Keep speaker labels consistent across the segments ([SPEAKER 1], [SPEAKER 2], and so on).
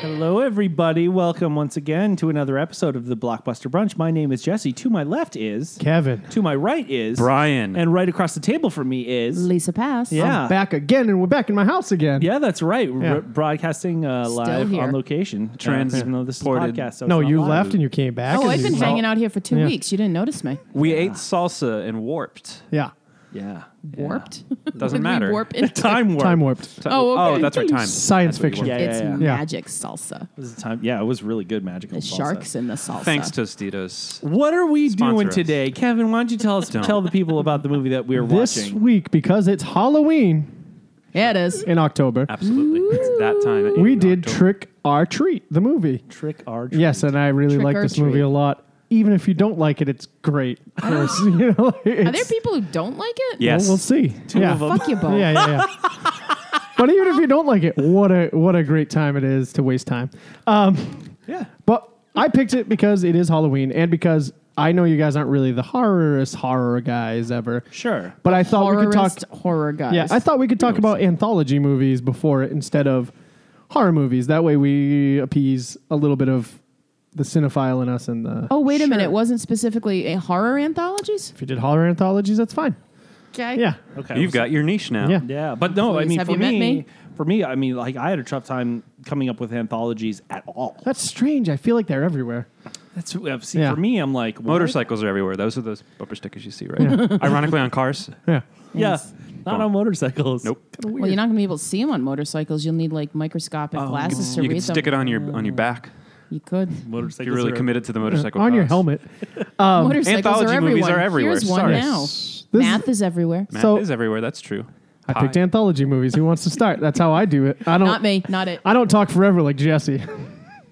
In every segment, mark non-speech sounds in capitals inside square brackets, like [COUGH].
[SPEAKER 1] Hello, everybody. Welcome once again to another episode of the Blockbuster Brunch. My name is Jesse. To my left is
[SPEAKER 2] Kevin.
[SPEAKER 1] To my right is
[SPEAKER 3] Brian.
[SPEAKER 1] And right across the table from me is
[SPEAKER 4] Lisa Pass.
[SPEAKER 1] Yeah.
[SPEAKER 2] I'm back again, and we're back in my house again.
[SPEAKER 1] yeah, that's right.
[SPEAKER 2] Yeah.
[SPEAKER 1] We're broadcasting uh, live
[SPEAKER 4] here.
[SPEAKER 1] on location.
[SPEAKER 3] Trans-
[SPEAKER 1] Uh, even though this is a
[SPEAKER 3] ported.
[SPEAKER 1] podcast, so
[SPEAKER 2] No,
[SPEAKER 1] it's not
[SPEAKER 2] you
[SPEAKER 1] live.
[SPEAKER 2] left and you came back.
[SPEAKER 4] Oh,
[SPEAKER 2] and
[SPEAKER 4] I've
[SPEAKER 2] you-
[SPEAKER 4] been hanging out here for two
[SPEAKER 2] Yeah.
[SPEAKER 4] weeks. You didn't notice me.
[SPEAKER 3] We ate salsa and warped.
[SPEAKER 2] Yeah.
[SPEAKER 1] Yeah,
[SPEAKER 4] Warped.
[SPEAKER 3] Doesn't
[SPEAKER 4] [LAUGHS] We
[SPEAKER 3] matter.
[SPEAKER 4] Warp
[SPEAKER 3] [LAUGHS]
[SPEAKER 4] into
[SPEAKER 1] time warp.
[SPEAKER 2] Time warped.
[SPEAKER 3] T-
[SPEAKER 4] Oh, okay.
[SPEAKER 3] oh, that's right. Time.
[SPEAKER 2] Science
[SPEAKER 3] That's what
[SPEAKER 1] [LAUGHS]
[SPEAKER 2] fiction.
[SPEAKER 3] you were-
[SPEAKER 1] Yeah, yeah,
[SPEAKER 4] It's
[SPEAKER 1] yeah.
[SPEAKER 2] Yeah.
[SPEAKER 4] magic salsa.
[SPEAKER 1] It was a time. Yeah, it was really good. Magical
[SPEAKER 4] The
[SPEAKER 1] salsa.
[SPEAKER 4] sharks in the salsa.
[SPEAKER 3] Thanks, Tostitos.
[SPEAKER 1] What are we
[SPEAKER 3] Sponsor
[SPEAKER 1] doing
[SPEAKER 3] us.
[SPEAKER 1] today, Kevin? Why don't you tell us,
[SPEAKER 3] Don't.
[SPEAKER 1] tell the people about the movie that we're
[SPEAKER 2] This
[SPEAKER 1] watching?
[SPEAKER 2] week, because it's Halloween
[SPEAKER 4] Yeah, it is.
[SPEAKER 2] in October,
[SPEAKER 3] Absolutely. It's that time. that
[SPEAKER 2] we
[SPEAKER 3] you
[SPEAKER 2] did
[SPEAKER 3] knocked over.
[SPEAKER 2] Trick or Treat, the movie.
[SPEAKER 1] Trick or treat.
[SPEAKER 2] Yes, and I really
[SPEAKER 4] Trick
[SPEAKER 2] like
[SPEAKER 4] or
[SPEAKER 2] this movie
[SPEAKER 4] treat.
[SPEAKER 2] a lot. Even if you don't like it, it's
[SPEAKER 4] [GASPS]
[SPEAKER 2] great. Of course, [LAUGHS] you know,
[SPEAKER 4] Are there
[SPEAKER 2] it's-
[SPEAKER 4] people who don't like it?
[SPEAKER 3] Yes.
[SPEAKER 2] We'll see. yeah.
[SPEAKER 1] of 'em.
[SPEAKER 4] Fuck you both.
[SPEAKER 2] yeah, yeah, yeah.
[SPEAKER 4] [LAUGHS]
[SPEAKER 2] but even if you don't like it, what a what a great time it is to waste time.
[SPEAKER 1] Yeah.
[SPEAKER 2] But I picked it because it is Halloween and because I know you guys aren't really the horrorist horror guys ever.
[SPEAKER 1] Sure.
[SPEAKER 2] But I thought we could talk
[SPEAKER 4] Horrorist horror guys.
[SPEAKER 2] Yeah, I thought we could talk about anthology movies before it instead of horror movies. That way we appease a little bit of the cinephile in us and the
[SPEAKER 4] oh, wait a
[SPEAKER 1] Sure.
[SPEAKER 4] minute. It wasn't specifically a horror anthologies?
[SPEAKER 2] if you did horror anthologies, that's fine.
[SPEAKER 4] Okay.
[SPEAKER 2] Yeah.
[SPEAKER 1] Okay.
[SPEAKER 3] You've got your niche now.
[SPEAKER 2] Yeah.
[SPEAKER 1] Yeah, but no, I
[SPEAKER 4] Please,
[SPEAKER 1] mean
[SPEAKER 4] have
[SPEAKER 1] for
[SPEAKER 4] you
[SPEAKER 1] me,
[SPEAKER 4] met me?
[SPEAKER 1] for me, I mean like I had a tough time coming up with anthologies at all.
[SPEAKER 2] That's strange. I feel like they're everywhere.
[SPEAKER 1] That's uh, see
[SPEAKER 2] Yeah.
[SPEAKER 1] for me, I'm like what?
[SPEAKER 3] Motorcycles are everywhere. Those are those bumper stickers you see, right? [LAUGHS] Ironically, on cars.
[SPEAKER 2] Yeah.
[SPEAKER 1] Yeah,
[SPEAKER 4] Yes.
[SPEAKER 1] not on motorcycles.
[SPEAKER 3] Nope.
[SPEAKER 4] Well, you're not going to be able to see them on motorcycles. You'll need like microscopic glasses to
[SPEAKER 3] You
[SPEAKER 4] read
[SPEAKER 3] can
[SPEAKER 4] them.
[SPEAKER 3] stick it on your on your back.
[SPEAKER 4] You could.
[SPEAKER 3] If
[SPEAKER 1] Motorcycles.
[SPEAKER 3] you're really
[SPEAKER 1] are-
[SPEAKER 3] committed to the motorcycle.
[SPEAKER 2] On your
[SPEAKER 3] cause.
[SPEAKER 2] helmet.
[SPEAKER 4] Motorcycles
[SPEAKER 3] Anthology
[SPEAKER 4] are
[SPEAKER 3] movies
[SPEAKER 4] everywhere.
[SPEAKER 3] are everywhere.
[SPEAKER 4] Here's one
[SPEAKER 3] Sorry.
[SPEAKER 4] now.
[SPEAKER 2] This is-
[SPEAKER 4] Math is everywhere.
[SPEAKER 3] Math
[SPEAKER 2] So-
[SPEAKER 3] is everywhere. That's true.
[SPEAKER 2] I picked
[SPEAKER 3] Pie.
[SPEAKER 2] anthology movies. Who wants to start? That's how I do it. I don't
[SPEAKER 4] Not me. Not it.
[SPEAKER 2] I don't talk forever like Jesse.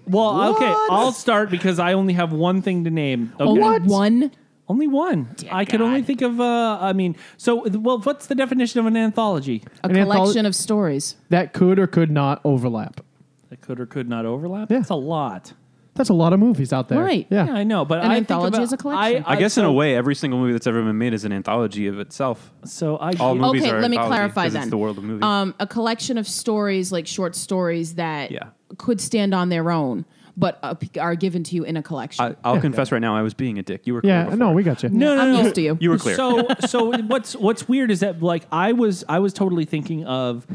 [SPEAKER 1] Well, okay, I'll start because I only have one thing to name. Okay.
[SPEAKER 4] Only one.
[SPEAKER 1] Only one. I could only think of. Uh, I mean, so well, what's the definition of an anthology?
[SPEAKER 4] A
[SPEAKER 2] An antholo-
[SPEAKER 4] collection of stories.
[SPEAKER 2] That could or could not overlap.
[SPEAKER 1] That could or could not overlap.
[SPEAKER 2] Yeah.
[SPEAKER 1] That's a lot.
[SPEAKER 2] That's a lot of movies out there.
[SPEAKER 4] Right.
[SPEAKER 2] Yeah.
[SPEAKER 1] Yeah, I know, but
[SPEAKER 4] An
[SPEAKER 1] I
[SPEAKER 4] anthology
[SPEAKER 1] think about,
[SPEAKER 4] is a collection.
[SPEAKER 3] I guess in
[SPEAKER 1] so-
[SPEAKER 3] a way, every single movie that's ever been made is an anthology of itself.
[SPEAKER 1] So I
[SPEAKER 3] All movies
[SPEAKER 4] okay,
[SPEAKER 3] are
[SPEAKER 4] let me
[SPEAKER 3] anthology
[SPEAKER 4] clarify
[SPEAKER 3] 'cause
[SPEAKER 4] then.
[SPEAKER 3] It's the world of movies.
[SPEAKER 4] Um, a collection of stories, like short stories that
[SPEAKER 3] Yeah.
[SPEAKER 4] could stand on their own, but uh, p- are given to you in a collection.
[SPEAKER 3] I, I'll confess right now, I was being a dick. You were clear
[SPEAKER 2] Yeah.
[SPEAKER 3] before.
[SPEAKER 2] No, we got you.
[SPEAKER 1] No, no,
[SPEAKER 4] I'm
[SPEAKER 1] no.
[SPEAKER 4] used to you.
[SPEAKER 3] You were clear.
[SPEAKER 1] So so what's what's weird is that like I was I was totally thinking of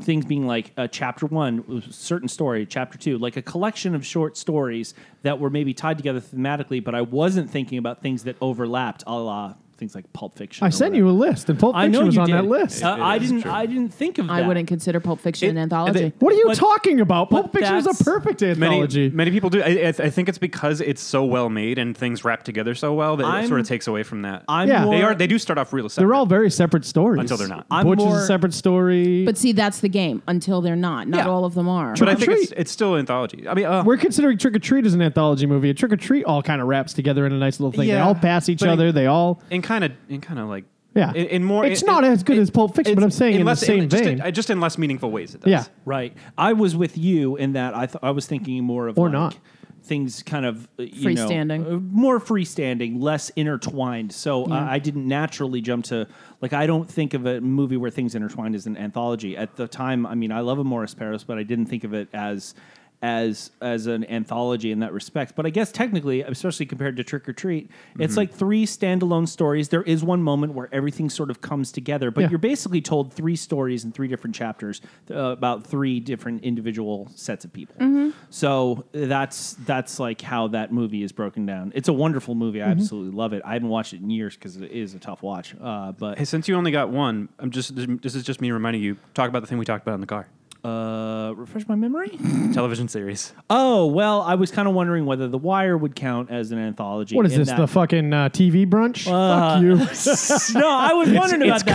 [SPEAKER 1] things being like uh, chapter one was a certain story chapter two like a collection of short stories that were maybe tied together thematically but i wasn't thinking about things that overlapped a la things like pulp fiction
[SPEAKER 2] I
[SPEAKER 1] or
[SPEAKER 2] sent
[SPEAKER 1] whatever.
[SPEAKER 2] you a list, and Pulp
[SPEAKER 1] I
[SPEAKER 2] Fiction
[SPEAKER 1] know
[SPEAKER 2] was
[SPEAKER 1] you
[SPEAKER 2] on
[SPEAKER 1] did.
[SPEAKER 2] that list.
[SPEAKER 1] Uh,
[SPEAKER 3] It
[SPEAKER 1] i
[SPEAKER 3] is
[SPEAKER 1] didn't
[SPEAKER 3] true.
[SPEAKER 1] i didn't think of
[SPEAKER 4] I
[SPEAKER 1] that
[SPEAKER 4] wouldn't consider Pulp Fiction an
[SPEAKER 3] and
[SPEAKER 4] anthology.
[SPEAKER 3] they-
[SPEAKER 2] what are you
[SPEAKER 1] but-
[SPEAKER 2] talking about?
[SPEAKER 1] but
[SPEAKER 2] Pulp Fiction is a
[SPEAKER 1] that's-
[SPEAKER 2] perfect anthology.
[SPEAKER 3] Many, many people do. I, I I think it's because it's so well made and things wrap together so well that
[SPEAKER 1] I'm-
[SPEAKER 3] it sort of takes away from that.
[SPEAKER 1] i'm
[SPEAKER 2] Yeah.
[SPEAKER 1] more,
[SPEAKER 3] they are. They do start off real separate.
[SPEAKER 2] They're all very separate stories
[SPEAKER 3] Until they're not.
[SPEAKER 1] I'm
[SPEAKER 2] Butch
[SPEAKER 1] more-
[SPEAKER 2] is a separate story.
[SPEAKER 4] but see, that's the game. Until they're not. Not
[SPEAKER 3] Yeah.
[SPEAKER 4] all of them are.
[SPEAKER 3] but I
[SPEAKER 2] Trick or
[SPEAKER 3] think it's,
[SPEAKER 2] Treat.
[SPEAKER 3] it's still anthology. I mean, uh,
[SPEAKER 2] we're considering Trick or Treat as an anthology movie. A Trick or Treat all kind of wraps together in a nice little thing. They
[SPEAKER 3] Yeah.
[SPEAKER 2] all pass each
[SPEAKER 3] But it-
[SPEAKER 2] other. they all
[SPEAKER 3] in kind of in kind of like
[SPEAKER 2] Yeah.
[SPEAKER 3] In, in more,
[SPEAKER 2] It's
[SPEAKER 3] in-
[SPEAKER 2] not as good as Pulp Fiction, but
[SPEAKER 3] it's-
[SPEAKER 2] I'm saying in the
[SPEAKER 3] less-
[SPEAKER 2] same
[SPEAKER 3] just
[SPEAKER 2] vein.
[SPEAKER 3] In, uh, just in less meaningful ways. It does.
[SPEAKER 2] yeah.
[SPEAKER 1] Right. I was with you in that I th- I was thinking more of
[SPEAKER 2] Or
[SPEAKER 1] like
[SPEAKER 2] not.
[SPEAKER 1] things kind of uh, you know,
[SPEAKER 4] Freestanding.
[SPEAKER 1] uh, more freestanding, less intertwined. So uh, I didn't naturally jump to like I don't think of a movie where things intertwined as an anthology. At the time, I mean, I love a Morris Paris, but I didn't think of it as as as an anthology in that respect. But I guess technically, especially compared to Trick or Treat,
[SPEAKER 2] Mm-hmm.
[SPEAKER 1] it's like three standalone stories. There is one moment where everything sort of comes together, but
[SPEAKER 2] Yeah.
[SPEAKER 1] you're basically told three stories in three different chapters uh, about three different individual sets of people.
[SPEAKER 2] Mm-hmm.
[SPEAKER 1] So that's that's like how that movie is broken down. It's a wonderful movie.
[SPEAKER 2] Mm-hmm.
[SPEAKER 1] I absolutely love it. I haven't watched it in years because it is a tough watch. Uh, but
[SPEAKER 3] Hey, since you only got one, I'm just this is just me reminding you. Talk about the thing we talked about in the car.
[SPEAKER 1] uh, refresh my memory.
[SPEAKER 3] Television series.
[SPEAKER 1] oh well, I was kind of wondering whether The Wire would count as an anthology.
[SPEAKER 2] What is
[SPEAKER 1] in
[SPEAKER 2] this?
[SPEAKER 1] that- [LAUGHS] Uh,
[SPEAKER 2] The fucking uh, TV brunch? Fuck you.
[SPEAKER 1] no, I was wondering about
[SPEAKER 3] it's
[SPEAKER 1] that.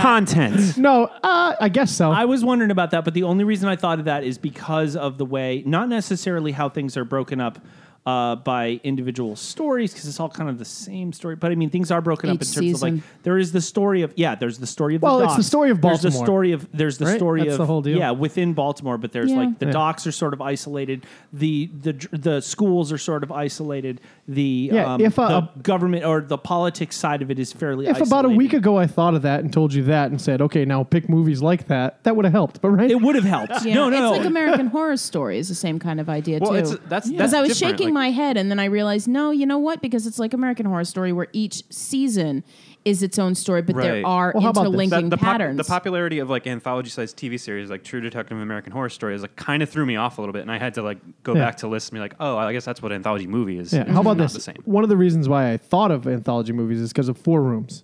[SPEAKER 1] [LAUGHS]
[SPEAKER 3] content.
[SPEAKER 2] no, uh, I guess so.
[SPEAKER 1] I was wondering about that, but the only reason I thought of that is because of the way, not necessarily how things are broken up uh, by individual stories because it's all kind of the same story. But I mean, things are broken up in
[SPEAKER 4] Each
[SPEAKER 1] terms of
[SPEAKER 4] season.
[SPEAKER 1] like there is the story of yeah, there's the story of
[SPEAKER 2] Well,
[SPEAKER 1] the
[SPEAKER 2] it's the
[SPEAKER 1] docks.
[SPEAKER 2] story of
[SPEAKER 1] There's the
[SPEAKER 2] Baltimore.
[SPEAKER 1] story of there's the
[SPEAKER 2] Right?
[SPEAKER 1] story
[SPEAKER 2] That's
[SPEAKER 1] of
[SPEAKER 2] the whole deal.
[SPEAKER 1] yeah within Baltimore, but there's
[SPEAKER 4] Yeah.
[SPEAKER 1] like the docks are sort of isolated. The the the schools are sort of isolated. The
[SPEAKER 2] Yeah,
[SPEAKER 1] um,
[SPEAKER 2] if, uh,
[SPEAKER 1] the government or the politics side of it is fairly
[SPEAKER 2] If about a
[SPEAKER 1] isolated.
[SPEAKER 2] week ago I thought of that and told you that and said, okay, now pick movies like that, that would have helped. But right,
[SPEAKER 1] It would have helped.
[SPEAKER 4] Yeah,
[SPEAKER 1] No, no,
[SPEAKER 4] it's
[SPEAKER 1] no.
[SPEAKER 4] like American Horror Story is the same kind of idea
[SPEAKER 3] Well,
[SPEAKER 4] too.
[SPEAKER 3] it's- that's- Yeah.
[SPEAKER 4] because I was
[SPEAKER 3] that's different,
[SPEAKER 4] shaking
[SPEAKER 3] like-
[SPEAKER 4] my head, and then I realized, no, you know what? Because it's like American Horror Story, where each season is its own story, but
[SPEAKER 3] Right.
[SPEAKER 4] there are
[SPEAKER 2] Well, how about this?
[SPEAKER 4] interlinking
[SPEAKER 3] the, pop-
[SPEAKER 4] patterns.
[SPEAKER 3] the popularity of like anthology-sized TV series like True Detective and American Horror Story is like kind of threw me off a little bit, and I had to like go
[SPEAKER 2] Yeah.
[SPEAKER 3] back to lists and be like, oh, I guess that's what anthology movie is.
[SPEAKER 2] yeah. How about
[SPEAKER 3] Not
[SPEAKER 2] this?
[SPEAKER 3] The same.
[SPEAKER 2] One of the reasons why I thought of anthology movies is because of Four Rooms.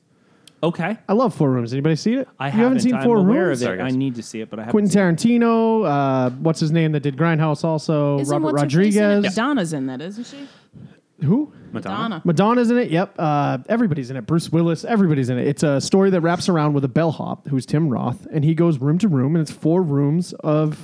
[SPEAKER 1] okay.
[SPEAKER 2] I love Four Rooms. Anybody seen it?
[SPEAKER 1] I
[SPEAKER 2] you haven't seen
[SPEAKER 1] I'm
[SPEAKER 2] Four
[SPEAKER 1] aware
[SPEAKER 2] Rooms.
[SPEAKER 1] Of
[SPEAKER 3] Sorry,
[SPEAKER 1] it. I
[SPEAKER 3] guys.
[SPEAKER 1] need to see it, but I haven't.
[SPEAKER 2] Quentin
[SPEAKER 1] seen it.
[SPEAKER 2] Tarantino, uh, what's his name that did Grindhouse? Also
[SPEAKER 4] Isn't
[SPEAKER 2] Robert
[SPEAKER 4] what's her face in it?
[SPEAKER 2] Rodriguez.
[SPEAKER 4] Madonna's in that, isn't she?
[SPEAKER 2] Who?
[SPEAKER 4] Madonna.
[SPEAKER 2] Madonna's in it. Yep. Uh, everybody's in it. Bruce Willis. Everybody's in it. It's a story that wraps around with a bellhop who's Tim Roth, and he goes room to room, and it's four rooms of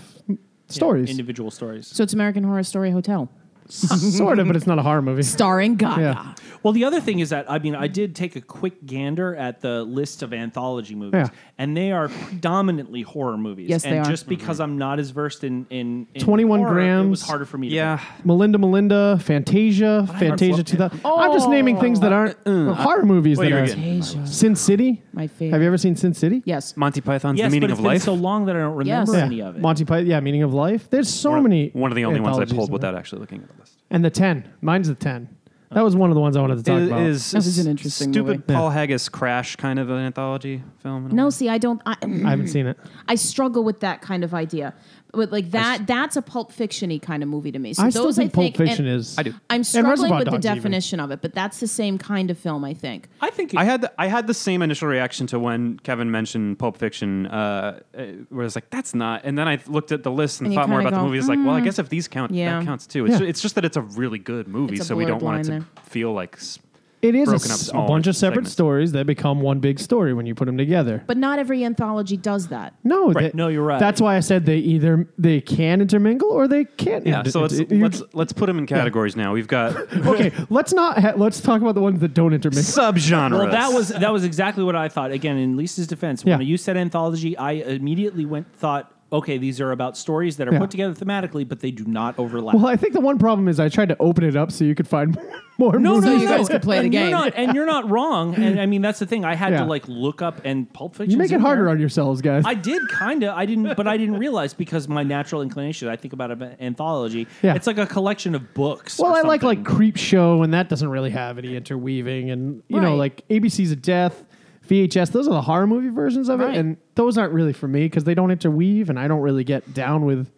[SPEAKER 1] [LAUGHS]
[SPEAKER 2] stories,
[SPEAKER 1] individual stories.
[SPEAKER 4] So it's American Horror Story Hotel,
[SPEAKER 2] [LAUGHS] sort of, but it's not a horror movie.
[SPEAKER 4] starring Gaga.
[SPEAKER 2] Yeah.
[SPEAKER 1] Well, the other thing is that I mean, I did take a quick gander at the list of anthology movies,
[SPEAKER 2] Yeah.
[SPEAKER 1] and they are predominantly horror movies.
[SPEAKER 4] Yes,
[SPEAKER 1] and
[SPEAKER 4] they are.
[SPEAKER 1] just because I'm not as versed in in, in
[SPEAKER 2] 21
[SPEAKER 1] horror, it was
[SPEAKER 2] Mm-hmm. grams.
[SPEAKER 1] harder for me. To
[SPEAKER 3] Yeah,
[SPEAKER 2] Melinda Melinda, Fantasia,
[SPEAKER 1] I
[SPEAKER 2] Fantasia
[SPEAKER 1] love-
[SPEAKER 2] 2000. I'm just naming things that aren't horror movies.
[SPEAKER 3] Oh. Uh-uh.
[SPEAKER 2] that
[SPEAKER 3] Well, you were
[SPEAKER 2] are.
[SPEAKER 3] getting-
[SPEAKER 4] Asia.
[SPEAKER 2] Sin City.
[SPEAKER 4] My favorite.
[SPEAKER 2] Have you ever seen Sin City?
[SPEAKER 4] Yes.
[SPEAKER 3] Monty Python's
[SPEAKER 1] Yes,
[SPEAKER 3] The Meaning
[SPEAKER 1] but it's
[SPEAKER 3] of
[SPEAKER 1] been
[SPEAKER 3] Life.
[SPEAKER 1] so long that I don't
[SPEAKER 4] Yes.
[SPEAKER 1] remember
[SPEAKER 4] Yeah.
[SPEAKER 1] any of it.
[SPEAKER 2] Monty Python. Yeah, Meaning of Life. There's so
[SPEAKER 3] one of-
[SPEAKER 2] many.
[SPEAKER 3] One of the only ones I
[SPEAKER 2] anthologies
[SPEAKER 3] pulled
[SPEAKER 2] in
[SPEAKER 3] without
[SPEAKER 2] there.
[SPEAKER 3] actually looking at the list.
[SPEAKER 2] And the ten. Mine's the ten. That was one of the ones I wanted to talk about.
[SPEAKER 4] That was an interesting
[SPEAKER 3] stupid
[SPEAKER 4] movie.
[SPEAKER 3] Paul Haggis crash kind of an anthology film. in a
[SPEAKER 4] No,
[SPEAKER 3] way.
[SPEAKER 4] see, I don't.
[SPEAKER 2] I
[SPEAKER 4] I,
[SPEAKER 2] haven't seen it.
[SPEAKER 4] I struggle with that kind of idea, but like that—that's a Pulp Fiction-y kind of movie to me. So
[SPEAKER 2] I still
[SPEAKER 4] those
[SPEAKER 2] think
[SPEAKER 4] I think
[SPEAKER 2] Pulp Fiction
[SPEAKER 4] and
[SPEAKER 2] is.
[SPEAKER 3] I do.
[SPEAKER 4] I'm struggling
[SPEAKER 2] Reservoir
[SPEAKER 4] with the
[SPEAKER 2] Dogs even.
[SPEAKER 4] definition of it, but that's the same kind of film, I think.
[SPEAKER 1] I think it,
[SPEAKER 3] I had the, I had the same initial reaction to when Kevin mentioned Pulp Fiction, uh, uh, where it's like that's not. And then I looked at the list and,
[SPEAKER 4] And you
[SPEAKER 3] thought more
[SPEAKER 4] kinda
[SPEAKER 3] about the
[SPEAKER 4] go, "Mm-hmm."
[SPEAKER 3] movie. It's like, well, I guess if these count,
[SPEAKER 4] Yeah.
[SPEAKER 3] that counts too. It's,
[SPEAKER 2] Yeah.
[SPEAKER 3] ju- it's just that it's a really good movie,
[SPEAKER 4] It's a
[SPEAKER 3] so we
[SPEAKER 4] blurred
[SPEAKER 3] don't want it to
[SPEAKER 4] line there.
[SPEAKER 3] feel like. s-
[SPEAKER 2] It is a,
[SPEAKER 3] broken up
[SPEAKER 2] s- a
[SPEAKER 3] smaller
[SPEAKER 2] bunch of separate
[SPEAKER 3] segments.
[SPEAKER 2] stories that become one big story when you put them together.
[SPEAKER 4] But not every anthology does that.
[SPEAKER 2] no,
[SPEAKER 1] Right.
[SPEAKER 2] they-
[SPEAKER 1] No, you're right.
[SPEAKER 2] That's why I said they either they can intermingle or they can't.
[SPEAKER 3] Yeah,
[SPEAKER 2] inter-
[SPEAKER 3] so let's
[SPEAKER 2] inter- you-
[SPEAKER 3] let's let's put them in categories now. We've got
[SPEAKER 2] okay. let's not ha- let's talk about the ones that don't intermingle.
[SPEAKER 3] subgenres.
[SPEAKER 1] Well, that was that was exactly what I thought. Again, in Lisa's defense,
[SPEAKER 2] Yeah.
[SPEAKER 1] when you said anthology, I immediately went thought, okay, these are about stories that are
[SPEAKER 2] Yeah.
[SPEAKER 1] put together thematically, but they do not overlap.
[SPEAKER 2] Well, I think the one problem is I tried to open it up so you could find [LAUGHS] more.
[SPEAKER 1] no,
[SPEAKER 2] movies.
[SPEAKER 1] no,
[SPEAKER 4] you guys
[SPEAKER 1] no.
[SPEAKER 4] could play the
[SPEAKER 1] and
[SPEAKER 4] game.
[SPEAKER 1] You're not, and you're not wrong. And I mean, that's the thing. I had
[SPEAKER 2] Yeah.
[SPEAKER 1] to like look up and Pulp Fiction.
[SPEAKER 2] You make it harder on yourselves, guys.
[SPEAKER 1] I did kind of. I didn't, but I didn't realize because my natural inclination. I think about an anthology.
[SPEAKER 2] Yeah.
[SPEAKER 1] It's like a collection of books.
[SPEAKER 2] well,
[SPEAKER 1] or
[SPEAKER 2] I like like
[SPEAKER 1] something.
[SPEAKER 2] Creep Show, and that doesn't really have any interweaving, and you know,
[SPEAKER 4] Right.
[SPEAKER 2] like ABC's of Death, VHS. Those are the horror movie versions of
[SPEAKER 4] Right.
[SPEAKER 2] it, and those aren't really for me because they don't interweave, and I don't really get down with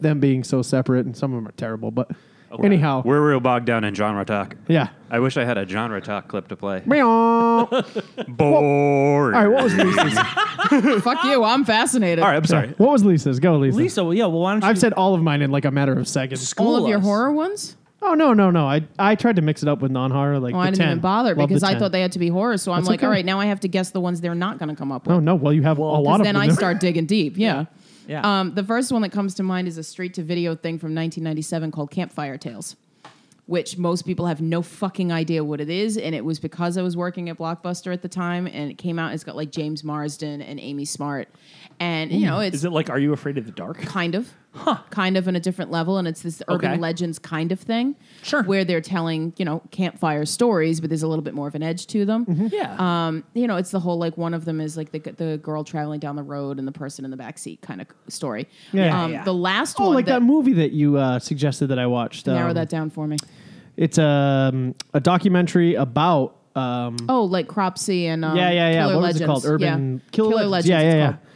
[SPEAKER 2] them being so separate. And some of them are terrible, but anyhow,
[SPEAKER 3] we're real bogged down in genre talk.
[SPEAKER 2] yeah.
[SPEAKER 3] I wish I had a genre talk clip to play.
[SPEAKER 2] Meow. All
[SPEAKER 3] Boring.
[SPEAKER 2] right, what was Lisa's?
[SPEAKER 4] [LAUGHS] Fuck you, I'm fascinated.
[SPEAKER 3] All right, I'm sorry.
[SPEAKER 2] what was Lisa's? Go, Lisa.
[SPEAKER 1] Lisa, well, yeah. Well, why don't you
[SPEAKER 2] I've said all of mine in like a matter of seconds.
[SPEAKER 1] school
[SPEAKER 4] All of your
[SPEAKER 1] us?
[SPEAKER 4] horror ones?
[SPEAKER 2] Oh no, no, no! I I tried to mix it up with non-horror, like
[SPEAKER 4] Oh,
[SPEAKER 2] the
[SPEAKER 4] I didn't
[SPEAKER 2] 10.
[SPEAKER 4] even bother
[SPEAKER 2] Love the
[SPEAKER 4] because I
[SPEAKER 2] 10.
[SPEAKER 4] thought they had to be horror. So I'm
[SPEAKER 2] That's
[SPEAKER 4] like,
[SPEAKER 2] okay.
[SPEAKER 4] all right, now I have to guess the ones they're not going to come up with.
[SPEAKER 2] Oh no! Well, you have a lot of
[SPEAKER 4] then
[SPEAKER 2] them. [LAUGHS]
[SPEAKER 4] I start digging deep. Yeah.
[SPEAKER 1] Yeah.
[SPEAKER 4] Um, the first one that comes to mind is a straight to video thing from 1997 called Campfire Tales, which most people have no fucking idea what it is. And it was because I was working at Blockbuster at the time and it came out. It's got like James Marsden and Amy Smart. And, you know, it's
[SPEAKER 1] Is it like Are You Afraid of the Dark?
[SPEAKER 4] kind of kind of on a different level and it's this urban
[SPEAKER 1] Okay.
[SPEAKER 4] legends kind of thing
[SPEAKER 1] Sure.
[SPEAKER 4] where they're telling you know campfire stories but there's a little bit more of an edge to them
[SPEAKER 1] Yeah.
[SPEAKER 4] um, you know, it's the whole like one of them is like the the girl traveling down the road and the person in the back seat kind of story.
[SPEAKER 2] Yeah.
[SPEAKER 4] um,
[SPEAKER 1] Yeah.
[SPEAKER 4] The last
[SPEAKER 2] Oh,
[SPEAKER 4] one
[SPEAKER 2] like that,
[SPEAKER 4] that,
[SPEAKER 2] movie that you uh, suggested that I watched. Um,
[SPEAKER 4] narrow that down for me.
[SPEAKER 2] It's um, a documentary about. Um,
[SPEAKER 4] Oh, like Cropsey and um,
[SPEAKER 2] yeah, yeah, yeah.
[SPEAKER 4] Killer
[SPEAKER 2] What was
[SPEAKER 4] Legends.
[SPEAKER 2] it called? Urban
[SPEAKER 4] yeah. Killer, Legends.
[SPEAKER 2] Yeah,
[SPEAKER 4] it's
[SPEAKER 2] yeah,
[SPEAKER 4] called.
[SPEAKER 2] yeah.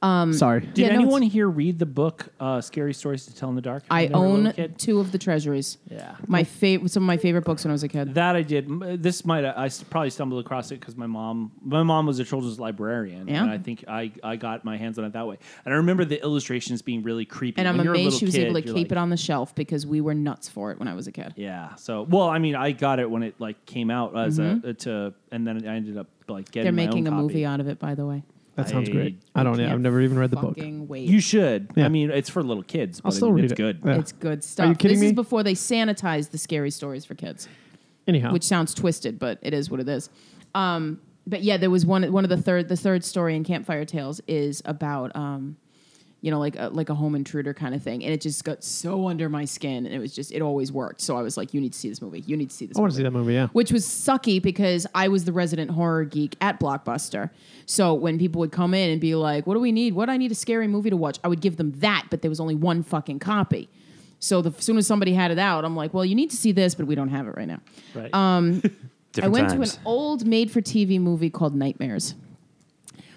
[SPEAKER 2] Um, Sorry.
[SPEAKER 1] Did
[SPEAKER 4] yeah, no,
[SPEAKER 1] anyone here read the book uh, "Scary Stories to Tell in the Dark"?
[SPEAKER 4] I
[SPEAKER 1] when they were a little
[SPEAKER 4] own
[SPEAKER 1] kid?
[SPEAKER 4] two of the treasuries.
[SPEAKER 1] Yeah.
[SPEAKER 4] my favorite, some of my favorite books when I was a kid.
[SPEAKER 1] That I did. M- uh, This might I s- probably stumbled across it because my mom my mom was a children's librarian,
[SPEAKER 4] Yeah.
[SPEAKER 1] and I think I, I got my hands on it that way. And I remember the illustrations being really creepy.
[SPEAKER 4] and I'm
[SPEAKER 1] When you're a
[SPEAKER 4] amazed
[SPEAKER 1] little
[SPEAKER 4] she was
[SPEAKER 1] kid,
[SPEAKER 4] able to
[SPEAKER 1] you're
[SPEAKER 4] keep
[SPEAKER 1] like,
[SPEAKER 4] it on the shelf because we were nuts for it when I was a kid.
[SPEAKER 1] Yeah. So well, I mean, I got it when it like came out as a, to, and then I ended up like getting.
[SPEAKER 4] Mm-hmm. They're
[SPEAKER 1] my own
[SPEAKER 4] making a
[SPEAKER 1] copy.
[SPEAKER 4] movie out of it, by the way.
[SPEAKER 2] That sounds
[SPEAKER 1] I
[SPEAKER 2] great. I don't know. I've
[SPEAKER 4] Can't
[SPEAKER 2] never even read the book.
[SPEAKER 4] fucking Wait.
[SPEAKER 1] You should.
[SPEAKER 2] Yeah.
[SPEAKER 1] I mean, it's for little kids. But
[SPEAKER 2] I'll still
[SPEAKER 1] I mean,
[SPEAKER 2] read
[SPEAKER 1] it's
[SPEAKER 2] it.
[SPEAKER 1] good.
[SPEAKER 2] Yeah.
[SPEAKER 4] It's good stuff.
[SPEAKER 2] kidding
[SPEAKER 4] this
[SPEAKER 2] me?
[SPEAKER 4] is before they sanitized the scary stories for kids,
[SPEAKER 2] Anyhow,
[SPEAKER 4] which sounds twisted, but it is what it is. Um, but yeah, there was one one of the third the third story in Campfire Tales is about um, you know like a, like a home intruder kind of thing, and it just got so under my skin, and it was just it always worked. So I was like, you need to see this movie. You need to see this.
[SPEAKER 2] I want to see that movie. Yeah.
[SPEAKER 4] which was sucky because I was the resident horror geek at Blockbuster. So when people would come in and be like, "What do we need? What do I need a scary movie to watch?" I would give them that, but there was only one fucking copy. So the as soon as somebody had it out, I'm like, "Well, you need to see this, but we don't have it right now."
[SPEAKER 1] Right.
[SPEAKER 4] um, I
[SPEAKER 3] Different
[SPEAKER 4] went
[SPEAKER 3] times.
[SPEAKER 4] to an old made-for-TV movie called Nightmares,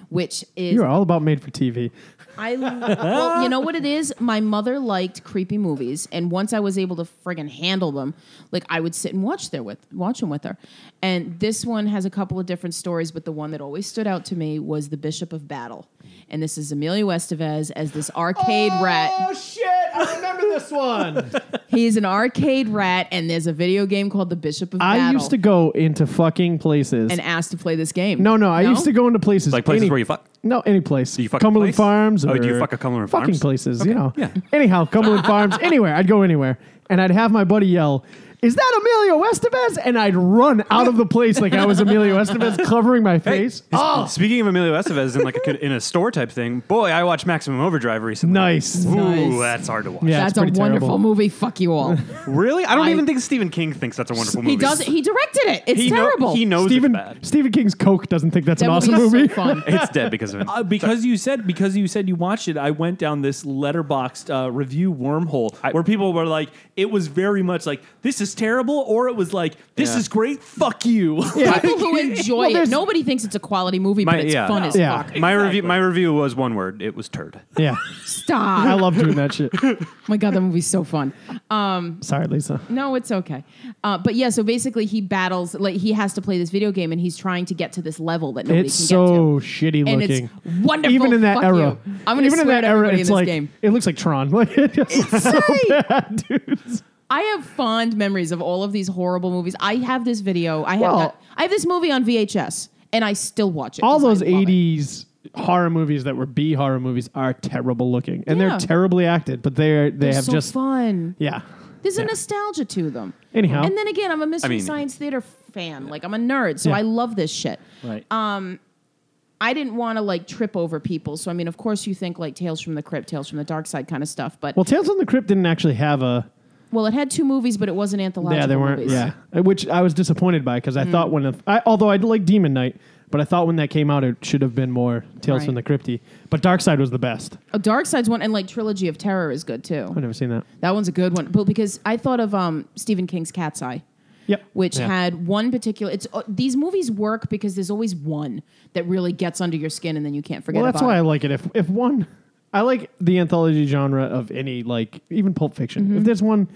[SPEAKER 4] which is
[SPEAKER 2] You are all about made for TV.
[SPEAKER 4] I well, you know what it is? My mother liked creepy movies, and once I was able to friggin' handle them, like I would sit and watch there with watch them with her. And this one has a couple of different stories, but the one that always stood out to me was The Bishop of Battle. And this is Emilio Estevez as this arcade rat.
[SPEAKER 2] Oh, shit! I remember this
[SPEAKER 4] [LAUGHS]
[SPEAKER 2] one.
[SPEAKER 4] He's an arcade rat, and there's a video game called The Bishop of
[SPEAKER 2] I
[SPEAKER 4] Battle.
[SPEAKER 2] used to go into fucking places.
[SPEAKER 4] and asked to play this game.
[SPEAKER 2] no, no, I used to go into places
[SPEAKER 3] like places
[SPEAKER 2] any-
[SPEAKER 3] where you fuck.
[SPEAKER 2] No, any place.
[SPEAKER 3] Do you fuck a
[SPEAKER 2] Cumberland
[SPEAKER 3] place?
[SPEAKER 2] Farms. Or
[SPEAKER 3] Oh, do you fuck a Cumberland
[SPEAKER 2] fucking
[SPEAKER 3] Farms?
[SPEAKER 2] places, you know.
[SPEAKER 3] yeah. [LAUGHS]
[SPEAKER 2] Anyhow, Cumberland Farms, anywhere. I'd go anywhere. And I'd have my buddy yell, Is that Emilio Estevez? And I'd run out of the place like I was Emilio
[SPEAKER 3] [LAUGHS]
[SPEAKER 2] Estevez covering my face. Uh,
[SPEAKER 3] S- Speaking of Emilio Estevez in like a, in a store type thing, boy, I watched Maximum Overdrive recently.
[SPEAKER 2] Nice.
[SPEAKER 3] Ooh,
[SPEAKER 4] Nice.
[SPEAKER 3] that's hard to watch.
[SPEAKER 2] Yeah,
[SPEAKER 4] That's
[SPEAKER 2] it's
[SPEAKER 4] a
[SPEAKER 2] pretty
[SPEAKER 4] wonderful
[SPEAKER 2] terrible.
[SPEAKER 4] movie. Fuck you all.
[SPEAKER 3] Really? I don't
[SPEAKER 4] I-
[SPEAKER 3] even think Stephen King thinks that's a wonderful movie.
[SPEAKER 4] he does it. He directed it. It's
[SPEAKER 3] He, know-
[SPEAKER 4] terrible.
[SPEAKER 3] he knows
[SPEAKER 2] Stephen,
[SPEAKER 3] it's bad.
[SPEAKER 2] Stephen King's Coke doesn't think that's
[SPEAKER 4] that
[SPEAKER 2] an awesome
[SPEAKER 4] movie is [LAUGHS]
[SPEAKER 2] movie.
[SPEAKER 4] So
[SPEAKER 2] [LAUGHS]
[SPEAKER 4] fun.
[SPEAKER 3] It's dead because of him.
[SPEAKER 1] Uh, because you said because you said you watched it, I went down this letterboxed uh, review wormhole where people were like, it was very much like this is terrible, or it was like this
[SPEAKER 3] Yeah.
[SPEAKER 1] is great, fuck you.
[SPEAKER 4] people who enjoy
[SPEAKER 2] there's-
[SPEAKER 4] it. Nobody thinks it's a quality movie,
[SPEAKER 3] My-
[SPEAKER 4] but it's
[SPEAKER 3] yeah.
[SPEAKER 4] fun as
[SPEAKER 2] Yeah.
[SPEAKER 4] fuck.
[SPEAKER 3] My review, my review was one word. It was turd.
[SPEAKER 2] yeah.
[SPEAKER 4] Stop.
[SPEAKER 2] I love doing that shit.
[SPEAKER 4] my God, that movie's so fun.
[SPEAKER 2] Sorry, Lisa.
[SPEAKER 4] No, it's okay. Uh, but yeah, so basically he battles, like he has to play this video game and he's trying to get to this level that nobody
[SPEAKER 2] It's
[SPEAKER 4] can
[SPEAKER 2] so
[SPEAKER 4] get
[SPEAKER 2] shitty
[SPEAKER 4] to. And
[SPEAKER 2] looking.
[SPEAKER 4] it's wonderful.
[SPEAKER 2] Even in that
[SPEAKER 4] Fuck
[SPEAKER 2] era,
[SPEAKER 4] you. I'm going to
[SPEAKER 2] even
[SPEAKER 4] swear
[SPEAKER 2] in that
[SPEAKER 4] to
[SPEAKER 2] era,
[SPEAKER 4] everybody
[SPEAKER 2] it's
[SPEAKER 4] in this
[SPEAKER 2] like
[SPEAKER 4] game.
[SPEAKER 2] it looks like Tron. [LAUGHS] Like it just looks so bad, dude.
[SPEAKER 4] I have fond memories of all of these horrible movies. I have this video. I have,
[SPEAKER 2] Well-
[SPEAKER 4] not- I have this movie on VHS and I still watch it.
[SPEAKER 2] all
[SPEAKER 4] 'cause I
[SPEAKER 2] those
[SPEAKER 4] love it.
[SPEAKER 2] 80s horror movies that were B horror movies are terrible looking and
[SPEAKER 4] Yeah.
[SPEAKER 2] they're terribly acted, but they're they
[SPEAKER 4] They're
[SPEAKER 2] have
[SPEAKER 4] so
[SPEAKER 2] just
[SPEAKER 4] fun.
[SPEAKER 2] yeah.
[SPEAKER 4] There's
[SPEAKER 2] Yeah.
[SPEAKER 4] a nostalgia to them.
[SPEAKER 2] Anyhow.
[SPEAKER 4] And then again, I'm a mystery
[SPEAKER 3] mean-
[SPEAKER 4] science theater fan. Like I'm a nerd, so
[SPEAKER 2] Yeah.
[SPEAKER 4] I love this shit.
[SPEAKER 1] right.
[SPEAKER 4] Um, I didn't want to like trip over people. So I mean, of course you think like Tales from the Crypt, Tales from the Dark Side kind of stuff, but
[SPEAKER 2] Well,
[SPEAKER 4] well,
[SPEAKER 2] Tales from the Crypt didn't actually have a
[SPEAKER 4] it had two movies, but it wasn't anthological
[SPEAKER 2] yeah, they weren't
[SPEAKER 4] movies. Mm.
[SPEAKER 2] yeah, which I was disappointed by because I thought when if- I although I like Demon Knight, but I thought when that came out it should have been more Tales from the
[SPEAKER 4] Right.
[SPEAKER 2] Crypty. But Dark Side was the best.
[SPEAKER 4] Oh, Dark Side's one and like Trilogy of Terror is good too.
[SPEAKER 2] I've never seen that.
[SPEAKER 4] That one's a good one. But because I thought of um Stephen King's Cat's Eye.
[SPEAKER 2] Yep.
[SPEAKER 4] which
[SPEAKER 2] Yeah.
[SPEAKER 4] had one particular. It's uh, these movies work because there's always one that really gets under your skin, and then you can't forget.
[SPEAKER 2] Well, that's
[SPEAKER 4] about
[SPEAKER 2] why I
[SPEAKER 4] it.
[SPEAKER 2] like it. If if one, I like the anthology genre of any like even Pulp Fiction.
[SPEAKER 4] Mm-hmm.
[SPEAKER 2] If there's one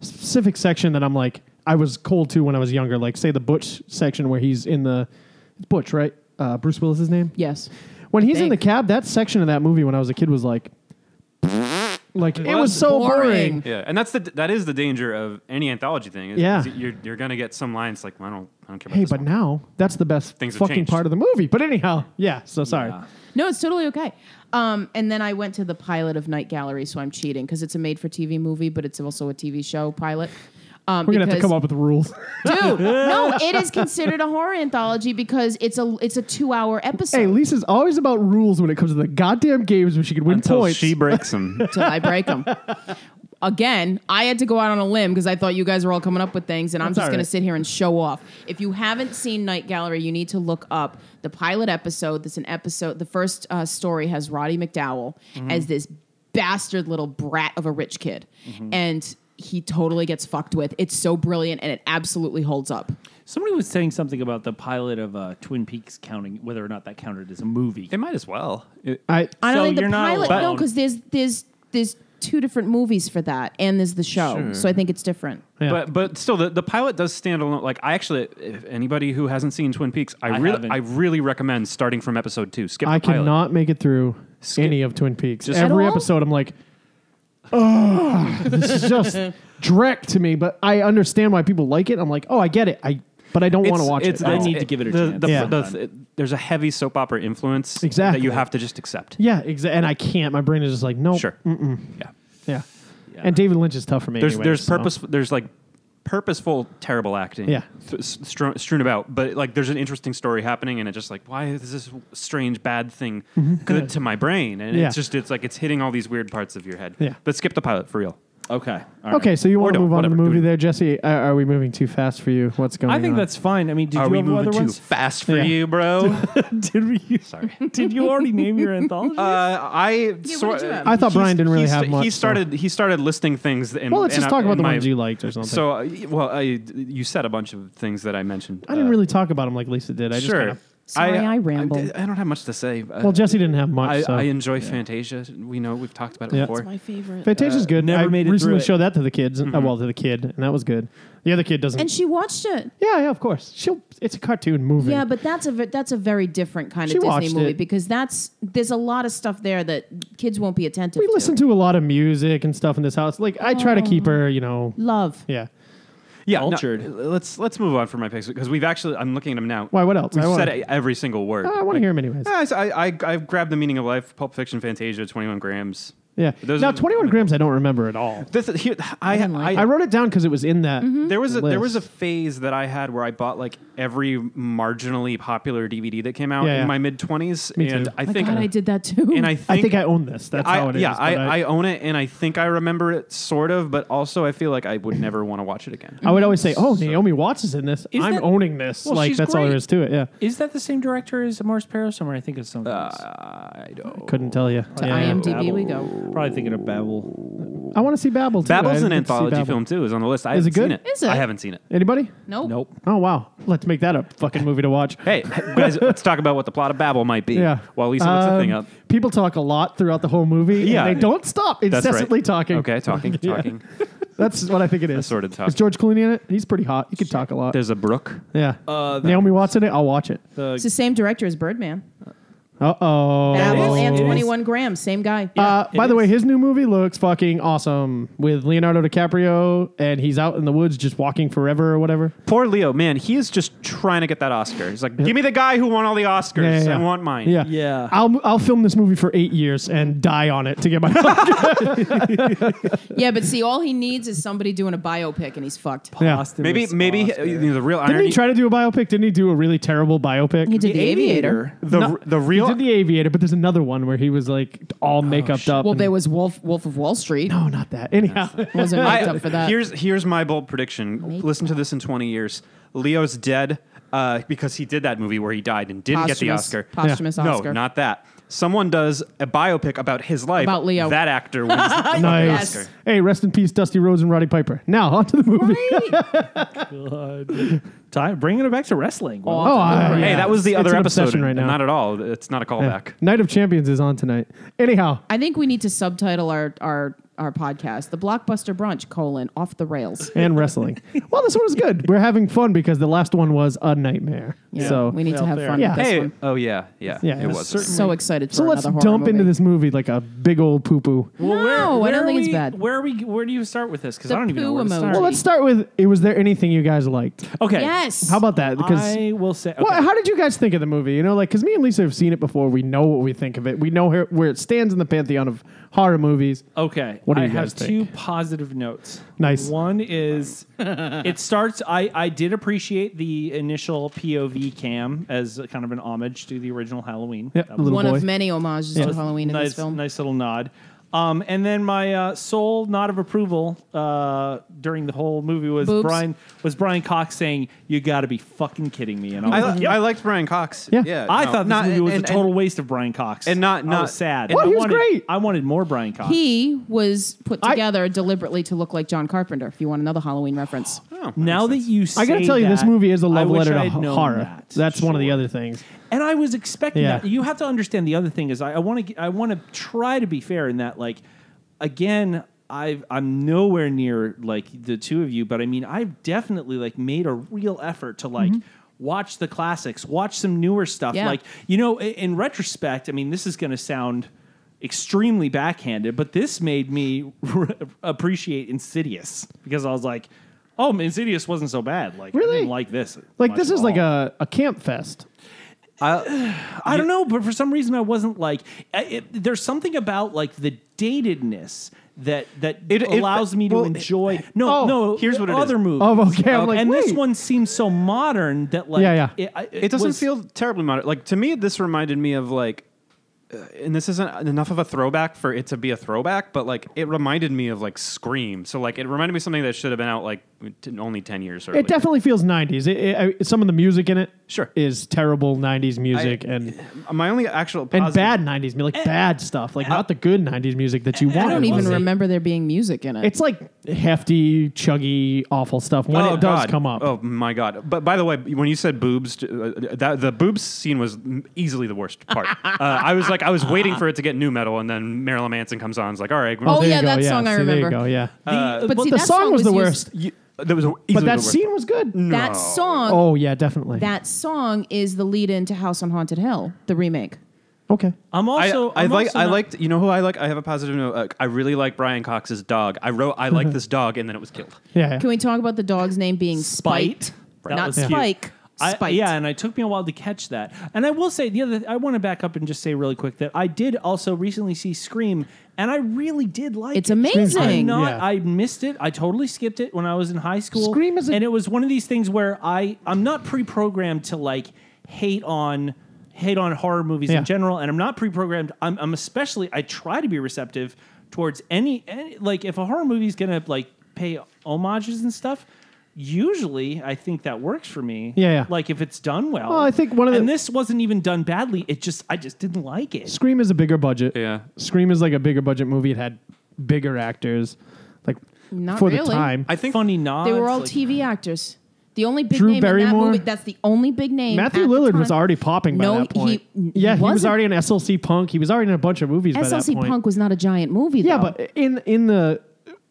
[SPEAKER 2] specific section that I'm like I was cold to when I was younger, like say the Butch section where he's in the it's Butch, right? Uh, Bruce Willis's name.
[SPEAKER 4] yes,
[SPEAKER 2] When he's in the
[SPEAKER 4] think.
[SPEAKER 2] cab, that section of that movie when I was a kid was like, like it was so boring.
[SPEAKER 4] Boring.
[SPEAKER 3] Yeah, and that's the that is the danger of any anthology thing. Is,
[SPEAKER 2] Yeah.
[SPEAKER 3] is you're you're gonna get some lines like I don't I don't care about
[SPEAKER 2] Hey,
[SPEAKER 3] this
[SPEAKER 2] but
[SPEAKER 3] one.
[SPEAKER 2] now that's the best
[SPEAKER 3] Things have
[SPEAKER 2] fucking
[SPEAKER 3] changed.
[SPEAKER 2] part of the movie. But anyhow, yeah. So sorry.
[SPEAKER 4] No, it's totally okay. Um, and then I went to the pilot of Night Gallery, so I'm cheating because it's a made-for-TV movie, but it's also a TV show pilot. Um,
[SPEAKER 2] We're gonna have to
[SPEAKER 4] because-
[SPEAKER 2] come up with
[SPEAKER 4] [LAUGHS]
[SPEAKER 2] rules.
[SPEAKER 4] dude. no, it is considered a horror anthology because it's a it's a two-hour episode.
[SPEAKER 2] hey, Lisa's always about rules when it comes to the goddamn games where she could win
[SPEAKER 3] until
[SPEAKER 2] points.
[SPEAKER 3] she breaks [LAUGHS] them.
[SPEAKER 4] till I break them. Again, I had to go out on a limb because I thought you guys were all coming up with things, and I'm
[SPEAKER 2] That's
[SPEAKER 4] just
[SPEAKER 2] all
[SPEAKER 4] going
[SPEAKER 2] right.
[SPEAKER 4] to sit here and show off. If you haven't seen Night Gallery, you need to look up the pilot episode. That's an episode. The first uh, story has Roddy McDowell as this bastard little brat of a rich kid, and he totally gets fucked with. It's so brilliant, and it absolutely holds up.
[SPEAKER 1] [LAUGHS] Somebody was saying something about the pilot of uh, Twin Peaks counting whether or not that counted as a movie.
[SPEAKER 3] they might as well. It-
[SPEAKER 2] I
[SPEAKER 4] I don't
[SPEAKER 1] So
[SPEAKER 4] think the
[SPEAKER 1] you're not
[SPEAKER 4] pilot no,
[SPEAKER 1] alone.
[SPEAKER 4] because there's there's there's two different movies for that, and there's the show. So I think it's different.
[SPEAKER 2] Yeah.
[SPEAKER 3] But but still, the, the pilot does stand alone. Like I actually, if anybody who hasn't seen Twin Peaks, I,
[SPEAKER 1] I
[SPEAKER 3] really
[SPEAKER 1] haven't.
[SPEAKER 3] I really recommend starting from episode two. Skip.
[SPEAKER 2] I
[SPEAKER 3] the pilot.
[SPEAKER 2] cannot make it through
[SPEAKER 3] Skip-
[SPEAKER 2] any of Twin Peaks.
[SPEAKER 3] Just- At
[SPEAKER 2] Every
[SPEAKER 4] all?
[SPEAKER 2] episode, I'm like,
[SPEAKER 3] [LAUGHS]
[SPEAKER 2] oh, this is just dreck to me. But I understand why people like it. I'm like, oh, I get it. I but I don't want to watch it. at
[SPEAKER 1] I
[SPEAKER 2] all.
[SPEAKER 1] need to give it a
[SPEAKER 3] the,
[SPEAKER 1] chance.
[SPEAKER 3] the-
[SPEAKER 2] Yeah.
[SPEAKER 3] the- there's a heavy soap opera influence
[SPEAKER 2] Exactly.
[SPEAKER 3] that you have to just accept.
[SPEAKER 2] yeah, exa- and I can't. My brain is just like, no.
[SPEAKER 3] Sure. Yeah.
[SPEAKER 2] Yeah. And David Lynch is tough for me.
[SPEAKER 3] There's
[SPEAKER 2] anyway,
[SPEAKER 3] there's
[SPEAKER 2] so.
[SPEAKER 3] purpose there's like purposeful terrible acting.
[SPEAKER 2] Yeah.
[SPEAKER 3] th- s- stru- strewn about, but like there's an interesting story happening, and it's just like why is this strange bad thing good to my brain? And
[SPEAKER 2] Mm-hmm. Yeah.
[SPEAKER 3] it's just it's like it's hitting all these weird parts of your head.
[SPEAKER 2] Yeah.
[SPEAKER 3] But skip the pilot for real.
[SPEAKER 1] Okay. all right.
[SPEAKER 2] Okay, so you want to
[SPEAKER 3] don't,
[SPEAKER 2] move on to the
[SPEAKER 3] whatever,
[SPEAKER 2] movie
[SPEAKER 3] dude.
[SPEAKER 2] there, Jesse? Are, are we moving too fast for you? What's going on?
[SPEAKER 1] I think that's fine. I mean, did
[SPEAKER 3] Are
[SPEAKER 1] you
[SPEAKER 3] we
[SPEAKER 1] have
[SPEAKER 3] moving
[SPEAKER 1] other
[SPEAKER 3] too
[SPEAKER 1] ones?
[SPEAKER 3] fast for
[SPEAKER 2] Yeah. [LAUGHS]
[SPEAKER 3] you, bro?
[SPEAKER 1] [LAUGHS] did we?
[SPEAKER 3] Sorry.
[SPEAKER 1] Did you already name
[SPEAKER 3] [LAUGHS]
[SPEAKER 1] your anthology?
[SPEAKER 3] Uh, I
[SPEAKER 4] you
[SPEAKER 3] sor-
[SPEAKER 4] have?
[SPEAKER 2] I thought Brian didn't really
[SPEAKER 3] he's-
[SPEAKER 2] have much,
[SPEAKER 3] He
[SPEAKER 2] so-
[SPEAKER 3] started he started listing things. And,
[SPEAKER 2] Well, let's
[SPEAKER 3] and
[SPEAKER 2] just
[SPEAKER 3] I-
[SPEAKER 2] talk about
[SPEAKER 3] and
[SPEAKER 2] the
[SPEAKER 3] my-
[SPEAKER 2] ones you liked or something.
[SPEAKER 3] So, uh, y- well, I, you said a bunch of things that I mentioned.
[SPEAKER 2] I didn't
[SPEAKER 3] uh,
[SPEAKER 2] really talk about him like Lisa did. I just
[SPEAKER 3] sure.
[SPEAKER 2] kind of,
[SPEAKER 4] Sorry, I ramble.
[SPEAKER 3] I, don't have much to say. Uh,
[SPEAKER 2] well, Jesse didn't have much.
[SPEAKER 3] I,
[SPEAKER 2] so.
[SPEAKER 3] I enjoy Fantasia. We know we've talked about it
[SPEAKER 2] Yeah.
[SPEAKER 3] before.
[SPEAKER 4] That's my favorite.
[SPEAKER 3] uh,
[SPEAKER 2] Fantasia's good.
[SPEAKER 1] never
[SPEAKER 2] I
[SPEAKER 1] made it
[SPEAKER 2] recently
[SPEAKER 1] through it.
[SPEAKER 2] showed that to the kids. Uh,
[SPEAKER 3] Mm-hmm.
[SPEAKER 2] well, to the kid, and that was good. The other kid doesn't.
[SPEAKER 4] and she watched it.
[SPEAKER 2] yeah, yeah, of course. She'll. It's a cartoon movie.
[SPEAKER 4] Yeah, but that's a ve- that's a very different kind
[SPEAKER 2] She
[SPEAKER 4] of Disney
[SPEAKER 2] watched
[SPEAKER 4] movie
[SPEAKER 2] it.
[SPEAKER 4] because that's there's a lot of stuff there that kids won't be attentive.
[SPEAKER 2] we listen to a lot of music and stuff in this house. Like I
[SPEAKER 1] Oh.
[SPEAKER 2] try to keep her, you know.
[SPEAKER 4] Love.
[SPEAKER 2] Yeah.
[SPEAKER 3] yeah, no,
[SPEAKER 1] Altered.
[SPEAKER 3] let's let's move on from my picks because we've actually. I'm looking at them now.
[SPEAKER 2] Why, Oh. what else?
[SPEAKER 3] We've
[SPEAKER 2] I wanna-
[SPEAKER 3] said ah. every single word.
[SPEAKER 2] I want to hear him anyways.
[SPEAKER 3] Yeah, I, I, I I've grabbed the meaning of life. Pulp Fiction, Fantasia, 21 grams.
[SPEAKER 2] Yeah.
[SPEAKER 3] Those
[SPEAKER 2] now,
[SPEAKER 3] are-
[SPEAKER 2] 21 grams, I don't remember at all.
[SPEAKER 3] This is- here, I,
[SPEAKER 4] didn't like
[SPEAKER 3] I,
[SPEAKER 2] I wrote it down because it was in that.
[SPEAKER 1] Mm-hmm.
[SPEAKER 4] Mm-hmm.
[SPEAKER 3] there was a there was
[SPEAKER 2] list.
[SPEAKER 3] a phase that I had where I bought like every marginally popular DVD that came out
[SPEAKER 2] Yeah,
[SPEAKER 3] in
[SPEAKER 2] yeah.
[SPEAKER 3] my mid 20s,
[SPEAKER 2] Me
[SPEAKER 3] and
[SPEAKER 2] too.
[SPEAKER 3] I
[SPEAKER 4] My
[SPEAKER 3] think
[SPEAKER 4] God, I did that too.
[SPEAKER 3] and
[SPEAKER 4] [LAUGHS]
[SPEAKER 3] I
[SPEAKER 2] I
[SPEAKER 3] think
[SPEAKER 2] think I own this. That's
[SPEAKER 3] I-
[SPEAKER 2] how it is.
[SPEAKER 3] yeah,
[SPEAKER 2] but
[SPEAKER 3] I, I, own it, and I think I remember it sort of, but also I feel like I would never want to watch it again.
[SPEAKER 2] I would always say, "Oh, Naomi Watts is in this.
[SPEAKER 1] Is
[SPEAKER 2] I'm
[SPEAKER 1] that-
[SPEAKER 2] owning this."
[SPEAKER 1] Well,
[SPEAKER 2] like
[SPEAKER 1] she's
[SPEAKER 2] that's all there
[SPEAKER 1] great.
[SPEAKER 2] is to it. Yeah,
[SPEAKER 1] Is that the same director as Morris Paris? Or am I thinking of something else?
[SPEAKER 3] I don't.
[SPEAKER 2] couldn't tell you.
[SPEAKER 4] to
[SPEAKER 2] Yeah.
[SPEAKER 4] IMDb we go.
[SPEAKER 1] Babel. Probably thinking of Babel.
[SPEAKER 2] I want to see Babel. Too. I
[SPEAKER 3] Babel's
[SPEAKER 2] didn't
[SPEAKER 3] an
[SPEAKER 2] get to see
[SPEAKER 3] anthology
[SPEAKER 2] Babel.
[SPEAKER 3] film too. Is on the list. I
[SPEAKER 2] Is
[SPEAKER 3] haven't
[SPEAKER 2] it
[SPEAKER 3] seen
[SPEAKER 2] good?
[SPEAKER 3] it.
[SPEAKER 4] Is it?
[SPEAKER 3] I haven't seen it.
[SPEAKER 2] Anybody?
[SPEAKER 4] Nope.
[SPEAKER 1] Nope.
[SPEAKER 2] Oh wow, let's make that a fucking movie to watch. [LAUGHS]
[SPEAKER 3] Hey, guys, let's talk about what the plot of Babel might be.
[SPEAKER 2] Yeah.
[SPEAKER 3] While Lisa looks the
[SPEAKER 2] Um,
[SPEAKER 3] thing up.
[SPEAKER 2] People talk a lot throughout the whole movie. and
[SPEAKER 3] Yeah.
[SPEAKER 2] they don't stop
[SPEAKER 3] That's
[SPEAKER 2] incessantly
[SPEAKER 3] right.
[SPEAKER 2] talking.
[SPEAKER 3] Okay, talking, talking.
[SPEAKER 2] [LAUGHS] that's what I think it is.
[SPEAKER 3] sort of talking.
[SPEAKER 2] Is George Clooney in it? He's pretty hot. He could talk a lot.
[SPEAKER 3] There's a brook.
[SPEAKER 2] yeah.
[SPEAKER 1] Uh, that-
[SPEAKER 2] Naomi Watts in it. I'll watch it.
[SPEAKER 4] It's the same director as Birdman.
[SPEAKER 2] Uh oh.
[SPEAKER 4] Babel
[SPEAKER 1] is.
[SPEAKER 4] and
[SPEAKER 1] It is.
[SPEAKER 4] 21 grams, same guy.
[SPEAKER 2] Uh,
[SPEAKER 1] it
[SPEAKER 2] by the
[SPEAKER 1] is.
[SPEAKER 2] way, his new movie looks fucking awesome with Leonardo DiCaprio, and he's out in the woods just walking forever or whatever.
[SPEAKER 3] Poor Leo, man, he is just trying to get that Oscar. He's like, give me the guy who won all the Oscars.
[SPEAKER 2] Yeah, yeah, yeah.
[SPEAKER 3] I want mine.
[SPEAKER 2] Yeah,
[SPEAKER 1] Yeah.
[SPEAKER 2] I'll I'll film this movie for eight years and die on it to get my. [LAUGHS]
[SPEAKER 4] yeah, but see, all he needs is somebody doing a biopic and he's fucked.
[SPEAKER 2] yeah.
[SPEAKER 1] Austin
[SPEAKER 3] Maybe,
[SPEAKER 1] was
[SPEAKER 3] maybe uh,
[SPEAKER 1] Oscar.
[SPEAKER 3] you know, the real
[SPEAKER 2] Didn't
[SPEAKER 3] irony.
[SPEAKER 2] he try to do a biopic? Didn't he do a really terrible biopic?
[SPEAKER 4] He did The Aviator.
[SPEAKER 3] the the
[SPEAKER 2] He
[SPEAKER 3] real
[SPEAKER 2] did the Aviator, but there's another one where he was like all makeuped up.
[SPEAKER 4] Oh, Well,
[SPEAKER 2] and-
[SPEAKER 4] there was Wolf Wolf of Wall Street.
[SPEAKER 2] no, not that. Anyhow, [LAUGHS]
[SPEAKER 3] [LAUGHS]
[SPEAKER 4] Wasn't
[SPEAKER 3] I-
[SPEAKER 4] made up for that.
[SPEAKER 3] uh, Here's here's my bold prediction.
[SPEAKER 4] Make
[SPEAKER 3] Listen to this in 20 years. Leo's dead uh, because he did that movie where he died and didn't get the
[SPEAKER 4] Posthumous-
[SPEAKER 3] Oscar.
[SPEAKER 4] Posthumous
[SPEAKER 3] no,
[SPEAKER 4] Oscar.
[SPEAKER 3] not that. Someone does a biopic about his life.
[SPEAKER 4] About Leo.
[SPEAKER 3] That actor wins.
[SPEAKER 2] [LAUGHS]
[SPEAKER 3] the-
[SPEAKER 2] nice.
[SPEAKER 4] Yes.
[SPEAKER 2] Hey, rest in peace, Dusty Rhodes and Roddy Piper. Now on to the movie.
[SPEAKER 4] Right?
[SPEAKER 1] Time, bringing it back to wrestling. Will.
[SPEAKER 3] Oh,
[SPEAKER 4] Aw.
[SPEAKER 2] Oh, I-
[SPEAKER 3] hey, that was the
[SPEAKER 2] It's
[SPEAKER 3] other
[SPEAKER 2] an
[SPEAKER 3] episode.
[SPEAKER 2] obsession right now.
[SPEAKER 3] Not at all. It's not a callback.
[SPEAKER 2] Night of Champions is on tonight. Anyhow,
[SPEAKER 4] I think we need to subtitle our our our podcast, The Blockbuster Brunch, colon, off the rails.
[SPEAKER 2] and wrestling. well, this one was good. We're having fun because the last one was a nightmare.
[SPEAKER 4] Yeah.
[SPEAKER 2] So
[SPEAKER 4] we need to
[SPEAKER 1] Well,
[SPEAKER 4] have
[SPEAKER 1] fair.
[SPEAKER 4] fun with this
[SPEAKER 3] Hey.
[SPEAKER 4] one.
[SPEAKER 3] Oh yeah. Yeah.
[SPEAKER 2] Yeah,
[SPEAKER 3] it
[SPEAKER 2] it's
[SPEAKER 3] was.
[SPEAKER 2] certain-
[SPEAKER 4] So excited for
[SPEAKER 2] So let's
[SPEAKER 4] another
[SPEAKER 2] dump
[SPEAKER 4] horror
[SPEAKER 2] into
[SPEAKER 4] movie.
[SPEAKER 2] this movie like a big old poo poo.
[SPEAKER 1] Well, where,
[SPEAKER 4] No, I
[SPEAKER 1] where
[SPEAKER 4] don't
[SPEAKER 1] are
[SPEAKER 4] think it's
[SPEAKER 1] we-
[SPEAKER 4] bad.
[SPEAKER 1] Where are we? Where do you start with this? Because
[SPEAKER 4] The
[SPEAKER 1] I don't even know
[SPEAKER 4] poo
[SPEAKER 1] where to
[SPEAKER 4] emoji.
[SPEAKER 1] start.
[SPEAKER 2] Well, let's start with it. Was there anything you guys liked?
[SPEAKER 1] okay.
[SPEAKER 4] Yes.
[SPEAKER 2] How about that? Because
[SPEAKER 1] I will say. Okay.
[SPEAKER 2] Well, how did you guys think of the movie? You know, like because me and Lisa have seen it before. We know what we think of it. We know where, where it stands in the pantheon of horror movies.
[SPEAKER 1] Okay.
[SPEAKER 2] What do
[SPEAKER 1] I
[SPEAKER 2] you guys
[SPEAKER 1] have
[SPEAKER 2] think?
[SPEAKER 1] two positive notes.
[SPEAKER 2] Nice.
[SPEAKER 1] One
[SPEAKER 4] [LAUGHS]
[SPEAKER 1] is it starts I, I did appreciate the initial POV cam as a kind of an homage to the original Halloween.
[SPEAKER 2] Yep,
[SPEAKER 1] That
[SPEAKER 2] a
[SPEAKER 1] was
[SPEAKER 2] little
[SPEAKER 4] one
[SPEAKER 2] boy.
[SPEAKER 4] of many homages to Halloween in
[SPEAKER 1] nice,
[SPEAKER 4] this film.
[SPEAKER 1] Nice little nod. Um, and then my uh, sole nod of approval uh, during the whole movie was
[SPEAKER 4] Boobs.
[SPEAKER 1] Brian was Brian Cox saying, You gotta be fucking kidding me. And I was
[SPEAKER 3] I,
[SPEAKER 1] like,
[SPEAKER 3] li-
[SPEAKER 1] "Yep."
[SPEAKER 3] I liked Brian Cox.
[SPEAKER 2] Yeah.
[SPEAKER 1] I
[SPEAKER 3] Uh, no,
[SPEAKER 1] thought this
[SPEAKER 3] not-
[SPEAKER 1] movie was
[SPEAKER 3] and-
[SPEAKER 1] a
[SPEAKER 3] and-
[SPEAKER 1] total waste of Brian Cox.
[SPEAKER 3] and not-
[SPEAKER 1] I was
[SPEAKER 3] not-
[SPEAKER 1] sad.
[SPEAKER 2] What?
[SPEAKER 1] I
[SPEAKER 2] He was
[SPEAKER 1] wanted-
[SPEAKER 2] great.
[SPEAKER 1] I wanted more Brian Cox.
[SPEAKER 4] He was put
[SPEAKER 2] I-
[SPEAKER 4] together deliberately to look like John Carpenter. If you want another
[SPEAKER 2] [GASPS]
[SPEAKER 4] Halloween reference,
[SPEAKER 3] Oh,
[SPEAKER 1] Now that
[SPEAKER 3] makes sense.
[SPEAKER 1] you, say
[SPEAKER 2] I gotta tell you, this
[SPEAKER 1] that,
[SPEAKER 2] movie is a
[SPEAKER 1] I
[SPEAKER 2] love
[SPEAKER 1] wish
[SPEAKER 2] letter
[SPEAKER 1] I
[SPEAKER 2] to
[SPEAKER 1] had known
[SPEAKER 2] horror.
[SPEAKER 1] that.
[SPEAKER 2] That's one of the
[SPEAKER 1] Sure.
[SPEAKER 2] other things.
[SPEAKER 1] And I was expecting
[SPEAKER 2] Yeah.
[SPEAKER 1] that. You have to understand the other thing is I, I want to I want to try to be fair in that like again I've I'm nowhere near like the two of you, but I mean I've definitely like made a real effort to like.
[SPEAKER 2] Mm-hmm.
[SPEAKER 1] Watch the classics. Watch some newer stuff.
[SPEAKER 4] Yeah.
[SPEAKER 1] Like you know, i- in retrospect, I mean, this is going to sound extremely [LAUGHS] backhanded, but this made me appreciate Insidious because I was like, Oh, Insidious wasn't so bad. Like I
[SPEAKER 2] Really?
[SPEAKER 1] didn't like this.
[SPEAKER 2] Like
[SPEAKER 1] much
[SPEAKER 2] this
[SPEAKER 1] at
[SPEAKER 2] is like
[SPEAKER 1] all.
[SPEAKER 2] a, a camp fest.
[SPEAKER 1] I don't know, but for some reason I wasn't like. I- It, there's something about like the datedness that that
[SPEAKER 3] It- it-
[SPEAKER 1] allows me to
[SPEAKER 3] well,
[SPEAKER 1] enjoy. No,
[SPEAKER 2] oh,
[SPEAKER 1] no.
[SPEAKER 3] here's what it is.
[SPEAKER 1] other movies.
[SPEAKER 2] Oh, okay. I'm like,
[SPEAKER 1] and this
[SPEAKER 2] wait.
[SPEAKER 1] one seems so modern that like.
[SPEAKER 2] Yeah, yeah.
[SPEAKER 1] It, I-
[SPEAKER 3] it doesn't
[SPEAKER 1] was-
[SPEAKER 3] feel terribly modern. Like to me, this reminded me of like, uh, and this isn't enough of a throwback for it to be a throwback, but like it reminded me of like Scream. So like it reminded me of something that should have been out like t- only ten years earlier.
[SPEAKER 2] It definitely feels 90s. It, it, I- some of the music in it
[SPEAKER 3] Sure.
[SPEAKER 2] is terrible 90s music and
[SPEAKER 3] My only actual positive,
[SPEAKER 2] and bad 90s music, like bad stuff, like not the good 90s music that you want.
[SPEAKER 4] I don't
[SPEAKER 2] It
[SPEAKER 4] even
[SPEAKER 2] was-
[SPEAKER 4] remember there being music in it.
[SPEAKER 2] It's like hefty, chuggy, awful stuff when
[SPEAKER 3] Oh,
[SPEAKER 2] it does
[SPEAKER 3] God.
[SPEAKER 2] come up.
[SPEAKER 3] Oh my god! But by the way, when you said boobs, uh, that the boobs scene was m- easily the worst part. uh, I was like, I was waiting for it to get new metal, and then Marilyn Manson comes on. It's like, all right,
[SPEAKER 4] Oh,
[SPEAKER 2] There you
[SPEAKER 4] yeah,
[SPEAKER 2] go,
[SPEAKER 4] that song I
[SPEAKER 2] See, There you
[SPEAKER 4] remember.
[SPEAKER 2] go, yeah.
[SPEAKER 1] the-
[SPEAKER 4] but
[SPEAKER 1] well,
[SPEAKER 4] see,
[SPEAKER 2] the
[SPEAKER 4] that
[SPEAKER 2] song was the
[SPEAKER 4] used-
[SPEAKER 2] worst.
[SPEAKER 3] you, that was easily
[SPEAKER 2] but that
[SPEAKER 3] the worst.
[SPEAKER 2] scene was good.
[SPEAKER 3] No.
[SPEAKER 4] That song,
[SPEAKER 2] Oh yeah, definitely.
[SPEAKER 4] Mm. that song is the lead into House on Haunted Hill, the remake.
[SPEAKER 2] okay.
[SPEAKER 1] I'm
[SPEAKER 3] I,
[SPEAKER 1] also.
[SPEAKER 3] I
[SPEAKER 1] I'm
[SPEAKER 3] like
[SPEAKER 1] also
[SPEAKER 3] I
[SPEAKER 1] not-
[SPEAKER 3] liked you know who I like I have a positive note uh, I really like Brian Cox's dog I wrote I
[SPEAKER 2] [LAUGHS]
[SPEAKER 3] like this dog and then it was killed
[SPEAKER 2] Yeah. yeah.
[SPEAKER 4] Can we talk about the dog's name being Spite?
[SPEAKER 1] Spite. That
[SPEAKER 4] Not
[SPEAKER 1] was cute.
[SPEAKER 4] Spike.
[SPEAKER 1] I,
[SPEAKER 4] Spite.
[SPEAKER 1] yeah, and it took me a while to catch that. And I will say the other, I want to back up and just say really quick that I did also recently see Scream, and I really did like
[SPEAKER 4] It's
[SPEAKER 1] it.
[SPEAKER 4] amazing.
[SPEAKER 1] I'm not,
[SPEAKER 2] Yeah.
[SPEAKER 1] I missed it. I totally skipped it when I was in high school.
[SPEAKER 2] Scream is a-
[SPEAKER 1] and it was one of these things where I I'm not pre-programmed to like hate on hate on horror movies
[SPEAKER 2] Yeah.
[SPEAKER 1] in general, and I'm not pre-programmed. I'm, I'm especially I try to be receptive towards any, any like if a horror movie is gonna like pay homages and stuff. Usually, I think that works for me.
[SPEAKER 2] Yeah, yeah.
[SPEAKER 1] Like if it's done well.
[SPEAKER 2] Well, I think one of
[SPEAKER 1] and
[SPEAKER 2] the-
[SPEAKER 1] this wasn't even done badly. It just I just didn't like it.
[SPEAKER 2] Scream is a bigger budget.
[SPEAKER 3] Yeah.
[SPEAKER 2] Scream is like a bigger budget movie. It had bigger actors, like
[SPEAKER 4] Not
[SPEAKER 2] for the
[SPEAKER 4] really.
[SPEAKER 2] time.
[SPEAKER 3] I think
[SPEAKER 1] Funny nods.
[SPEAKER 4] They were all
[SPEAKER 1] like-
[SPEAKER 4] TV actors. The only big
[SPEAKER 2] Drew
[SPEAKER 4] name in
[SPEAKER 2] Barrymore?
[SPEAKER 4] that movie, that's the only big name.
[SPEAKER 2] Matthew
[SPEAKER 4] at the
[SPEAKER 2] Lillard was
[SPEAKER 4] time.
[SPEAKER 2] already popping by
[SPEAKER 4] No,
[SPEAKER 2] that point.
[SPEAKER 4] he-
[SPEAKER 2] yeah, he was
[SPEAKER 4] wasn't.
[SPEAKER 2] already in SLC Punk. He was already in a bunch of movies by that
[SPEAKER 4] SLC
[SPEAKER 2] point.
[SPEAKER 4] Punk was not a giant movie,
[SPEAKER 2] Yeah,
[SPEAKER 4] though.
[SPEAKER 2] but in in the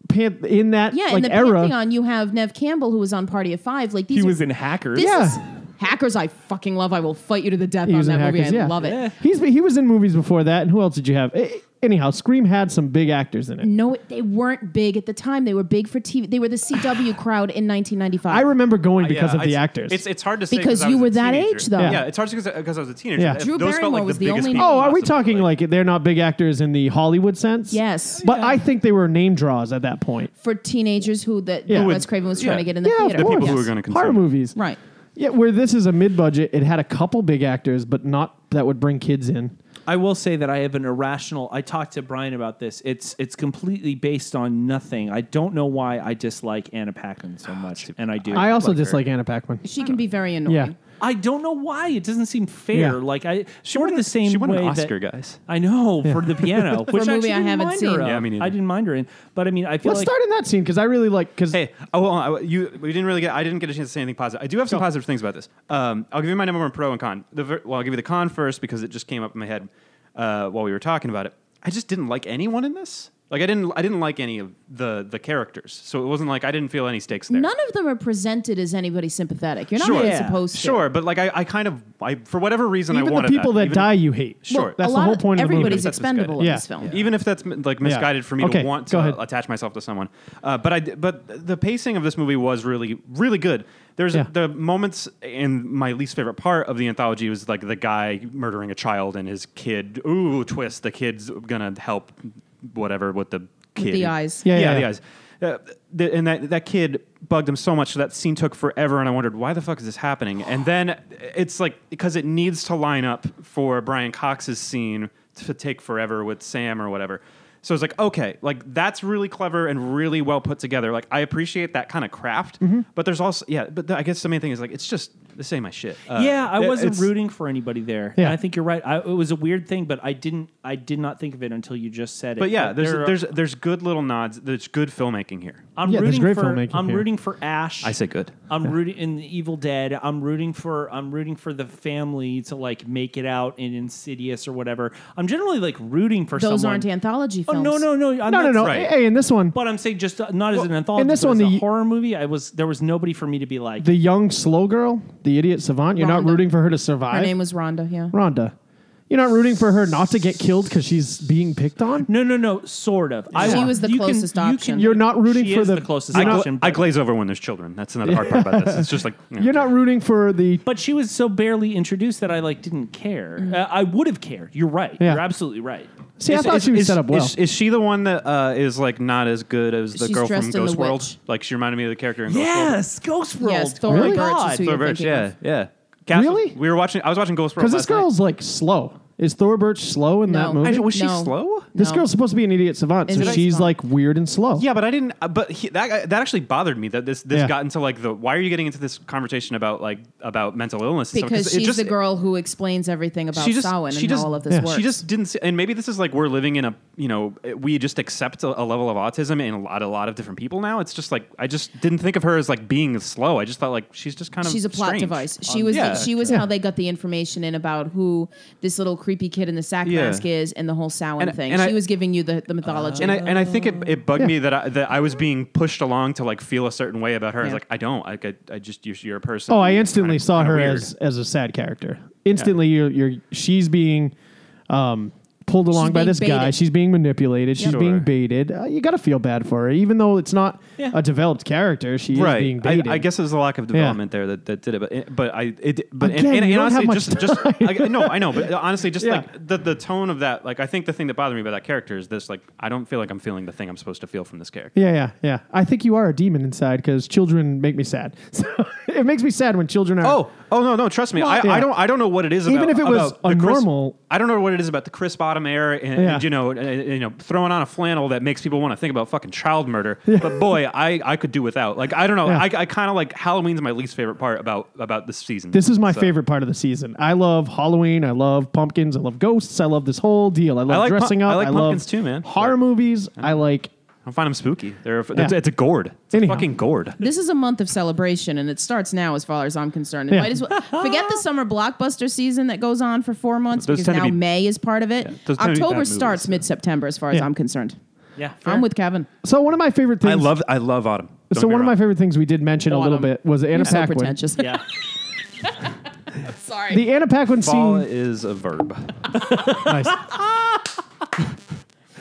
[SPEAKER 2] pan- in that
[SPEAKER 4] yeah,
[SPEAKER 2] like
[SPEAKER 4] in the
[SPEAKER 2] era,
[SPEAKER 4] Pantheon, you have Nev Campbell, who was on Party of Five. Like these
[SPEAKER 1] He
[SPEAKER 4] are-
[SPEAKER 1] was in Hackers.
[SPEAKER 4] This
[SPEAKER 2] Yeah.
[SPEAKER 4] is- Hackers, I fucking love. I will fight you to the death
[SPEAKER 2] he
[SPEAKER 4] on
[SPEAKER 2] was
[SPEAKER 4] that
[SPEAKER 2] in
[SPEAKER 4] movie. I
[SPEAKER 2] Hackers. yeah,
[SPEAKER 4] love it.
[SPEAKER 2] He's he was in movies before that, and who else did you have? Eh, Anyhow, Scream had some big actors in it.
[SPEAKER 4] No, they weren't big at the time. They were big for TV. They were the CW crowd in 1995.
[SPEAKER 2] I remember going because
[SPEAKER 3] Uh, yeah,
[SPEAKER 2] of the
[SPEAKER 3] it's-
[SPEAKER 2] actors.
[SPEAKER 3] it's it's hard to say
[SPEAKER 4] Because
[SPEAKER 3] I
[SPEAKER 4] you
[SPEAKER 3] was a
[SPEAKER 4] were that
[SPEAKER 3] teenager.
[SPEAKER 4] age, though.
[SPEAKER 3] yeah, it's hard because because I was a teenager
[SPEAKER 2] Yeah.
[SPEAKER 3] If
[SPEAKER 4] Drew
[SPEAKER 3] those felt
[SPEAKER 4] Barrymore
[SPEAKER 3] like
[SPEAKER 4] was
[SPEAKER 3] the
[SPEAKER 4] the
[SPEAKER 3] biggest
[SPEAKER 4] only-
[SPEAKER 3] people
[SPEAKER 2] Oh, are we
[SPEAKER 3] possible,
[SPEAKER 2] talking like, they're not big actors in the Hollywood sense?
[SPEAKER 4] Yes.
[SPEAKER 2] But I think they were name draws at that point.
[SPEAKER 4] for teenagers who that
[SPEAKER 2] Yeah.
[SPEAKER 4] that
[SPEAKER 2] Who
[SPEAKER 4] Wes Craven was trying
[SPEAKER 3] yeah.
[SPEAKER 4] to get in the
[SPEAKER 2] yeah,
[SPEAKER 4] theater.
[SPEAKER 2] of course.
[SPEAKER 3] people who were gonna
[SPEAKER 2] horror
[SPEAKER 3] consume it.
[SPEAKER 2] movies,
[SPEAKER 4] right.
[SPEAKER 2] Yeah, where this is a mid budget, it had a couple big actors, but not that would bring kids in.
[SPEAKER 1] I will say that I have an irrational. I talked to Brian about this. It's it's completely based on nothing. I don't know why I dislike Anna Paquin so much, and I do.
[SPEAKER 2] I
[SPEAKER 1] I,
[SPEAKER 2] also dislike Anna Paquin.
[SPEAKER 4] She can be very annoying.
[SPEAKER 2] Yeah,
[SPEAKER 1] don't know why. It doesn't seem fair.
[SPEAKER 2] Yeah.
[SPEAKER 1] Like I sort of the same
[SPEAKER 3] she won
[SPEAKER 1] way
[SPEAKER 3] an
[SPEAKER 1] that-
[SPEAKER 3] Oscar guys
[SPEAKER 1] I know for the piano, which
[SPEAKER 4] a movie
[SPEAKER 1] actually
[SPEAKER 4] I
[SPEAKER 1] didn't
[SPEAKER 4] haven't
[SPEAKER 1] mind
[SPEAKER 4] seen.
[SPEAKER 1] Her
[SPEAKER 3] Yeah,
[SPEAKER 1] of.
[SPEAKER 3] me neither.
[SPEAKER 1] I didn't mind her in, but I mean, I feel
[SPEAKER 2] let's
[SPEAKER 1] like
[SPEAKER 2] start in that scene because I really like because
[SPEAKER 3] Hey, oh, well, I, you we didn't really get. I didn't get a chance to say anything positive. I do have some positive things about this. Um, I'll give you my number one pro and con. The, ver- well, I'll give you the con first because it just came up in my head uh, while we were talking about it. I just didn't like anyone in this. Like I didn't. I didn't like any of the the characters. So it wasn't like I didn't feel any stakes there.
[SPEAKER 4] None of them are presented as anybody sympathetic. You're not
[SPEAKER 3] Sure.
[SPEAKER 4] really
[SPEAKER 1] Yeah.
[SPEAKER 4] supposed to.
[SPEAKER 3] Sure, but like I, I kind of, I for whatever reason, I
[SPEAKER 2] even the
[SPEAKER 3] wanted
[SPEAKER 2] people that,
[SPEAKER 3] Even-
[SPEAKER 2] die you hate.
[SPEAKER 3] Sure.
[SPEAKER 4] A
[SPEAKER 2] that's the
[SPEAKER 4] lot
[SPEAKER 2] whole point of the movie.
[SPEAKER 4] Everybody's
[SPEAKER 3] That's misguided.
[SPEAKER 4] expendable in
[SPEAKER 2] Yeah.
[SPEAKER 4] this film.
[SPEAKER 3] even if that's like misguided for me
[SPEAKER 2] Okay,
[SPEAKER 3] to want
[SPEAKER 2] go
[SPEAKER 3] to uh,
[SPEAKER 2] ahead.
[SPEAKER 3] attach myself to someone. Uh, but I d- but the pacing of this movie was really really good. There's
[SPEAKER 2] Yeah.
[SPEAKER 3] the moments in my least favorite part of the anthology was like the guy murdering a child and his kid. Ooh, twist! The kid's gonna help whatever with the kid.
[SPEAKER 4] the eyes.
[SPEAKER 2] Yeah,
[SPEAKER 3] Yeah,
[SPEAKER 2] yeah,
[SPEAKER 3] the
[SPEAKER 2] yeah.
[SPEAKER 3] eyes. Uh, th- and that, that kid bugged him so much so that scene took forever and i wondered why the fuck is
[SPEAKER 1] [SIGHS]
[SPEAKER 3] this happening and then it's like because it needs to line up for brian cox's scene to take forever with sam or whatever so it's like okay like that's really clever and really well put together like i appreciate that kind of craft
[SPEAKER 1] Mm-hmm.
[SPEAKER 3] but there's also yeah but the, i guess the main thing is like it's just this ain't my shit Uh,
[SPEAKER 1] yeah, I
[SPEAKER 3] it-
[SPEAKER 1] wasn't
[SPEAKER 3] it's-
[SPEAKER 1] rooting for anybody there.
[SPEAKER 2] Yeah.
[SPEAKER 1] And I think you're right. I, it was a weird thing, but I didn't. I did not think of it until you just said it.
[SPEAKER 3] but yeah there's
[SPEAKER 1] there are-
[SPEAKER 3] there's there's good little nods there's good filmmaking here
[SPEAKER 1] I'm
[SPEAKER 2] Yeah, there's
[SPEAKER 1] rooting
[SPEAKER 2] great
[SPEAKER 1] for.
[SPEAKER 2] filmmaking
[SPEAKER 1] I'm
[SPEAKER 2] here.
[SPEAKER 1] rooting for Ash.
[SPEAKER 3] i say good
[SPEAKER 1] I'm rooting in the Evil Dead. I'm rooting for I'm rooting for the family to like make it out in Insidious or whatever. I'm generally like rooting for
[SPEAKER 4] Those
[SPEAKER 1] someone.
[SPEAKER 4] aren't anthology
[SPEAKER 1] Oh
[SPEAKER 4] films.
[SPEAKER 1] no no no I'm
[SPEAKER 2] No, no,
[SPEAKER 1] not-
[SPEAKER 2] no.
[SPEAKER 3] right.
[SPEAKER 2] Hey, in this one,
[SPEAKER 1] But I'm saying just uh, not as an anthology.
[SPEAKER 2] in this
[SPEAKER 1] but
[SPEAKER 2] one,
[SPEAKER 1] as a
[SPEAKER 2] the-
[SPEAKER 1] horror movie. I was there was nobody for me to be like.
[SPEAKER 2] the young slow girl, the idiot savant, you're not
[SPEAKER 4] Rhonda.
[SPEAKER 2] rooting for her to survive.
[SPEAKER 4] Her name was Rhonda. Yeah.
[SPEAKER 2] Rhonda. You're not rooting for her not to get killed because she's being picked on.
[SPEAKER 1] No, no, no. Sort of. I
[SPEAKER 4] She
[SPEAKER 1] want-
[SPEAKER 4] was the
[SPEAKER 1] you can-
[SPEAKER 4] closest
[SPEAKER 1] you can-
[SPEAKER 4] option.
[SPEAKER 2] You're not rooting
[SPEAKER 1] she
[SPEAKER 2] for
[SPEAKER 1] is
[SPEAKER 2] the,
[SPEAKER 1] the closest
[SPEAKER 3] I, gla-
[SPEAKER 1] option.
[SPEAKER 3] I
[SPEAKER 1] but-
[SPEAKER 3] glaze over when there's children. That's another hard part about this. It's just like
[SPEAKER 2] [LAUGHS] You're not rooting for the.
[SPEAKER 1] But she was so barely introduced that I like didn't care.
[SPEAKER 4] Mm-hmm.
[SPEAKER 1] Uh, I would have cared. You're right.
[SPEAKER 2] Yeah.
[SPEAKER 1] You're absolutely right.
[SPEAKER 2] See, I thought she was set up well.
[SPEAKER 3] Is, is she the one that uh, is like not as good as the
[SPEAKER 4] She's
[SPEAKER 3] girl from
[SPEAKER 4] dressed in the
[SPEAKER 3] Ghost World?
[SPEAKER 4] witch.
[SPEAKER 3] Like she reminded me of the character in Ghost
[SPEAKER 1] Yes, Ghost World.
[SPEAKER 4] Yes, Thora
[SPEAKER 1] Oh my
[SPEAKER 4] Birch is
[SPEAKER 1] God.
[SPEAKER 4] who you-
[SPEAKER 3] World.
[SPEAKER 4] you're
[SPEAKER 3] Thor Birch,
[SPEAKER 4] thinking
[SPEAKER 3] yeah,
[SPEAKER 4] of.
[SPEAKER 3] yeah. Cass-
[SPEAKER 2] Really?
[SPEAKER 3] We were watching. I was watching Ghost World
[SPEAKER 2] Because this
[SPEAKER 3] last night.
[SPEAKER 2] girl's like slow. Is Thor Birch slow in
[SPEAKER 4] No.
[SPEAKER 2] that movie?
[SPEAKER 3] Actually, was she
[SPEAKER 4] No.
[SPEAKER 3] slow?
[SPEAKER 2] this
[SPEAKER 4] No.
[SPEAKER 2] girl's supposed to be an idiot savant,
[SPEAKER 4] Is
[SPEAKER 2] so
[SPEAKER 4] it-
[SPEAKER 2] she's like weird and slow.
[SPEAKER 3] Yeah, but I didn't. uh, But he, that guy- that actually bothered me that this this
[SPEAKER 2] Yeah.
[SPEAKER 3] got into like the why are you getting into this conversation about like about mental illness? and stuff?
[SPEAKER 4] because
[SPEAKER 3] it
[SPEAKER 4] she's
[SPEAKER 3] just-
[SPEAKER 4] the girl who explains everything about Samhain and how all of this
[SPEAKER 2] yeah.
[SPEAKER 4] works.
[SPEAKER 3] She just didn't see, and maybe this is like we're living in a, you know, we just accept a, a level of autism in a lot, a lot of different people now. It's just like I just didn't think of her as like being slow. I just thought like she's just kind of
[SPEAKER 4] she's a plot
[SPEAKER 3] strange.
[SPEAKER 4] device. She
[SPEAKER 3] Um,
[SPEAKER 4] was
[SPEAKER 3] yeah.
[SPEAKER 4] the, she was how they got the information in about who this little creepy kid in the sack
[SPEAKER 3] Yeah.
[SPEAKER 4] mask is and the whole Samhain
[SPEAKER 3] And-
[SPEAKER 4] thing.
[SPEAKER 3] and I-
[SPEAKER 4] she
[SPEAKER 3] Uh,
[SPEAKER 4] was giving you the, the mythology.
[SPEAKER 3] and I and I think it, it bugged me that I, that I was being pushed along to like feel a certain way about her. I was
[SPEAKER 4] Yeah.
[SPEAKER 3] like, I don't. I, I, I just you're, you're a person.
[SPEAKER 2] Oh, I
[SPEAKER 3] You're
[SPEAKER 2] instantly
[SPEAKER 3] kinda-
[SPEAKER 2] saw
[SPEAKER 3] kinda
[SPEAKER 2] her
[SPEAKER 3] weird.
[SPEAKER 2] as as a sad character. Instantly, you're, you're she's being um, pulled along by
[SPEAKER 4] being
[SPEAKER 2] this guy.
[SPEAKER 4] baited.
[SPEAKER 2] She's being manipulated. She's
[SPEAKER 3] Sure.
[SPEAKER 2] being baited. Uh, you got to feel bad for her, even though it's not
[SPEAKER 1] Yeah.
[SPEAKER 2] a developed character. She
[SPEAKER 3] right.
[SPEAKER 2] is being
[SPEAKER 3] I,
[SPEAKER 2] baited.
[SPEAKER 3] I guess it was a lack of development there that, that did it. But it- but I it but and-
[SPEAKER 2] Again,
[SPEAKER 3] and, and,
[SPEAKER 2] you don't
[SPEAKER 3] honestly,
[SPEAKER 2] have much
[SPEAKER 3] just
[SPEAKER 2] [LAUGHS]
[SPEAKER 3] just I, no, I know. But uh, honestly, just
[SPEAKER 2] Yeah.
[SPEAKER 3] like the the tone of that, like I think the thing that bothered me about that character is this: like I don't feel like I'm feeling the thing I'm supposed to feel from this character.
[SPEAKER 2] Yeah, yeah, yeah. I think you are a demon inside because children make me sad. [LAUGHS] So it makes me sad when children are.
[SPEAKER 3] Oh, oh no, no! Trust me, I,
[SPEAKER 2] Yeah.
[SPEAKER 3] I don't, I don't know what it is.
[SPEAKER 2] Even
[SPEAKER 3] about-
[SPEAKER 2] if it was
[SPEAKER 3] about the
[SPEAKER 2] a
[SPEAKER 3] crisp-
[SPEAKER 2] normal-
[SPEAKER 3] I don't know what it is about the crisp bottom air, and,
[SPEAKER 2] Yeah.
[SPEAKER 3] you know, and, and, you know, throwing on a flannel that makes people want to think about fucking child murder. But boy, I, I could do without. Like I don't know,
[SPEAKER 2] Yeah.
[SPEAKER 3] I, I kind of like Halloween's my least favorite part about about this season.
[SPEAKER 2] This is my
[SPEAKER 3] So-
[SPEAKER 2] favorite part of the season. I love Halloween. I love pumpkins. I love ghosts. I love this whole deal. I love
[SPEAKER 3] like pu-
[SPEAKER 2] dressing up.
[SPEAKER 3] I like
[SPEAKER 2] love
[SPEAKER 3] pumpkins too, man.
[SPEAKER 2] Horror
[SPEAKER 3] But-
[SPEAKER 2] movies. I like.
[SPEAKER 3] I find them spooky. They're
[SPEAKER 2] Yeah.
[SPEAKER 3] it's, it's a gourd. It's
[SPEAKER 2] Anyhow.
[SPEAKER 3] a fucking gourd.
[SPEAKER 4] this is a month of celebration, and it starts now, as far as I'm concerned. It
[SPEAKER 2] Yeah.
[SPEAKER 4] might as well, forget the summer blockbuster season that goes on for four months
[SPEAKER 3] Those
[SPEAKER 4] because
[SPEAKER 3] tend to
[SPEAKER 4] now
[SPEAKER 3] be-
[SPEAKER 4] May is part of
[SPEAKER 3] those
[SPEAKER 4] it.
[SPEAKER 3] tend to be bad
[SPEAKER 4] October
[SPEAKER 3] movies.
[SPEAKER 4] starts mid September, as far as
[SPEAKER 2] Yeah.
[SPEAKER 4] I'm concerned.
[SPEAKER 1] Yeah,
[SPEAKER 4] I'm with Kevin.
[SPEAKER 2] So one of my favorite things.
[SPEAKER 3] I love I love autumn. Don't
[SPEAKER 2] so
[SPEAKER 3] get
[SPEAKER 2] one of
[SPEAKER 3] me
[SPEAKER 2] my
[SPEAKER 3] wrong.
[SPEAKER 2] favorite things we did mention a little
[SPEAKER 4] Autumn.
[SPEAKER 2] bit was Anna
[SPEAKER 4] You're so
[SPEAKER 2] Paquin.
[SPEAKER 4] pretentious.
[SPEAKER 1] yeah.
[SPEAKER 4] [LAUGHS] Sorry.
[SPEAKER 2] the Anna Paquin
[SPEAKER 3] fall
[SPEAKER 2] scene.
[SPEAKER 3] is a verb.
[SPEAKER 2] [LAUGHS] nice.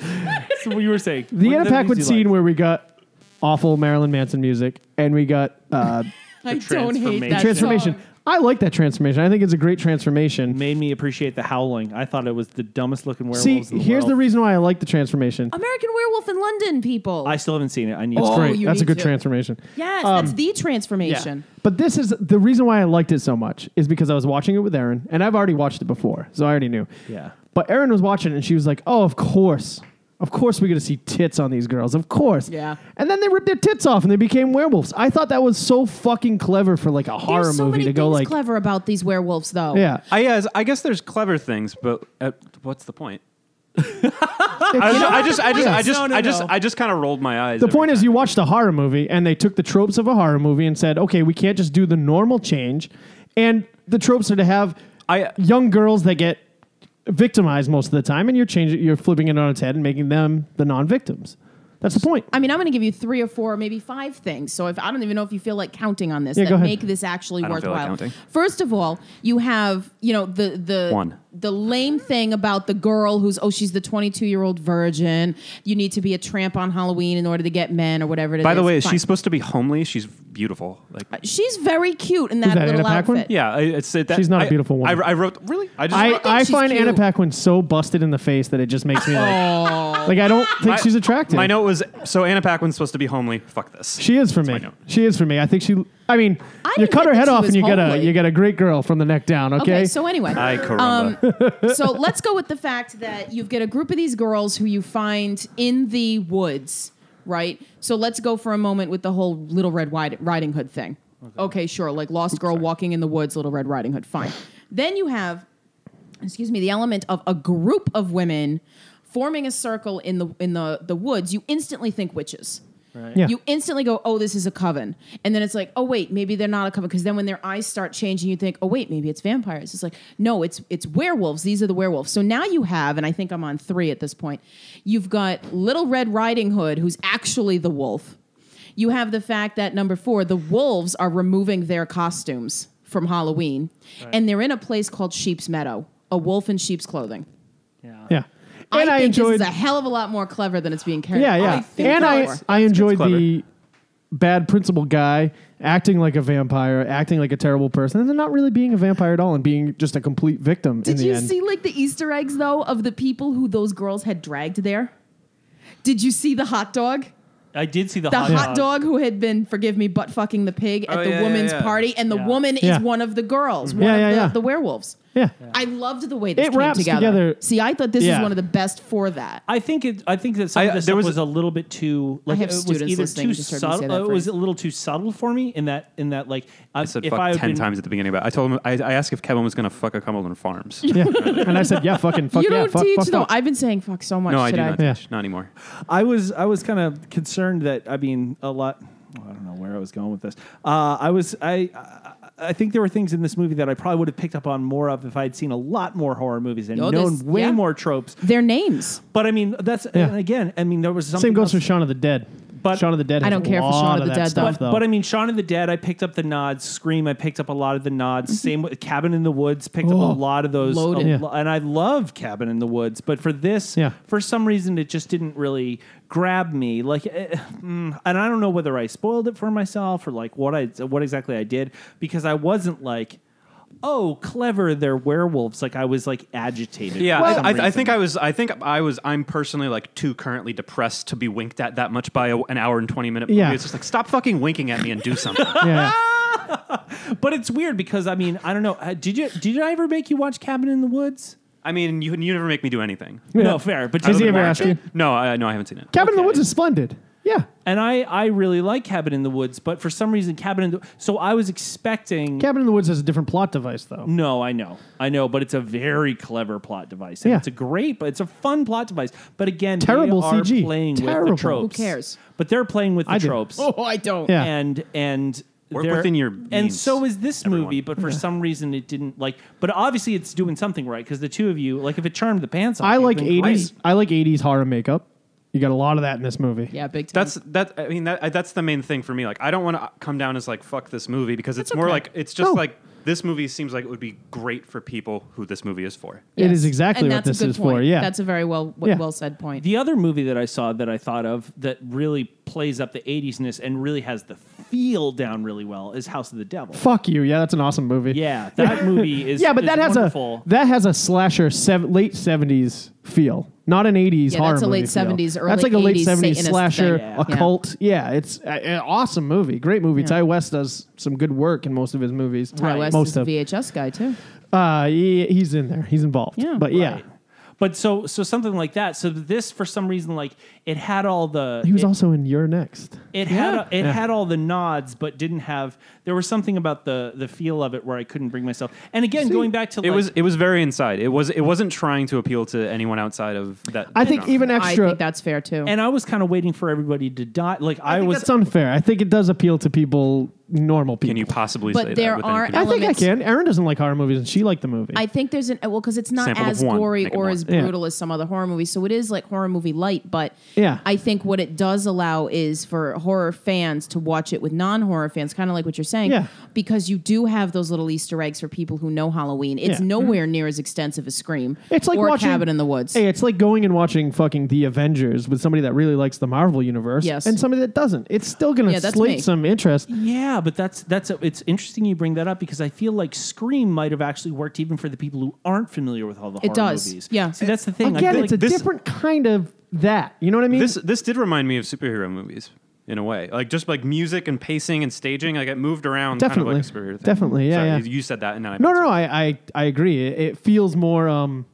[SPEAKER 1] That's what you were saying.
[SPEAKER 2] The Anna Paquin scene where we got awful Marilyn Manson music and we got uh,
[SPEAKER 4] [LAUGHS] I don't hate
[SPEAKER 1] transformation.
[SPEAKER 4] that
[SPEAKER 2] transformation.
[SPEAKER 4] song.
[SPEAKER 2] I like that transformation. I think it's a great transformation.
[SPEAKER 1] made me appreciate the howling. I thought it was the dumbest looking werewolves.
[SPEAKER 2] See,
[SPEAKER 1] in the
[SPEAKER 2] here's the
[SPEAKER 1] world.
[SPEAKER 2] reason why I like the transformation.
[SPEAKER 4] American Werewolf in London, people.
[SPEAKER 1] I still haven't seen it. I need.
[SPEAKER 4] Oh,
[SPEAKER 1] to.
[SPEAKER 2] Great.
[SPEAKER 4] you
[SPEAKER 2] That's a
[SPEAKER 4] need
[SPEAKER 2] good
[SPEAKER 4] to.
[SPEAKER 2] transformation.
[SPEAKER 4] yes,
[SPEAKER 2] Um,
[SPEAKER 4] that's the transformation.
[SPEAKER 2] But this is the reason why I liked it so much is because I was watching it with Erin, and I've already watched it before, so I already knew.
[SPEAKER 1] Yeah.
[SPEAKER 2] But Erin was watching it, and she was like, "Oh, of course, of course, we're gonna see tits on these girls, of course."
[SPEAKER 4] Yeah.
[SPEAKER 2] And then they ripped their tits off, and they became werewolves. I thought that was so fucking clever for like a horror
[SPEAKER 4] There's so
[SPEAKER 2] movie
[SPEAKER 4] many
[SPEAKER 2] to go
[SPEAKER 4] things
[SPEAKER 2] like,
[SPEAKER 4] clever about these werewolves, though.
[SPEAKER 2] yeah,
[SPEAKER 3] I, yes, I guess there's clever things, but uh, what's
[SPEAKER 2] [LAUGHS]
[SPEAKER 3] the point?
[SPEAKER 2] You
[SPEAKER 3] I, just,
[SPEAKER 2] know
[SPEAKER 3] I just, I just, I
[SPEAKER 1] is?
[SPEAKER 3] just,
[SPEAKER 1] No, no,
[SPEAKER 3] I just,
[SPEAKER 1] no.
[SPEAKER 3] I just kind of rolled my eyes.
[SPEAKER 2] The point is, you watched a horror movie and they took the tropes of a horror movie and said, okay, we can't just do the normal change. And the tropes are to have
[SPEAKER 3] I-
[SPEAKER 2] young girls that get victimized most of the time, and you're changing, you're flipping it on its head and making them the non-victims. That's the point.
[SPEAKER 4] I mean, I'm going to give you three or four, maybe five things. So if I don't even know if you feel like counting on this,
[SPEAKER 2] Yeah,
[SPEAKER 4] that
[SPEAKER 2] go ahead.
[SPEAKER 4] make this actually
[SPEAKER 3] I don't feel like
[SPEAKER 4] worthwhile.
[SPEAKER 3] counting.
[SPEAKER 4] First of all, you have you know the the
[SPEAKER 3] One.
[SPEAKER 4] the lame thing about the girl who's oh she's the 22 year old virgin. You need to be a tramp on Halloween in order to get men or whatever it is.
[SPEAKER 3] By the way,
[SPEAKER 4] Fine.
[SPEAKER 3] she's supposed to be homely. She's beautiful. Like,
[SPEAKER 4] she's very cute in that,
[SPEAKER 2] that,
[SPEAKER 4] little
[SPEAKER 2] Anna Paquin?
[SPEAKER 4] outfit.
[SPEAKER 3] yeah, I, it's it, that,
[SPEAKER 2] She's not a
[SPEAKER 3] I-
[SPEAKER 2] beautiful woman.
[SPEAKER 3] I, I wrote really. I just.
[SPEAKER 2] I,
[SPEAKER 3] wrote-
[SPEAKER 2] I
[SPEAKER 4] she's
[SPEAKER 2] find
[SPEAKER 4] cute.
[SPEAKER 2] Anna Paquin so busted in the face that it just makes me like, like I don't think she's attractive.
[SPEAKER 3] My note was so Anna Paquin's supposed to be homely. Fuck this.
[SPEAKER 2] She is for
[SPEAKER 3] my
[SPEAKER 2] me.
[SPEAKER 3] note.
[SPEAKER 2] She is for me. I think she. I mean,
[SPEAKER 4] I
[SPEAKER 2] you
[SPEAKER 4] didn't
[SPEAKER 2] cut her
[SPEAKER 4] think
[SPEAKER 2] head
[SPEAKER 4] she
[SPEAKER 2] off
[SPEAKER 4] was
[SPEAKER 2] and you get a
[SPEAKER 4] homely.
[SPEAKER 2] you get a great girl from the neck down. Okay.
[SPEAKER 4] Okay. so anyway,
[SPEAKER 3] Ay,
[SPEAKER 2] Um,
[SPEAKER 3] caramba.
[SPEAKER 4] so let's go with the fact that you've got a group of these girls who you find in the woods, right? So let's go for a moment with the whole Little Red Wide- Riding Hood thing. Okay, sure. Like lost girl walking in the woods, Little Red Riding Hood. Fine. then you have, excuse me, the element of a group of women forming a circle in the in the the woods. You instantly think witches.
[SPEAKER 2] Yeah.
[SPEAKER 4] You instantly go, oh, this is a coven. And then it's like, oh, wait, maybe they're not a coven. Because then when their eyes start changing, you think, oh, wait, maybe it's vampires. It's like, no, it's it's werewolves. These are the werewolves. So now you have, and I think I'm on three at this point, you've got Little Red Riding Hood, who's actually the wolf. You have the fact that number four, the wolves are removing their costumes from Halloween, and they're in a place called Sheep's Meadow. a wolf in sheep's clothing.
[SPEAKER 2] Yeah. And I,
[SPEAKER 4] think
[SPEAKER 2] enjoyed
[SPEAKER 4] this is a hell of a lot more clever than it's being carried.
[SPEAKER 2] Yeah, yeah.
[SPEAKER 4] I think
[SPEAKER 2] and
[SPEAKER 4] that's
[SPEAKER 2] I
[SPEAKER 4] more.
[SPEAKER 2] I enjoyed
[SPEAKER 3] clever.
[SPEAKER 2] the bad principal guy acting like a vampire, acting like a terrible person, and then not really being a vampire at all and being just a complete victim in
[SPEAKER 4] Did
[SPEAKER 2] the
[SPEAKER 4] you
[SPEAKER 2] end.
[SPEAKER 4] see like the Easter eggs though of the people who those girls had dragged there? Did you see the hot dog?
[SPEAKER 1] I did see the,
[SPEAKER 4] The hot dog who had been, forgive me, butt fucking the pig at
[SPEAKER 3] Oh,
[SPEAKER 4] the
[SPEAKER 3] yeah, yeah,
[SPEAKER 4] woman's
[SPEAKER 3] yeah. Mm-hmm.
[SPEAKER 4] party, and the
[SPEAKER 1] Yeah.
[SPEAKER 4] woman
[SPEAKER 2] Yeah.
[SPEAKER 4] is one of the girls, one
[SPEAKER 2] Yeah,
[SPEAKER 4] of
[SPEAKER 2] yeah,
[SPEAKER 4] the,
[SPEAKER 2] yeah.
[SPEAKER 4] the werewolves.
[SPEAKER 2] yeah.
[SPEAKER 4] I loved the way this
[SPEAKER 2] It
[SPEAKER 4] came
[SPEAKER 2] wraps
[SPEAKER 4] together.
[SPEAKER 2] together-
[SPEAKER 4] See, I thought this
[SPEAKER 2] Yeah.
[SPEAKER 4] was one of the best for that.
[SPEAKER 1] I think it. I think that some
[SPEAKER 3] I-
[SPEAKER 1] of this
[SPEAKER 3] there
[SPEAKER 1] stuff
[SPEAKER 3] was
[SPEAKER 1] was,
[SPEAKER 3] a-
[SPEAKER 1] a little bit too. Like
[SPEAKER 4] have
[SPEAKER 1] it was
[SPEAKER 4] students
[SPEAKER 1] either
[SPEAKER 4] listening
[SPEAKER 1] too
[SPEAKER 4] just heard me say
[SPEAKER 1] subtle.
[SPEAKER 4] that
[SPEAKER 1] It was
[SPEAKER 4] phrase.
[SPEAKER 1] a little too subtle for me in that. In that, like, I
[SPEAKER 3] said
[SPEAKER 1] if
[SPEAKER 3] fuck
[SPEAKER 1] I had
[SPEAKER 3] ten
[SPEAKER 1] been,
[SPEAKER 3] times at the beginning, but I told him I, I asked if Kevin was going to fuck a Cumberland Farms.
[SPEAKER 2] Yeah. and I said, yeah, fucking fuck
[SPEAKER 4] you
[SPEAKER 2] yeah,
[SPEAKER 4] don't
[SPEAKER 2] fuck,
[SPEAKER 4] teach
[SPEAKER 2] fuck,
[SPEAKER 4] though.
[SPEAKER 2] fuck.
[SPEAKER 4] I've been saying fuck so much.
[SPEAKER 3] No, I
[SPEAKER 4] Should
[SPEAKER 3] do
[SPEAKER 4] I?
[SPEAKER 3] not.
[SPEAKER 2] Yeah.
[SPEAKER 3] teach. Not anymore.
[SPEAKER 1] I was I was kind of concerned that I mean a lot. well, I don't know where I was going with this. Uh, I was I, I I think there were things in this movie that I probably would have picked up on more of if I'd seen a lot more horror movies and
[SPEAKER 4] Oh,
[SPEAKER 1] known
[SPEAKER 4] this-
[SPEAKER 1] way
[SPEAKER 4] yeah.
[SPEAKER 1] more tropes.
[SPEAKER 4] Their names.
[SPEAKER 1] But I mean that's
[SPEAKER 2] Yeah.
[SPEAKER 1] and again I mean there was something
[SPEAKER 2] Same goes for
[SPEAKER 1] else-
[SPEAKER 2] Shaun of the Dead.
[SPEAKER 1] But-
[SPEAKER 2] Shaun of the Dead.
[SPEAKER 4] I
[SPEAKER 2] has
[SPEAKER 4] don't
[SPEAKER 2] a
[SPEAKER 4] care for Shaun
[SPEAKER 2] lot
[SPEAKER 4] of the
[SPEAKER 2] that
[SPEAKER 4] Dead,
[SPEAKER 2] stuff,
[SPEAKER 4] though.
[SPEAKER 2] though.
[SPEAKER 1] But I mean, Shaun of the Dead, I picked up the nods. Scream, I picked up a lot of the nods. Same with Cabin in the Woods, picked up
[SPEAKER 2] Mm-hmm.
[SPEAKER 1] a
[SPEAKER 2] Oh.
[SPEAKER 1] lot of those. a
[SPEAKER 4] Loaded.
[SPEAKER 2] Yeah.
[SPEAKER 1] lo- And I love Cabin in the Woods, but for this,
[SPEAKER 2] Yeah.
[SPEAKER 1] for some reason, it just didn't really grab me. Like, eh, mm, and I don't know whether I spoiled it for myself or like what I what exactly I did because I wasn't like. Oh, clever! They're werewolves. Like I was like agitated.
[SPEAKER 3] Yeah,
[SPEAKER 1] for
[SPEAKER 3] I-
[SPEAKER 1] some
[SPEAKER 3] I, I think
[SPEAKER 1] reason.
[SPEAKER 3] I was. I think I was. I'm personally like too currently depressed to be winked at that much by a, an hour and twenty minute movie.
[SPEAKER 2] Yeah.
[SPEAKER 3] It's just like stop fucking winking at me and do [LAUGHS] something.
[SPEAKER 1] [LAUGHS]
[SPEAKER 2] yeah.
[SPEAKER 1] But it's weird because I mean, I don't know. Uh, Did you? Did I ever make you watch Cabin in the Woods?
[SPEAKER 3] I mean, you you never make me do anything.
[SPEAKER 1] No, fair. But
[SPEAKER 2] Does
[SPEAKER 1] just-
[SPEAKER 2] he ever
[SPEAKER 3] Warren.
[SPEAKER 2] ask you?
[SPEAKER 3] No, I, no, I haven't seen it.
[SPEAKER 2] Cabin in the Woods is splendid. Yeah.
[SPEAKER 1] And I, I really like Cabin in the Woods, but for some reason, Cabin in the so I was expecting.
[SPEAKER 2] Cabin in the Woods has a different plot device, though.
[SPEAKER 1] no, I know, I know, but it's a very clever plot device. And
[SPEAKER 2] Yeah.
[SPEAKER 1] it's a great, but it's a fun plot device. But again, they
[SPEAKER 2] Terrible
[SPEAKER 1] are
[SPEAKER 2] CG.
[SPEAKER 1] playing
[SPEAKER 2] Terrible.
[SPEAKER 1] with the tropes.
[SPEAKER 4] Who cares?
[SPEAKER 1] But they're playing with the
[SPEAKER 2] I do.
[SPEAKER 1] tropes.
[SPEAKER 4] Oh, I don't.
[SPEAKER 2] Yeah.
[SPEAKER 1] and and
[SPEAKER 3] Work
[SPEAKER 1] they're-
[SPEAKER 3] within your
[SPEAKER 1] and
[SPEAKER 3] means,
[SPEAKER 1] so is this
[SPEAKER 3] everyone.
[SPEAKER 1] movie, but for some reason it didn't like. But obviously it's doing something right because the two of you like if it charmed the pants off.
[SPEAKER 2] I
[SPEAKER 1] it'd
[SPEAKER 2] like
[SPEAKER 1] been great.
[SPEAKER 2] '80s. I like '80s horror makeup. You got a lot of that in this movie.
[SPEAKER 4] Yeah, big time.
[SPEAKER 3] That's that. I mean, that, that's the main thing for me. Like, I don't want to come down as like fuck this movie because it's
[SPEAKER 4] That's
[SPEAKER 3] more
[SPEAKER 4] okay.
[SPEAKER 3] like it's
[SPEAKER 2] No.
[SPEAKER 3] just like this movie seems like it would be great for people who this movie is for.
[SPEAKER 2] It is exactly
[SPEAKER 4] And
[SPEAKER 2] what
[SPEAKER 4] that's a
[SPEAKER 2] this
[SPEAKER 4] good
[SPEAKER 2] is for,
[SPEAKER 4] point.
[SPEAKER 2] yeah.
[SPEAKER 4] that's a very well w-
[SPEAKER 2] Yeah.
[SPEAKER 4] well said point.
[SPEAKER 1] The other movie that I saw that I thought of that really plays up the 80s-ness and really has the feel down really well is House of the Devil.
[SPEAKER 2] Fuck you. Yeah, that's an awesome movie.
[SPEAKER 1] Yeah,
[SPEAKER 2] [LAUGHS]
[SPEAKER 1] that movie is
[SPEAKER 2] yeah, but that
[SPEAKER 1] is
[SPEAKER 2] has [LAUGHS]
[SPEAKER 1] wonderful.
[SPEAKER 2] a that has a slasher sev- late '70s feel, not an '80s
[SPEAKER 4] Yeah,
[SPEAKER 2] horror.
[SPEAKER 4] that's a
[SPEAKER 2] movie
[SPEAKER 4] late
[SPEAKER 2] feel.
[SPEAKER 4] 70s, early
[SPEAKER 2] That's like a late
[SPEAKER 4] 80s
[SPEAKER 2] '70s
[SPEAKER 4] Satanist
[SPEAKER 2] slasher
[SPEAKER 4] thing. Yeah.
[SPEAKER 2] occult. Yeah, it's an awesome movie. Great movie. Ty West does some good work in most of his movies.
[SPEAKER 4] Ty West
[SPEAKER 2] most
[SPEAKER 4] is a
[SPEAKER 2] of.
[SPEAKER 4] VHS guy too.
[SPEAKER 2] Uh, he, he's in there. He's involved.
[SPEAKER 4] Yeah,
[SPEAKER 2] but yeah,
[SPEAKER 1] Right. But so so something like that. So this for some reason like it had all the
[SPEAKER 2] he was
[SPEAKER 1] it,
[SPEAKER 2] also in Your Next.
[SPEAKER 1] it
[SPEAKER 4] Yeah.
[SPEAKER 1] had it had all the nods but didn't have there was something about the the feel of it where I couldn't bring myself. And again going back to
[SPEAKER 3] It
[SPEAKER 1] like,
[SPEAKER 3] was it was very inside. It was it wasn't trying to appeal to anyone outside of that.
[SPEAKER 2] I think
[SPEAKER 3] genre.
[SPEAKER 2] even extra.
[SPEAKER 4] I think that's fair too.
[SPEAKER 1] and I was kind of waiting for everybody to die. Like I,
[SPEAKER 2] I think
[SPEAKER 1] was
[SPEAKER 2] that's unfair. I think it does appeal to people, normal people.
[SPEAKER 3] Can you possibly
[SPEAKER 4] But
[SPEAKER 3] say
[SPEAKER 4] there
[SPEAKER 3] that? with
[SPEAKER 4] are
[SPEAKER 3] any
[SPEAKER 2] I
[SPEAKER 3] conviction?
[SPEAKER 2] think I
[SPEAKER 4] elements-
[SPEAKER 2] can. Erin doesn't like horror movies, and she liked the movie.
[SPEAKER 4] I think there's an well because it's not
[SPEAKER 3] Sample of
[SPEAKER 4] as
[SPEAKER 3] one,
[SPEAKER 4] gory
[SPEAKER 3] make it
[SPEAKER 4] or
[SPEAKER 3] one.
[SPEAKER 4] as
[SPEAKER 2] Yeah.
[SPEAKER 4] brutal as some other horror movies, so it is like horror movie light. But
[SPEAKER 2] Yeah.
[SPEAKER 4] I think what it does allow is for horror fans to watch it with non-horror fans, kind of like what you're saying,
[SPEAKER 2] Yeah.
[SPEAKER 4] because you do have those little Easter eggs for people who know Halloween. It's
[SPEAKER 2] Yeah. Mm-hmm.
[SPEAKER 4] nowhere near as extensive as Scream.
[SPEAKER 2] It's like
[SPEAKER 4] or
[SPEAKER 2] watching
[SPEAKER 4] Cabin in the Woods.
[SPEAKER 2] Hey, it's like going and watching fucking The Avengers with somebody that really likes the Marvel universe,
[SPEAKER 4] Yes.
[SPEAKER 2] and somebody that doesn't. It's still gonna
[SPEAKER 4] Yeah, that's me.
[SPEAKER 2] slate some interest.
[SPEAKER 1] Yeah, but that's that's a, it's interesting you bring that up because I feel like Scream might have actually worked even for the people who aren't familiar with all the
[SPEAKER 4] It
[SPEAKER 1] horror
[SPEAKER 4] does.
[SPEAKER 1] movies.
[SPEAKER 4] Yeah.
[SPEAKER 1] see that's the thing. I
[SPEAKER 2] Again,
[SPEAKER 1] feel
[SPEAKER 2] it's a
[SPEAKER 1] like
[SPEAKER 3] this-
[SPEAKER 2] different kind of that. You know what I mean?
[SPEAKER 3] this this did remind me of superhero movies in a way, like just like music and pacing and staging. Like it moved around,
[SPEAKER 2] Definitely.
[SPEAKER 3] kind of like a superhero. Thing.
[SPEAKER 2] Definitely, yeah,
[SPEAKER 3] Sorry,
[SPEAKER 2] yeah.
[SPEAKER 3] You you said that, and then I
[SPEAKER 2] no, no, no. I, I, I agree. It, it feels more. Um,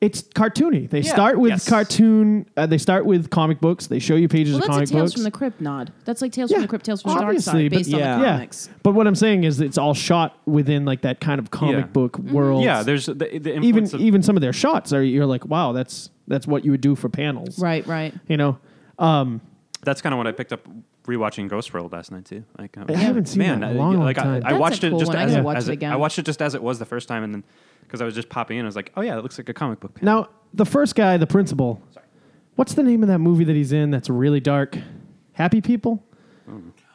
[SPEAKER 2] it's cartoony. They start with
[SPEAKER 3] yes.
[SPEAKER 2] cartoon. Uh, they start with comic books. They show you pages
[SPEAKER 4] well,
[SPEAKER 2] of
[SPEAKER 4] that's
[SPEAKER 2] comic
[SPEAKER 4] a Tales
[SPEAKER 2] books.
[SPEAKER 4] from the Crypt nod. That's like Tales
[SPEAKER 2] Yeah,
[SPEAKER 4] from the Crypt, Tales from the Dark
[SPEAKER 2] obviously,
[SPEAKER 4] Side,
[SPEAKER 2] but
[SPEAKER 4] based on the
[SPEAKER 1] yeah.
[SPEAKER 4] comics.
[SPEAKER 2] But what I'm saying is, it's all shot within like that kind of comic
[SPEAKER 3] Yeah.
[SPEAKER 2] book world.
[SPEAKER 3] Yeah, there's the, the
[SPEAKER 2] even e-,
[SPEAKER 3] influence of
[SPEAKER 2] even some of their shots are you're like, wow, that's that's what you would do for panels,
[SPEAKER 4] Right, right.
[SPEAKER 2] You know,
[SPEAKER 3] That's kind of what I picked up rewatching Ghost World last night too. Like, I, was
[SPEAKER 2] haven't seen
[SPEAKER 3] man,
[SPEAKER 2] that
[SPEAKER 3] I-
[SPEAKER 2] in a long, long
[SPEAKER 3] like, I-
[SPEAKER 2] time.
[SPEAKER 3] I,
[SPEAKER 4] That's a
[SPEAKER 3] watched
[SPEAKER 4] cool
[SPEAKER 3] it just
[SPEAKER 4] one. I
[SPEAKER 3] as,
[SPEAKER 4] gotta watch
[SPEAKER 3] as
[SPEAKER 4] it
[SPEAKER 3] it-
[SPEAKER 4] again.
[SPEAKER 3] I watched it just as it was the first time, and then because I was just popping in, I was like, oh yeah, that looks like a comic book. panel.
[SPEAKER 2] now the first guy, the principal. What's the name of that movie that he's in that's really dark? Happy People,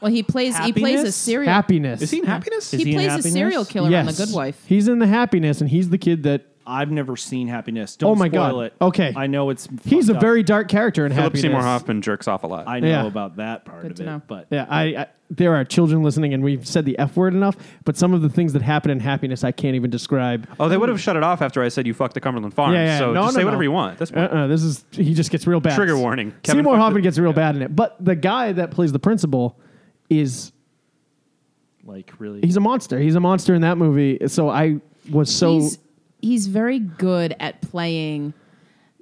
[SPEAKER 4] Well, he plays. He plays a
[SPEAKER 1] Happiness?
[SPEAKER 4] serial.
[SPEAKER 2] Happiness.
[SPEAKER 3] Is he in Happiness?
[SPEAKER 1] Is
[SPEAKER 4] he
[SPEAKER 1] he in
[SPEAKER 4] plays a
[SPEAKER 1] Happiness?
[SPEAKER 4] serial killer on The Good Wife.
[SPEAKER 2] He's in the Happiness, and he's the kid that
[SPEAKER 1] I've never seen Happiness. Don't
[SPEAKER 2] Oh my
[SPEAKER 1] spoil
[SPEAKER 2] God.
[SPEAKER 1] it.
[SPEAKER 2] Okay.
[SPEAKER 1] I know it's
[SPEAKER 2] He's a
[SPEAKER 1] fucked up.
[SPEAKER 2] very dark character in
[SPEAKER 3] Philip
[SPEAKER 2] Happiness.
[SPEAKER 3] Seymour Hoffman jerks off a lot.
[SPEAKER 1] I know
[SPEAKER 2] Yeah.
[SPEAKER 1] about that part
[SPEAKER 4] Good
[SPEAKER 1] of
[SPEAKER 4] to
[SPEAKER 1] it,
[SPEAKER 4] know.
[SPEAKER 1] but
[SPEAKER 2] Yeah, I, I there are children listening, and we've said the f word enough. But some of the things that happen in Happiness, I can't even describe.
[SPEAKER 3] oh, they would have shut it off after I said you fucked the Cumberland Farm.
[SPEAKER 2] Yeah, yeah,
[SPEAKER 3] so
[SPEAKER 2] no,
[SPEAKER 3] just
[SPEAKER 2] no,
[SPEAKER 3] say
[SPEAKER 2] no.
[SPEAKER 3] whatever you want. at This point.
[SPEAKER 2] Uh-uh, this is he just gets real bad.
[SPEAKER 3] Trigger warning. Kevin
[SPEAKER 2] Seymour
[SPEAKER 3] fucked
[SPEAKER 2] Hoffman
[SPEAKER 3] the-
[SPEAKER 2] gets real bad in it, but the guy that plays the principal is
[SPEAKER 1] like really,
[SPEAKER 2] he's a monster. He's a monster in that movie. So I was so
[SPEAKER 4] he's he's very good at playing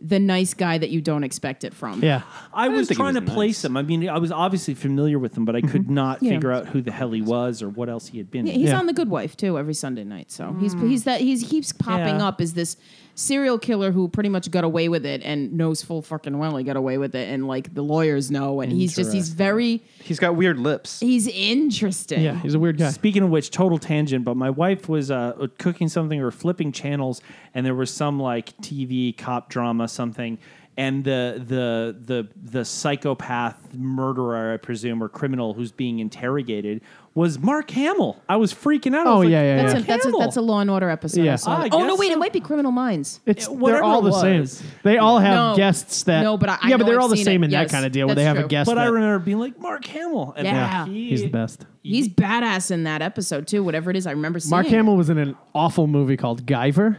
[SPEAKER 4] the nice guy that you don't expect it from.
[SPEAKER 2] yeah.
[SPEAKER 1] I,
[SPEAKER 3] didn't
[SPEAKER 1] was
[SPEAKER 3] think he
[SPEAKER 1] trying
[SPEAKER 3] was
[SPEAKER 1] to place
[SPEAKER 3] nice.
[SPEAKER 1] him. I mean, I was obviously familiar with him, but I
[SPEAKER 2] Mm-hmm.
[SPEAKER 1] could not
[SPEAKER 4] Yeah.
[SPEAKER 1] figure out who the hell he was or what else he had been.
[SPEAKER 4] Yeah,
[SPEAKER 1] in.
[SPEAKER 4] He's
[SPEAKER 2] Yeah.
[SPEAKER 4] on The Good Wife too every Sunday night. So he's
[SPEAKER 1] Hmm.
[SPEAKER 4] he's that he's keeps popping
[SPEAKER 1] Yeah.
[SPEAKER 4] up as this serial killer who pretty much got away with it and knows full fucking well he got away with it and like the lawyers know and he's just he's
[SPEAKER 1] Interesting.
[SPEAKER 4] very
[SPEAKER 3] He's got weird lips.
[SPEAKER 4] he's interesting.
[SPEAKER 2] Yeah, he's a weird guy.
[SPEAKER 1] Speaking of which, total tangent, but my wife was uh, cooking something or flipping channels, and there was some like TV cop drama something, and the the the the psychopath murderer, I presume, or criminal who's being interrogated was Mark Hamill. I was freaking out. I
[SPEAKER 2] Oh,
[SPEAKER 1] was like,
[SPEAKER 2] yeah, yeah,
[SPEAKER 4] That's,
[SPEAKER 2] yeah.
[SPEAKER 4] a, that's a
[SPEAKER 1] Hamill.
[SPEAKER 4] that's a Law and Order episode.
[SPEAKER 2] Yeah.
[SPEAKER 4] I saw
[SPEAKER 1] Ah,
[SPEAKER 4] that.
[SPEAKER 1] I
[SPEAKER 4] oh no,
[SPEAKER 1] guess
[SPEAKER 4] wait,
[SPEAKER 1] so.
[SPEAKER 4] it might be Criminal Minds.
[SPEAKER 2] It's
[SPEAKER 1] whatever
[SPEAKER 2] they're all the
[SPEAKER 1] it
[SPEAKER 2] same.
[SPEAKER 1] was.
[SPEAKER 2] They all have
[SPEAKER 4] No.
[SPEAKER 2] guests that
[SPEAKER 4] No, but I- I
[SPEAKER 2] yeah,
[SPEAKER 4] know
[SPEAKER 2] but they're
[SPEAKER 4] I've
[SPEAKER 2] all the
[SPEAKER 4] seen
[SPEAKER 2] same
[SPEAKER 4] it.
[SPEAKER 2] in
[SPEAKER 4] Yes,
[SPEAKER 2] that kind of deal where they
[SPEAKER 4] that's
[SPEAKER 2] have
[SPEAKER 4] true.
[SPEAKER 2] a guest.
[SPEAKER 1] But I
[SPEAKER 2] that-
[SPEAKER 1] remember being like Mark Hamill, and
[SPEAKER 4] Yeah.
[SPEAKER 1] he-
[SPEAKER 2] he's the best.
[SPEAKER 4] He's badass in that episode too. Whatever it is, I remember seeing.
[SPEAKER 2] Mark
[SPEAKER 4] it.
[SPEAKER 2] Hamill was in an awful movie called Guyver.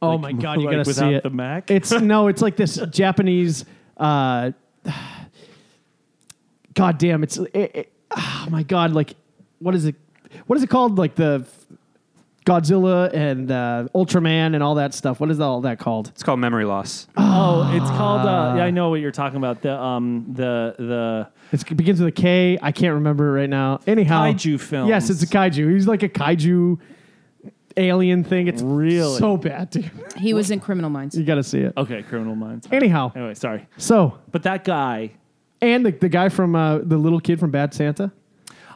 [SPEAKER 2] Oh my god, you
[SPEAKER 1] like
[SPEAKER 2] gotta see
[SPEAKER 1] without
[SPEAKER 2] it.
[SPEAKER 1] the Mac? [LAUGHS]
[SPEAKER 2] It's no, it's like this Japanese. Uh, [SIGHS] god damn, it's it, it- oh my god, like what is it? What is it called? Like the Godzilla and uh, Ultraman and all that stuff. What is all that called?
[SPEAKER 3] It's called memory loss.
[SPEAKER 1] Oh, it's called. Uh, yeah, I know what you're talking about. The um the the
[SPEAKER 2] It's, it begins with a K. I can't remember it right now. Anyhow,
[SPEAKER 1] Kaiju films.
[SPEAKER 2] Yes, it's a kaiju. He's like a kaiju alien thing. It's
[SPEAKER 1] Really?
[SPEAKER 2] so bad, dude.
[SPEAKER 4] He was in Criminal Minds.
[SPEAKER 2] You gotta see it.
[SPEAKER 1] okay, Criminal Minds.
[SPEAKER 2] Anyhow,
[SPEAKER 1] Anyway, sorry,
[SPEAKER 2] so
[SPEAKER 1] but that guy.
[SPEAKER 2] and the, the guy from uh, the little kid from Bad Santa,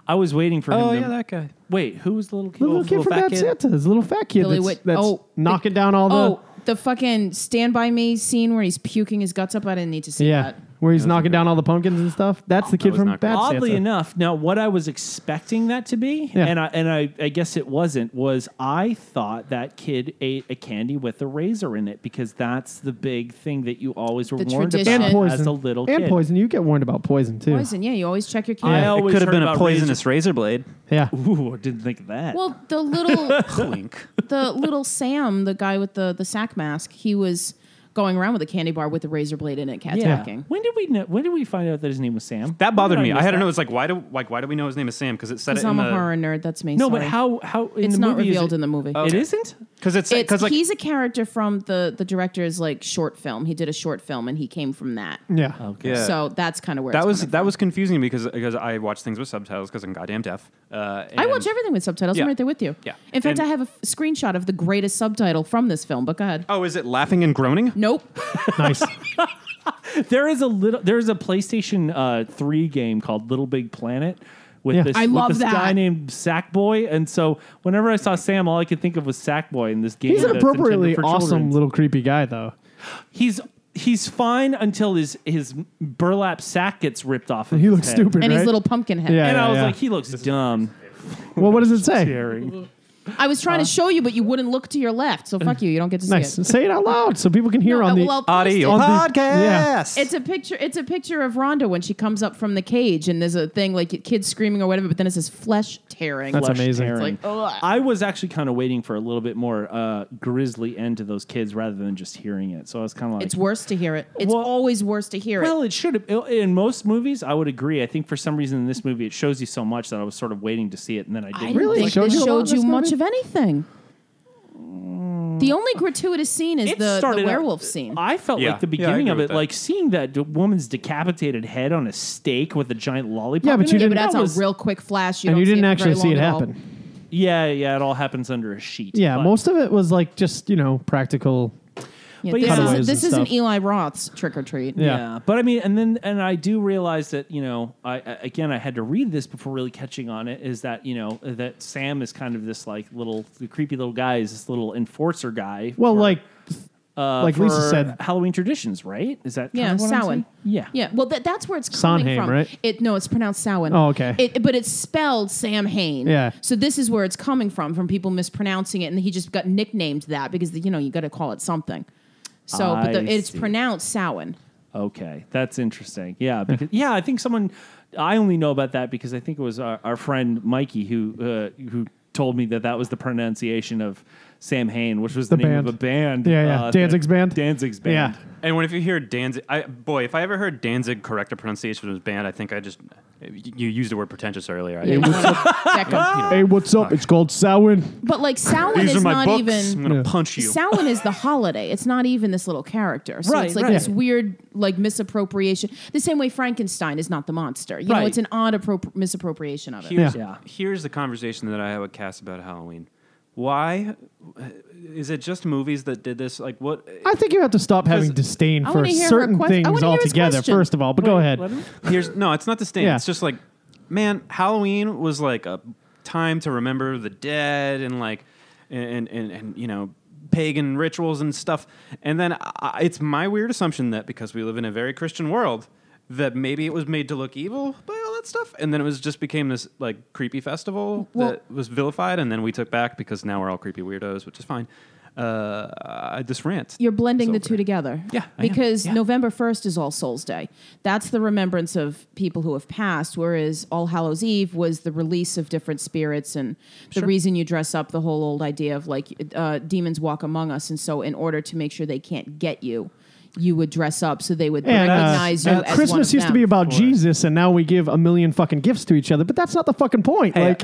[SPEAKER 1] I was waiting for him.
[SPEAKER 2] Oh,
[SPEAKER 1] to,
[SPEAKER 3] guy.
[SPEAKER 1] Wait, who was the little kid?
[SPEAKER 2] the little, kid from Bad Santa, his little fat kid
[SPEAKER 4] Billy
[SPEAKER 2] that's,
[SPEAKER 4] Whit-
[SPEAKER 2] that's
[SPEAKER 4] oh,
[SPEAKER 2] knocking down all the
[SPEAKER 4] oh, the fucking Stand By Me scene where he's puking his guts up. I didn't need to see
[SPEAKER 2] yeah,
[SPEAKER 4] that.
[SPEAKER 2] where he's knocking down all the pumpkins and stuff. That's the kid
[SPEAKER 3] was
[SPEAKER 2] from
[SPEAKER 3] not
[SPEAKER 2] Bad
[SPEAKER 3] good.
[SPEAKER 2] Santa.
[SPEAKER 1] Oddly enough, now what I was expecting that to be,
[SPEAKER 2] Yeah.
[SPEAKER 1] and I and I, I guess it wasn't, was I thought that kid ate a candy with a razor in it because that's the big thing that you always were
[SPEAKER 4] The
[SPEAKER 1] warned
[SPEAKER 4] tradition.
[SPEAKER 1] about
[SPEAKER 2] and poison
[SPEAKER 1] as a little
[SPEAKER 2] and
[SPEAKER 1] kid.
[SPEAKER 2] poison. You get warned about poison too.
[SPEAKER 4] Poison, yeah, you always check your
[SPEAKER 1] I
[SPEAKER 4] can.
[SPEAKER 1] al-
[SPEAKER 3] It
[SPEAKER 1] always
[SPEAKER 3] could have
[SPEAKER 1] heard
[SPEAKER 3] been a
[SPEAKER 1] about
[SPEAKER 3] poisonous
[SPEAKER 1] [LAUGHS]
[SPEAKER 3] razor blade.
[SPEAKER 2] Yeah,
[SPEAKER 1] Ooh, I didn't think of that.
[SPEAKER 4] Well, the little [LAUGHS]
[SPEAKER 3] Clink.
[SPEAKER 4] the little Sam, the guy with the the sack mask, he was going around with a candy bar with a razor blade in it, cat
[SPEAKER 1] yeah.
[SPEAKER 4] attacking.
[SPEAKER 1] When did we know? When did we find out that his name was Sam?
[SPEAKER 3] That bothered
[SPEAKER 1] When
[SPEAKER 3] me.
[SPEAKER 1] did
[SPEAKER 3] I
[SPEAKER 1] miss
[SPEAKER 3] had to
[SPEAKER 1] that?
[SPEAKER 3] know. It's like why do like why do we know his name is Sam? Because it said it
[SPEAKER 4] Because
[SPEAKER 3] in
[SPEAKER 4] I'm a
[SPEAKER 3] the
[SPEAKER 4] horror nerd. That's me.
[SPEAKER 1] No,
[SPEAKER 4] sorry.
[SPEAKER 1] but how? How? In
[SPEAKER 4] It's
[SPEAKER 1] the
[SPEAKER 4] not
[SPEAKER 1] movie, is
[SPEAKER 4] revealed
[SPEAKER 1] it-
[SPEAKER 4] in the movie.
[SPEAKER 3] Oh,
[SPEAKER 1] It isn't.
[SPEAKER 3] because it's
[SPEAKER 4] It's,
[SPEAKER 3] because like
[SPEAKER 4] he's a character from the the director's like short film. He did a short film and he came from that.
[SPEAKER 2] yeah.
[SPEAKER 3] Yeah.
[SPEAKER 4] So that's kind of where
[SPEAKER 3] that
[SPEAKER 4] it's
[SPEAKER 3] was
[SPEAKER 4] coming
[SPEAKER 3] that was confusing because because I watch things with subtitles because I'm goddamn deaf. Uh,
[SPEAKER 4] I
[SPEAKER 3] and-
[SPEAKER 4] watch everything with subtitles.
[SPEAKER 3] Yeah.
[SPEAKER 4] I'm right there with you.
[SPEAKER 3] Yeah.
[SPEAKER 4] In fact,
[SPEAKER 3] And-
[SPEAKER 4] I have a f- screenshot of the greatest subtitle from this film. But go ahead.
[SPEAKER 3] Oh, is it laughing and groaning?
[SPEAKER 4] Nope.
[SPEAKER 1] [LAUGHS]
[SPEAKER 2] [LAUGHS] nice.
[SPEAKER 1] There is a little. There is a PlayStation uh, three game called Little Big Planet with
[SPEAKER 2] Yeah.
[SPEAKER 1] this,
[SPEAKER 4] I
[SPEAKER 1] with
[SPEAKER 4] love
[SPEAKER 1] this
[SPEAKER 4] that.
[SPEAKER 1] guy named Sackboy. And so whenever I saw Sam, all I could think of was Sackboy in this game.
[SPEAKER 2] He's an
[SPEAKER 1] that's intended
[SPEAKER 2] appropriately
[SPEAKER 1] for
[SPEAKER 2] awesome
[SPEAKER 1] children.
[SPEAKER 2] little creepy guy though.
[SPEAKER 1] He's he's fine until his his burlap sack gets ripped off. Of
[SPEAKER 2] He
[SPEAKER 1] his
[SPEAKER 2] looks
[SPEAKER 1] head.
[SPEAKER 2] stupid,
[SPEAKER 4] And
[SPEAKER 2] right?
[SPEAKER 4] his little pumpkin head.
[SPEAKER 2] Yeah.
[SPEAKER 1] And I was
[SPEAKER 2] yeah.
[SPEAKER 1] like, he looks dumb.
[SPEAKER 2] well, what does it say?
[SPEAKER 1] Jerry.
[SPEAKER 4] I was trying to show you, but you wouldn't look to your left. So fuck you. You don't get to
[SPEAKER 2] Uh. Nice.
[SPEAKER 4] see it.
[SPEAKER 2] Say it out loud so people can hear
[SPEAKER 4] No,
[SPEAKER 2] on the.
[SPEAKER 4] well, I'll post
[SPEAKER 3] Audio
[SPEAKER 4] it.
[SPEAKER 2] On the-
[SPEAKER 3] podcast.
[SPEAKER 4] It's a picture. It's a picture of Rhonda when she comes up from the cage, and there's a thing like kids screaming or whatever. But then it says flesh tearing.
[SPEAKER 2] That's
[SPEAKER 4] Flesh-
[SPEAKER 2] amazing.
[SPEAKER 4] It's like, ugh.
[SPEAKER 1] I was actually kind of waiting for a little bit more uh, grisly end to those kids rather than just hearing it. So I was kind of like,
[SPEAKER 4] It's worse to hear it. It's
[SPEAKER 1] Well-
[SPEAKER 4] always worse to hear
[SPEAKER 1] Well,
[SPEAKER 4] it.
[SPEAKER 1] it should have. uh, In most movies, I would agree. I think for some reason in this movie, it shows you so much that I was sort of waiting to see it, and then I
[SPEAKER 4] I
[SPEAKER 1] didn't.
[SPEAKER 4] didn't
[SPEAKER 2] Really?
[SPEAKER 4] think
[SPEAKER 2] Showed
[SPEAKER 4] this
[SPEAKER 2] you a lot
[SPEAKER 4] showed
[SPEAKER 2] in
[SPEAKER 4] you
[SPEAKER 2] this
[SPEAKER 4] much
[SPEAKER 2] movie?
[SPEAKER 4] of anything. The only gratuitous scene is
[SPEAKER 1] It
[SPEAKER 4] the, the
[SPEAKER 1] started out-
[SPEAKER 4] werewolf scene.
[SPEAKER 1] I felt
[SPEAKER 3] Yeah.
[SPEAKER 1] like the
[SPEAKER 3] Yeah, I
[SPEAKER 1] beginning
[SPEAKER 3] agree
[SPEAKER 1] of
[SPEAKER 3] with
[SPEAKER 1] it,
[SPEAKER 3] that.
[SPEAKER 1] like seeing that d- woman's decapitated head on a stake with a giant lollipop.
[SPEAKER 2] Yeah, but
[SPEAKER 1] in
[SPEAKER 2] you
[SPEAKER 1] it,
[SPEAKER 4] Yeah, but
[SPEAKER 2] didn't-
[SPEAKER 1] that
[SPEAKER 4] that's
[SPEAKER 1] was-
[SPEAKER 4] a real quick flash. You
[SPEAKER 2] and
[SPEAKER 4] don't
[SPEAKER 2] you
[SPEAKER 4] see
[SPEAKER 2] didn't
[SPEAKER 4] it for very
[SPEAKER 2] actually see
[SPEAKER 4] long
[SPEAKER 2] it
[SPEAKER 4] at all.
[SPEAKER 2] happen.
[SPEAKER 1] Yeah, yeah, it all happens under a sheet.
[SPEAKER 2] Yeah,
[SPEAKER 1] but-
[SPEAKER 2] most of it was like just you know practical.
[SPEAKER 4] Yeah,
[SPEAKER 1] But
[SPEAKER 4] this,
[SPEAKER 1] yeah.
[SPEAKER 4] is,
[SPEAKER 2] Cutaways
[SPEAKER 4] this
[SPEAKER 2] and
[SPEAKER 4] isn't
[SPEAKER 2] stuff.
[SPEAKER 4] Eli Roth's trick or treat.
[SPEAKER 2] Yeah.
[SPEAKER 1] Yeah. but I mean, and then and I do realize that you know, I I- again I had to read this before really catching on it is that you know that Sam is kind of this like little the creepy little guy is this little enforcer guy.
[SPEAKER 2] Well,
[SPEAKER 1] for-
[SPEAKER 2] like
[SPEAKER 1] uh,
[SPEAKER 2] Like Lisa
[SPEAKER 1] for
[SPEAKER 2] said-
[SPEAKER 1] Halloween traditions, right? Is that kind
[SPEAKER 4] Yeah,
[SPEAKER 1] of what I'm
[SPEAKER 4] Samhain.
[SPEAKER 1] saying? Yeah,
[SPEAKER 4] Yeah, well, that, that's where it's coming
[SPEAKER 2] Samhain,
[SPEAKER 4] from.
[SPEAKER 2] right?
[SPEAKER 4] It no, it's pronounced Samhain.
[SPEAKER 2] Oh, okay.
[SPEAKER 4] It, but it's spelled Sam Hain.
[SPEAKER 2] Yeah.
[SPEAKER 4] So this is where it's coming from, from people mispronouncing it, and he just got nicknamed that because you know you got to call it something. So, but the,
[SPEAKER 1] I
[SPEAKER 4] it's
[SPEAKER 1] see.
[SPEAKER 4] pronounced Samhain.
[SPEAKER 1] Okay, that's interesting. Yeah, because, yeah, I think someone. I only know about that because I think it was our, our friend Mikey who uh, who told me that that was the pronunciation of Sam Hain, which was the,
[SPEAKER 2] The
[SPEAKER 1] name
[SPEAKER 2] band.
[SPEAKER 1] of a band.
[SPEAKER 2] Yeah, yeah.
[SPEAKER 1] that-
[SPEAKER 2] Danzig's band?
[SPEAKER 1] Danzig's band.
[SPEAKER 2] Yeah.
[SPEAKER 3] And when if you hear Danzig, I, boy, if I ever heard Danzig correct a pronunciation of his band, I think I just you used the word pretentious earlier. I
[SPEAKER 4] Yeah,
[SPEAKER 2] [LAUGHS]
[SPEAKER 4] you wanna check 'em.
[SPEAKER 2] Hey, what's up? It's called Samhain.
[SPEAKER 4] But like Samhain
[SPEAKER 3] These are
[SPEAKER 4] is
[SPEAKER 3] my
[SPEAKER 4] not
[SPEAKER 3] books. I'm
[SPEAKER 4] even.
[SPEAKER 3] gonna punch you.
[SPEAKER 4] Samhain is the holiday. It's not even this little character. So
[SPEAKER 1] Right,
[SPEAKER 4] it's like
[SPEAKER 1] right.
[SPEAKER 4] this weird, like misappropriation. The same way Frankenstein is not the monster. You
[SPEAKER 1] Right.
[SPEAKER 4] know, it's an odd appropri- misappropriation of it.
[SPEAKER 3] Here's,
[SPEAKER 1] Yeah.
[SPEAKER 3] here's the conversation that I have with Cass about Halloween. Why is it just movies that did this? Like, what?
[SPEAKER 2] I think you have to stop having
[SPEAKER 3] 'Cause-
[SPEAKER 2] disdain
[SPEAKER 4] I
[SPEAKER 2] for
[SPEAKER 4] wanna hear her
[SPEAKER 2] certain
[SPEAKER 4] quest- I
[SPEAKER 2] things
[SPEAKER 4] wanna hear his
[SPEAKER 2] altogether,
[SPEAKER 4] question.
[SPEAKER 2] first of all. But go ahead.
[SPEAKER 1] Let him-
[SPEAKER 3] Here's no, it's not the stain.
[SPEAKER 2] Yeah.
[SPEAKER 3] It's just like, man, Halloween was like a time to remember the dead and like, and and and you know, pagan rituals and stuff. And then I, it's my weird assumption that because we live in a very Christian world, that maybe it was made to look evil by all that stuff, and then it was just became this like creepy festival
[SPEAKER 4] Well-
[SPEAKER 3] that was vilified, and then we took back because now we're all creepy weirdos, which is fine. Uh, I- this rant.
[SPEAKER 4] You're blending
[SPEAKER 3] is
[SPEAKER 4] the
[SPEAKER 3] over.
[SPEAKER 4] two together.
[SPEAKER 3] Yeah, I am.
[SPEAKER 4] Because
[SPEAKER 3] Yeah.
[SPEAKER 4] November 1st is All Souls Day. That's the remembrance of people who have passed, whereas All Hallows Eve was the release of different spirits and the reason you dress up, the whole old idea of like uh, demons walk among us. And so, in order to make sure they can't get you, you would dress up so they would
[SPEAKER 2] And, uh,
[SPEAKER 4] recognize you
[SPEAKER 2] and
[SPEAKER 4] as
[SPEAKER 2] Christmas
[SPEAKER 4] one of
[SPEAKER 2] used to
[SPEAKER 4] them.
[SPEAKER 2] be about Jesus, and now we give a million fucking gifts to each other. But that's not the fucking point. like,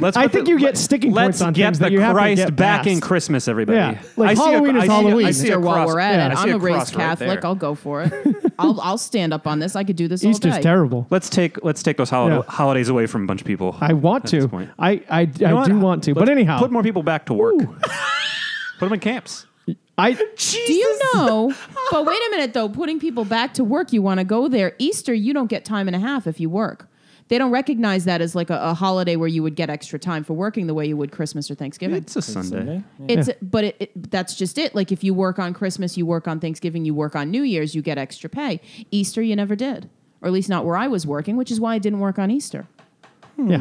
[SPEAKER 3] Let's
[SPEAKER 2] I
[SPEAKER 3] put
[SPEAKER 2] think
[SPEAKER 3] the-
[SPEAKER 2] you get
[SPEAKER 3] let-
[SPEAKER 2] sticking points
[SPEAKER 3] let's
[SPEAKER 2] on
[SPEAKER 3] get
[SPEAKER 2] things
[SPEAKER 3] the
[SPEAKER 2] that you have to
[SPEAKER 3] Christ
[SPEAKER 2] get
[SPEAKER 3] back in
[SPEAKER 2] past.
[SPEAKER 3] Christmas, everybody.
[SPEAKER 2] Yeah. Like,
[SPEAKER 3] I see a-
[SPEAKER 2] Halloween is
[SPEAKER 3] I see a-
[SPEAKER 2] Halloween.
[SPEAKER 3] I see
[SPEAKER 4] Easter
[SPEAKER 3] a
[SPEAKER 4] while
[SPEAKER 3] cross-
[SPEAKER 4] we're at
[SPEAKER 3] yeah, I
[SPEAKER 4] it.
[SPEAKER 3] see
[SPEAKER 4] I'm a,
[SPEAKER 3] a
[SPEAKER 4] raised
[SPEAKER 3] cross right
[SPEAKER 4] Catholic.
[SPEAKER 3] there.
[SPEAKER 4] I'll go
[SPEAKER 3] [LAUGHS]
[SPEAKER 4] for it. I'll, I'll stand up on this. I could do this all
[SPEAKER 2] Easter's
[SPEAKER 4] day.
[SPEAKER 2] terrible.
[SPEAKER 3] Let's take let's take those holi-
[SPEAKER 2] Yeah.
[SPEAKER 3] holidays away from a bunch of people.
[SPEAKER 2] I want
[SPEAKER 3] At
[SPEAKER 2] to.
[SPEAKER 3] this point.
[SPEAKER 2] I I, I
[SPEAKER 3] You know what?
[SPEAKER 2] do want to. But
[SPEAKER 3] Let's
[SPEAKER 2] anyhow,
[SPEAKER 3] put more people back to work. [LAUGHS] put them in camps.
[SPEAKER 2] I
[SPEAKER 4] Do you
[SPEAKER 3] [LAUGHS]
[SPEAKER 4] know? but wait a minute, though. Putting people back to work, you want to go there. Easter, you don't get time and a half if you work. They don't recognize that as like a, a holiday where you would get extra time for working the way you would Christmas or Thanksgiving.
[SPEAKER 3] It's a Sunday.
[SPEAKER 4] It's but it, it, that's just it. Like if you work on Christmas, you work on Thanksgiving, you work on New Year's, you get extra pay. Easter, you never did, or at least not where I was working, which is why I didn't work on Easter.
[SPEAKER 2] yeah.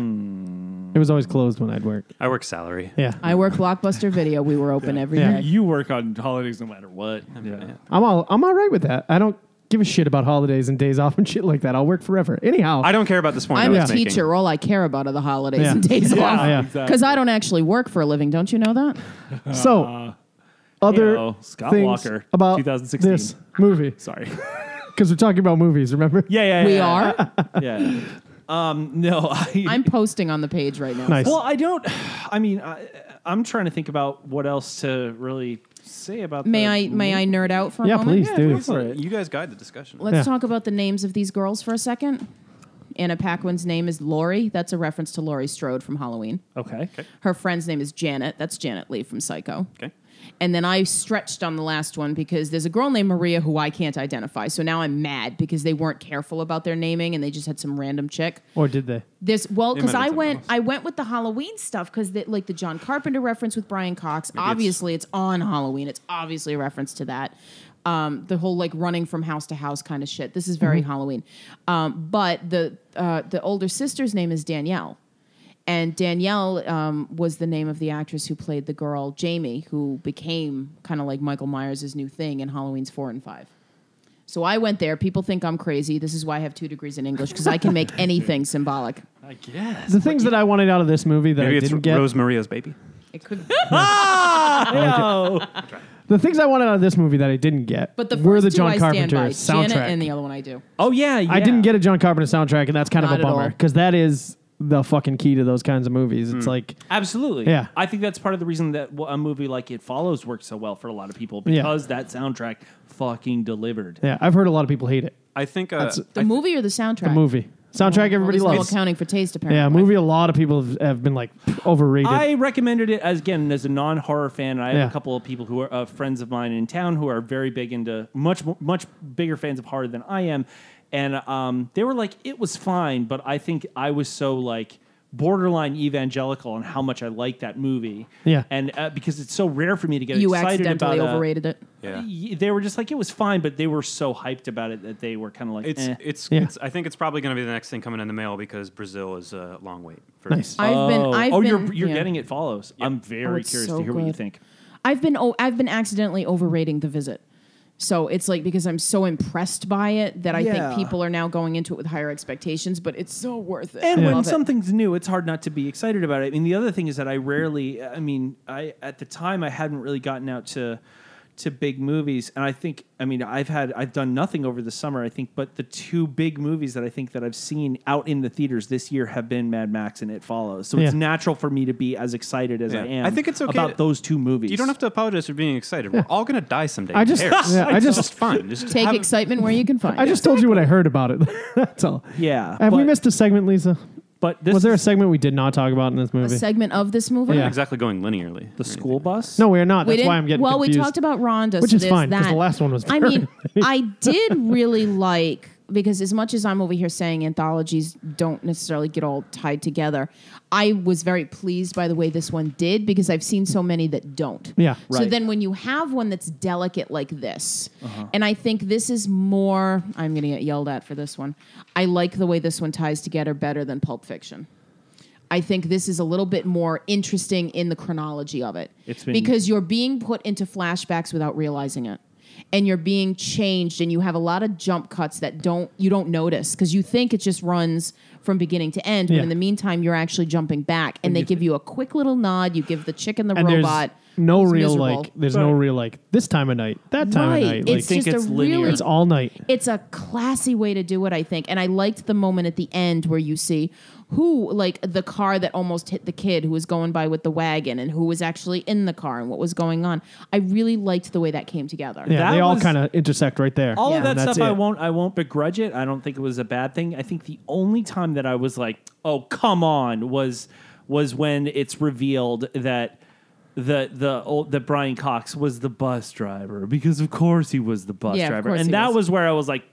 [SPEAKER 2] It was always closed when I'd work.
[SPEAKER 3] I work salary.
[SPEAKER 2] Yeah,
[SPEAKER 4] I work Blockbuster Video. We were open every day.
[SPEAKER 2] Yeah.
[SPEAKER 1] You work on holidays no matter what. Yeah.
[SPEAKER 2] I'm all I'm all right with that. I don't give a shit about holidays and days off and [LAUGHS] shit like that. I'll work forever. Anyhow,
[SPEAKER 3] I don't care about this point.
[SPEAKER 4] I'm
[SPEAKER 3] I
[SPEAKER 4] a
[SPEAKER 3] was
[SPEAKER 4] teacher.
[SPEAKER 3] Making.
[SPEAKER 4] All I care about are the holidays
[SPEAKER 2] Yeah.
[SPEAKER 4] and days
[SPEAKER 2] Yeah,
[SPEAKER 4] off.
[SPEAKER 2] yeah.
[SPEAKER 1] Exactly.
[SPEAKER 4] Because I don't actually work for a living. Don't you know that?
[SPEAKER 2] so other
[SPEAKER 1] you know, Scott
[SPEAKER 2] things
[SPEAKER 1] Walker,
[SPEAKER 2] about
[SPEAKER 1] 2016.
[SPEAKER 2] this movie
[SPEAKER 1] Sorry. [LAUGHS]
[SPEAKER 2] because we're talking about movies. Remember?
[SPEAKER 1] Yeah, yeah,
[SPEAKER 4] We
[SPEAKER 1] yeah,
[SPEAKER 4] are.
[SPEAKER 1] Yeah. Um, no, I,
[SPEAKER 4] I'm posting on the page right now.
[SPEAKER 2] Nice.
[SPEAKER 1] Well, I don't. [SIGHS] I mean, I, I'm trying to think about what else to really say about.
[SPEAKER 4] May
[SPEAKER 1] the
[SPEAKER 4] I may I nerd out for a
[SPEAKER 2] Yeah,
[SPEAKER 4] moment?
[SPEAKER 2] please do.
[SPEAKER 1] please. Alright.
[SPEAKER 3] You guys guide the discussion.
[SPEAKER 4] Let's
[SPEAKER 2] Yeah.
[SPEAKER 4] talk about the names of these girls for a second. Anna Paquin's name is Lori. That's a reference to Laurie Strode from Halloween.
[SPEAKER 1] Okay.
[SPEAKER 4] Her friend's name is Janet. That's Janet Lee from Psycho.
[SPEAKER 3] Okay.
[SPEAKER 4] And then I stretched on the last one because there's a girl named Maria who I can't identify. So now I'm mad because they weren't careful about their naming and they just had some random chick.
[SPEAKER 2] Or did they?
[SPEAKER 4] This well,
[SPEAKER 3] They
[SPEAKER 4] because
[SPEAKER 3] might have
[SPEAKER 4] I
[SPEAKER 3] done
[SPEAKER 4] went,
[SPEAKER 3] those.
[SPEAKER 4] I went with the Halloween stuff because like the John Carpenter reference with Brian Cox. obviously, it's, on Halloween. It's obviously a reference to that. Um, the whole like running from house to house kind of shit. This is
[SPEAKER 3] Mm-hmm.
[SPEAKER 4] very Halloween. Um, but the uh, the older sister's name is Danielle, and Danielle um, was the name of the actress who played the girl Jamie, who became kind of like Michael Myers' new thing in Halloween's four and five. So I went there. People think I'm crazy. This is why I have two degrees in English because I
[SPEAKER 3] [LAUGHS]
[SPEAKER 4] can make anything symbolic.
[SPEAKER 3] I guess.
[SPEAKER 2] The things that I wanted out of this movie that
[SPEAKER 3] Maybe
[SPEAKER 2] I
[SPEAKER 3] it's
[SPEAKER 2] didn't get.
[SPEAKER 3] Rose Maria's baby.
[SPEAKER 1] [LAUGHS]
[SPEAKER 4] It could,
[SPEAKER 2] The things I wanted out of this movie that I didn't get.
[SPEAKER 4] but the
[SPEAKER 2] were
[SPEAKER 4] first
[SPEAKER 2] the
[SPEAKER 4] two
[SPEAKER 2] John
[SPEAKER 4] I stand
[SPEAKER 2] Carpenter
[SPEAKER 4] by.
[SPEAKER 2] soundtrack.
[SPEAKER 4] Janet and the other one I do.
[SPEAKER 1] Oh yeah, yeah.
[SPEAKER 2] I didn't get a John Carpenter soundtrack, and that's kind
[SPEAKER 4] Not
[SPEAKER 2] of a
[SPEAKER 4] at all.
[SPEAKER 2] bummer because that is the fucking key to those kinds of movies. It's like
[SPEAKER 1] Absolutely.
[SPEAKER 2] Yeah.
[SPEAKER 1] I think that's part of the reason that w- a movie like It Follows worked so well for a lot of people
[SPEAKER 2] Yeah.
[SPEAKER 1] because that soundtrack fucking delivered.
[SPEAKER 2] yeah, I've heard a lot of people hate it.
[SPEAKER 3] I think. Uh,
[SPEAKER 2] That's-
[SPEAKER 4] The movie or the soundtrack?
[SPEAKER 2] The movie soundtrack
[SPEAKER 4] Well,
[SPEAKER 2] everybody
[SPEAKER 4] there's no
[SPEAKER 2] loves.
[SPEAKER 4] accounting for taste, apparently.
[SPEAKER 2] yeah, movie. A lot of people have, have been like overrated.
[SPEAKER 1] I recommended it as again as a non horror fan. I have
[SPEAKER 2] Yeah.
[SPEAKER 1] a couple of people who are uh, friends of mine in town who are very big into much mo- much bigger fans of horror than I am, and um, they were like, "It was fine," but I think I was so like borderline evangelical on how much I like that movie.
[SPEAKER 2] Yeah.
[SPEAKER 1] and uh, because it's so rare for me to get
[SPEAKER 4] you
[SPEAKER 1] excited
[SPEAKER 4] accidentally
[SPEAKER 1] about uh, a-
[SPEAKER 4] overrated it.
[SPEAKER 3] Yeah.
[SPEAKER 1] Y- They were just like it was fine, but they were so hyped about it that they were kind of like,
[SPEAKER 3] It's
[SPEAKER 1] eh.
[SPEAKER 3] it's,
[SPEAKER 2] Yeah.
[SPEAKER 3] it's I think it's probably going to be the next thing coming in the mail because Brazil is a long wait. For
[SPEAKER 2] Nice.
[SPEAKER 4] I've
[SPEAKER 1] oh,
[SPEAKER 4] been. I've
[SPEAKER 1] oh,
[SPEAKER 4] been,
[SPEAKER 1] you're you're
[SPEAKER 4] yeah. Oh,
[SPEAKER 1] getting it follows. I'm very
[SPEAKER 4] it's
[SPEAKER 1] curious
[SPEAKER 4] so
[SPEAKER 1] to hear what you
[SPEAKER 4] good.
[SPEAKER 1] think.
[SPEAKER 4] I've been oh, I've been accidentally overrating the visit. So it's like because I'm so impressed by it that I
[SPEAKER 1] Yeah.
[SPEAKER 4] think people are now going into it with higher expectations, but it's so worth it.
[SPEAKER 1] And
[SPEAKER 4] I
[SPEAKER 1] when
[SPEAKER 4] love it.
[SPEAKER 1] something's new, it's hard not to be excited about it. I mean, the other thing is that I rarely, I mean, I at the time I hadn't really gotten out to to big movies, and I think, I mean, I've had I've done nothing over the summer, I think, but the two big movies that I think that I've seen out in the theaters this year have been Mad Max and It Follows. So it's
[SPEAKER 2] Yeah.
[SPEAKER 1] natural for me to be as excited as
[SPEAKER 3] Yeah.
[SPEAKER 1] I am.
[SPEAKER 3] I think it's okay
[SPEAKER 1] about
[SPEAKER 3] to-
[SPEAKER 1] those two movies.
[SPEAKER 3] You don't have to apologize for being excited. We're all going to die someday.
[SPEAKER 2] I just,
[SPEAKER 3] Who cares?
[SPEAKER 2] yeah, I
[SPEAKER 3] It's
[SPEAKER 2] just,
[SPEAKER 3] just fun. Just
[SPEAKER 4] take
[SPEAKER 3] have-
[SPEAKER 4] excitement where you can find
[SPEAKER 2] I
[SPEAKER 4] it.
[SPEAKER 2] just told you what I heard about it. [LAUGHS] That's all.
[SPEAKER 1] Yeah,
[SPEAKER 2] Have we
[SPEAKER 1] but-
[SPEAKER 2] missed a segment, Lisa?
[SPEAKER 1] But this
[SPEAKER 2] Was there a
[SPEAKER 1] is
[SPEAKER 2] segment we did not talk about in this
[SPEAKER 4] a
[SPEAKER 2] movie?
[SPEAKER 4] segment of this movie.
[SPEAKER 2] Yeah.
[SPEAKER 3] exactly going linearly.
[SPEAKER 1] the school bus?
[SPEAKER 2] no, we are not.
[SPEAKER 4] We
[SPEAKER 2] That's
[SPEAKER 4] didn't-
[SPEAKER 2] why I'm getting
[SPEAKER 4] well,
[SPEAKER 2] confused.
[SPEAKER 4] we talked about Rhonda,
[SPEAKER 2] Which
[SPEAKER 4] so
[SPEAKER 2] is
[SPEAKER 4] there's
[SPEAKER 2] fine, 'cause
[SPEAKER 4] That
[SPEAKER 2] the last one was
[SPEAKER 4] I
[SPEAKER 2] very [LAUGHS]
[SPEAKER 4] mean, I did really like because as much as I'm over here saying anthologies don't necessarily get all tied together, I was very pleased by the way this one did because I've seen so many that don't.
[SPEAKER 2] Yeah,
[SPEAKER 4] So
[SPEAKER 1] right.
[SPEAKER 4] then when you have one that's delicate like this, and I think this is more. I'm going to get yelled at for this one. I like the way this one ties together better than Pulp Fiction. I think this is a little bit more interesting in the chronology of it.
[SPEAKER 1] It's been-
[SPEAKER 4] because you're being put into flashbacks without realizing it. And you're being changed and you have a lot of jump cuts that don't you don't notice because you think it just runs from beginning to end, but
[SPEAKER 2] Yeah.
[SPEAKER 4] in the meantime you're actually jumping back and they give you a quick little nod, you give the chicken the
[SPEAKER 2] and
[SPEAKER 4] robot.
[SPEAKER 2] there's no
[SPEAKER 4] who's
[SPEAKER 2] real
[SPEAKER 4] miserable.
[SPEAKER 2] like. There's no
[SPEAKER 1] Right.
[SPEAKER 2] real like this time of night, that time
[SPEAKER 4] Right.
[SPEAKER 2] of night. Like,
[SPEAKER 4] It's
[SPEAKER 2] it's,
[SPEAKER 1] think
[SPEAKER 4] just
[SPEAKER 1] it's
[SPEAKER 4] a
[SPEAKER 1] linear.
[SPEAKER 4] really
[SPEAKER 1] It's
[SPEAKER 2] all night.
[SPEAKER 4] it's a classy way to do it, I think. And I liked the moment at the end where you see who, like the car that almost hit the kid who was going by with the wagon and who was actually in the car and what was going on. I really liked the way that came together.
[SPEAKER 2] Yeah,
[SPEAKER 1] That
[SPEAKER 2] they all
[SPEAKER 1] was-
[SPEAKER 2] kind of intersect right there.
[SPEAKER 1] all
[SPEAKER 4] Yeah.
[SPEAKER 1] of that
[SPEAKER 2] And that's
[SPEAKER 1] stuff I
[SPEAKER 2] it.
[SPEAKER 1] won't I won't begrudge it. I don't think it was a bad thing. I think the only time that I was like, "Oh, come on," was was when it's revealed that the the old that Brian Cox was the bus driver because of course he was the bus
[SPEAKER 4] Yeah, of
[SPEAKER 1] driver.
[SPEAKER 4] course
[SPEAKER 1] And
[SPEAKER 4] he
[SPEAKER 1] that
[SPEAKER 4] was.
[SPEAKER 1] was where I was like,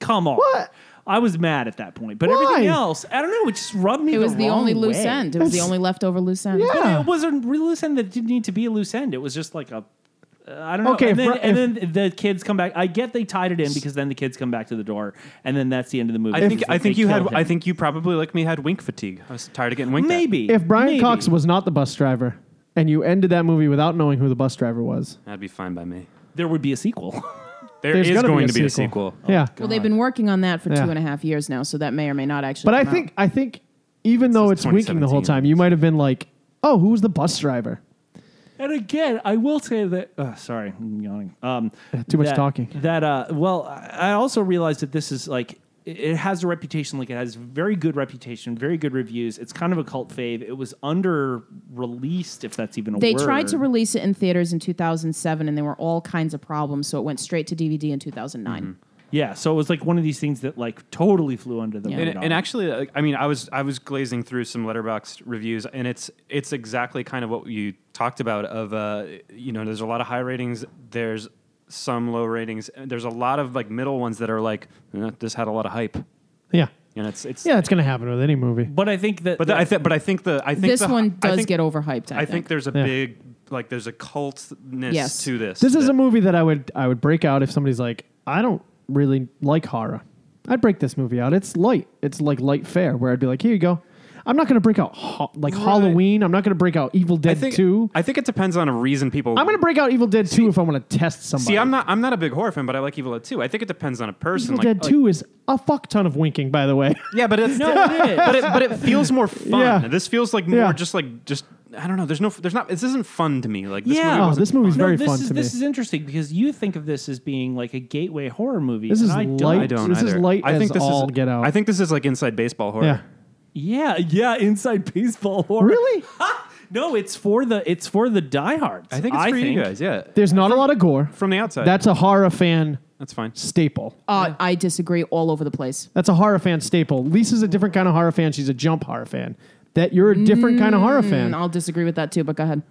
[SPEAKER 1] "Come on."
[SPEAKER 2] What?
[SPEAKER 1] I was mad at that point, but
[SPEAKER 2] Why?
[SPEAKER 1] everything else, I don't know, it just rubbed me
[SPEAKER 4] It was the
[SPEAKER 1] wrong
[SPEAKER 4] only loose
[SPEAKER 1] way.
[SPEAKER 4] end. It was the
[SPEAKER 2] That's-
[SPEAKER 4] only leftover loose end.
[SPEAKER 2] Yeah.
[SPEAKER 1] But it was a real loose end that didn't need to be a loose end. It was just like a. Uh, I don't know.
[SPEAKER 2] Okay,
[SPEAKER 1] and,
[SPEAKER 2] if
[SPEAKER 1] then,
[SPEAKER 2] Ru-
[SPEAKER 1] and then the kids come back. I get they tied it in because then the kids come back to the door, and then that's the end of the movie.
[SPEAKER 3] I think I
[SPEAKER 1] They
[SPEAKER 3] think you had
[SPEAKER 1] killed him.
[SPEAKER 3] I think you probably like me had wink fatigue. I was tired of getting winked. at.
[SPEAKER 1] maybe
[SPEAKER 2] If Brian
[SPEAKER 1] maybe.
[SPEAKER 2] Cox was not the bus driver, and you ended that movie without knowing who the bus driver was,
[SPEAKER 3] that'd be fine by me.
[SPEAKER 1] there would be a sequel. [LAUGHS]
[SPEAKER 3] There
[SPEAKER 2] there's
[SPEAKER 3] is
[SPEAKER 2] gotta
[SPEAKER 3] going
[SPEAKER 2] be a
[SPEAKER 3] to be
[SPEAKER 2] sequel.
[SPEAKER 3] a sequel.
[SPEAKER 1] Oh,
[SPEAKER 2] yeah.
[SPEAKER 4] Well, they've been working on that for
[SPEAKER 2] Yeah.
[SPEAKER 4] two and a half years now, so that may or may not actually.
[SPEAKER 2] But I
[SPEAKER 4] come out.
[SPEAKER 2] think I think even though
[SPEAKER 3] is
[SPEAKER 2] it's winking the whole
[SPEAKER 3] 2017.
[SPEAKER 2] time, you might have been like, "Oh, who was the bus driver?"
[SPEAKER 1] and again, I will say that. Uh, sorry, I'm yawning. Um,
[SPEAKER 2] Too much
[SPEAKER 1] that-
[SPEAKER 2] talking.
[SPEAKER 1] That uh, well, I I also realized that this is like it- it has a reputation. Like it has very good reputation, very good reviews. It's kind of a cult fave. It was under released, if that's even a
[SPEAKER 4] they
[SPEAKER 1] word.
[SPEAKER 4] tried to release it in theaters in 2007, and there were all kinds of problems, so it went straight to DVD in 2009.
[SPEAKER 1] Mm-hmm. Yeah, so it was like one of these things that like totally flew under the
[SPEAKER 4] Yeah.
[SPEAKER 1] radar.
[SPEAKER 3] And, and actually, like, I mean, I was I was glazing through some letterbox reviews, and it's it's exactly kind of what you talked about. Of uh, you know, there's a lot of high ratings. There's some low ratings. And there's a lot of like middle ones that are like "Eh, this had a lot of hype,
[SPEAKER 2] Yeah,
[SPEAKER 3] and it's it's
[SPEAKER 2] yeah, it's gonna happen with any movie.
[SPEAKER 1] but I think that
[SPEAKER 3] But
[SPEAKER 1] [LAUGHS]
[SPEAKER 3] the, I th- but I think the I think
[SPEAKER 4] This
[SPEAKER 3] the-
[SPEAKER 4] one
[SPEAKER 3] I
[SPEAKER 4] does
[SPEAKER 3] think-
[SPEAKER 4] get overhyped. I,
[SPEAKER 3] I think there's a
[SPEAKER 2] Yeah.
[SPEAKER 3] big like there's a cultness
[SPEAKER 4] Yes.
[SPEAKER 3] to this.
[SPEAKER 2] This is
[SPEAKER 3] that-
[SPEAKER 2] a movie that I would I would break out if somebody's like, "I don't really like horror." I'd break this movie out. It's light. It's like light fare, where I'd be like, "Here you go." I'm not gonna break out ho- like Halloween. I'm not gonna break out Evil
[SPEAKER 3] I
[SPEAKER 2] Dead
[SPEAKER 3] think
[SPEAKER 2] Two.
[SPEAKER 3] I think it depends on a reason people.
[SPEAKER 2] I'm gonna break out Evil Dead Two if I want to test somebody.
[SPEAKER 3] See, I'm not I'm not a big horror fan, but I like Evil Dead 2. I think it depends on a person.
[SPEAKER 2] Evil
[SPEAKER 3] like,
[SPEAKER 2] Dead
[SPEAKER 3] like-
[SPEAKER 2] Two is a fuck ton of winking, by the
[SPEAKER 3] [LAUGHS]
[SPEAKER 2] way.
[SPEAKER 3] Yeah, but it's
[SPEAKER 1] no, it is.
[SPEAKER 3] but it but it feels more
[SPEAKER 2] [LAUGHS]
[SPEAKER 3] fun.
[SPEAKER 2] Yeah.
[SPEAKER 3] This feels like more
[SPEAKER 2] Yeah.
[SPEAKER 3] just like just I don't know. There's no there's not this isn't fun to me. Like this
[SPEAKER 1] yeah,
[SPEAKER 3] movie
[SPEAKER 2] Oh,
[SPEAKER 3] wasn't
[SPEAKER 2] this movie's
[SPEAKER 1] No,
[SPEAKER 2] very
[SPEAKER 1] this
[SPEAKER 2] fun
[SPEAKER 1] is,
[SPEAKER 2] to me.
[SPEAKER 1] This is interesting because you think of this as being like a gateway horror movie.
[SPEAKER 2] This
[SPEAKER 1] and
[SPEAKER 2] is
[SPEAKER 1] I don't.
[SPEAKER 2] light.
[SPEAKER 3] I don't
[SPEAKER 2] This is
[SPEAKER 3] either.
[SPEAKER 2] light
[SPEAKER 3] I think
[SPEAKER 2] as
[SPEAKER 3] this
[SPEAKER 2] all
[SPEAKER 3] is
[SPEAKER 2] get out.
[SPEAKER 3] I think this is like inside baseball horror.
[SPEAKER 2] yeah.
[SPEAKER 1] Yeah, yeah, inside baseball horror.
[SPEAKER 2] Really?
[SPEAKER 1] [LAUGHS] No, it's for the it's for the diehards.
[SPEAKER 3] I think it's for you guys. Yeah,
[SPEAKER 2] There's not a lot of gore.
[SPEAKER 3] from the outside.
[SPEAKER 2] That's a horror fan
[SPEAKER 3] that's fine.
[SPEAKER 2] staple.
[SPEAKER 4] Uh, I disagree all over the place.
[SPEAKER 2] That's a horror fan staple. Lisa's a different kind of horror fan. She's a jump horror fan. That you're a different kind of horror
[SPEAKER 4] And
[SPEAKER 3] Mm,
[SPEAKER 2] fan.
[SPEAKER 4] Mm, I'll disagree with that too, but go ahead.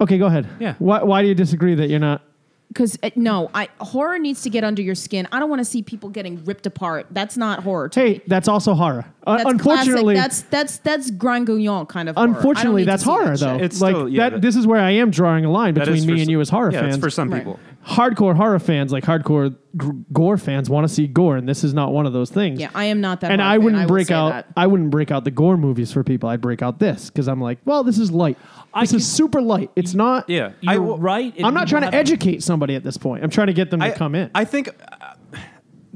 [SPEAKER 2] Okay, go ahead.
[SPEAKER 3] Yeah.
[SPEAKER 2] Why, why do you disagree that you're not?
[SPEAKER 4] because eh, no, I horror needs to get under your skin. I don't want to see people getting ripped apart. That's not horror. to me.
[SPEAKER 2] Hey, that's also horror. Uh,
[SPEAKER 4] that's
[SPEAKER 2] unfortunately,
[SPEAKER 4] classic. that's that's that's grand guignon kind of. horror. I don't
[SPEAKER 2] unfortunately
[SPEAKER 4] need to
[SPEAKER 2] that's
[SPEAKER 4] see
[SPEAKER 2] horror
[SPEAKER 4] that shit.
[SPEAKER 2] though.
[SPEAKER 3] It's
[SPEAKER 2] like
[SPEAKER 3] still- yeah,
[SPEAKER 2] that,
[SPEAKER 3] that-
[SPEAKER 2] This is where I am drawing a line
[SPEAKER 3] That is
[SPEAKER 2] between
[SPEAKER 3] for
[SPEAKER 2] me and
[SPEAKER 3] some-
[SPEAKER 2] you as horror
[SPEAKER 3] yeah,
[SPEAKER 2] fans.
[SPEAKER 3] it's for some
[SPEAKER 4] Right.
[SPEAKER 3] people.
[SPEAKER 2] hardcore horror fans, like hardcore gr- gore fans, want to see gore, and this is not one of those things.
[SPEAKER 4] Yeah, I am not that.
[SPEAKER 2] and
[SPEAKER 4] horror
[SPEAKER 2] I
[SPEAKER 4] fan,
[SPEAKER 2] wouldn't
[SPEAKER 4] will
[SPEAKER 2] break
[SPEAKER 4] say
[SPEAKER 2] out.
[SPEAKER 4] that.
[SPEAKER 2] I wouldn't break out the gore movies for people. I'd break out this because I'm like, well, this is light. This is super light. It's not.
[SPEAKER 3] Yeah.
[SPEAKER 1] You're
[SPEAKER 3] I will-
[SPEAKER 1] right. and
[SPEAKER 2] I'm not
[SPEAKER 1] you
[SPEAKER 2] trying to
[SPEAKER 1] have-
[SPEAKER 2] educate somebody at this point. I'm trying to get them to come in.
[SPEAKER 3] I think uh,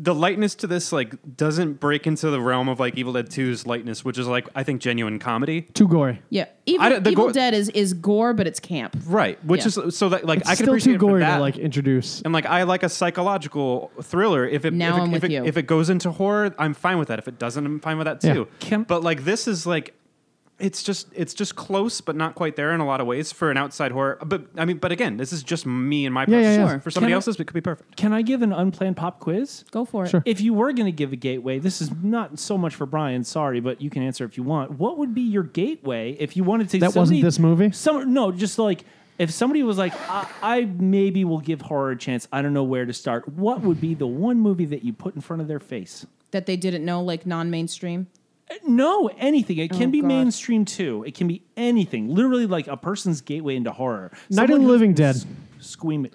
[SPEAKER 3] the lightness to this like doesn't break into the realm of like Evil Dead 2's lightness, which is like I think genuine comedy.
[SPEAKER 2] Too gory.
[SPEAKER 4] Yeah,
[SPEAKER 3] I
[SPEAKER 4] Evil,
[SPEAKER 3] don't- the
[SPEAKER 4] Evil
[SPEAKER 3] gore-
[SPEAKER 4] Dead is is gore, but it's camp.
[SPEAKER 3] Right. Which
[SPEAKER 4] Yeah.
[SPEAKER 3] is so that like
[SPEAKER 2] It's
[SPEAKER 3] I can
[SPEAKER 2] still
[SPEAKER 3] appreciate
[SPEAKER 2] too
[SPEAKER 3] it for
[SPEAKER 2] gory
[SPEAKER 3] that.
[SPEAKER 2] to like introduce.
[SPEAKER 3] and like I like a psychological thriller. If it
[SPEAKER 4] Now
[SPEAKER 3] if it,
[SPEAKER 4] I'm
[SPEAKER 3] if,
[SPEAKER 4] with
[SPEAKER 3] it
[SPEAKER 4] you.
[SPEAKER 3] if it goes into horror, I'm fine with that. If it doesn't, I'm fine with that
[SPEAKER 2] Yeah.
[SPEAKER 3] too.
[SPEAKER 1] Can-
[SPEAKER 3] but like this is like it's just it's just close, but not quite there in a lot of ways for an outside horror. But I mean, but again, this is just me and my
[SPEAKER 2] Yeah, yeah,
[SPEAKER 3] preferences.
[SPEAKER 2] yeah.
[SPEAKER 3] For somebody
[SPEAKER 1] Can I-
[SPEAKER 3] else's, it could be perfect.
[SPEAKER 1] Can I give an unplanned pop quiz?
[SPEAKER 4] Go for it.
[SPEAKER 2] Sure.
[SPEAKER 1] If you were going to give a gateway, this is not so much for Brian. Sorry, but you can answer if you want. What would be your gateway if you wanted to?
[SPEAKER 2] That wasn't this movie?
[SPEAKER 1] Some no, just like if somebody was like, I, I maybe will give horror a chance. I don't know where to start. What would be the one movie that you put in front of their face? Uh,
[SPEAKER 4] That they didn't know, like non-mainstream.
[SPEAKER 1] No, anything. It can
[SPEAKER 4] Oh,
[SPEAKER 1] be
[SPEAKER 4] God.
[SPEAKER 1] mainstream too. It can be anything. Literally, like a person's gateway into horror.
[SPEAKER 2] Night of the
[SPEAKER 1] Someone who
[SPEAKER 2] Living Dead.
[SPEAKER 1] s- Scream it.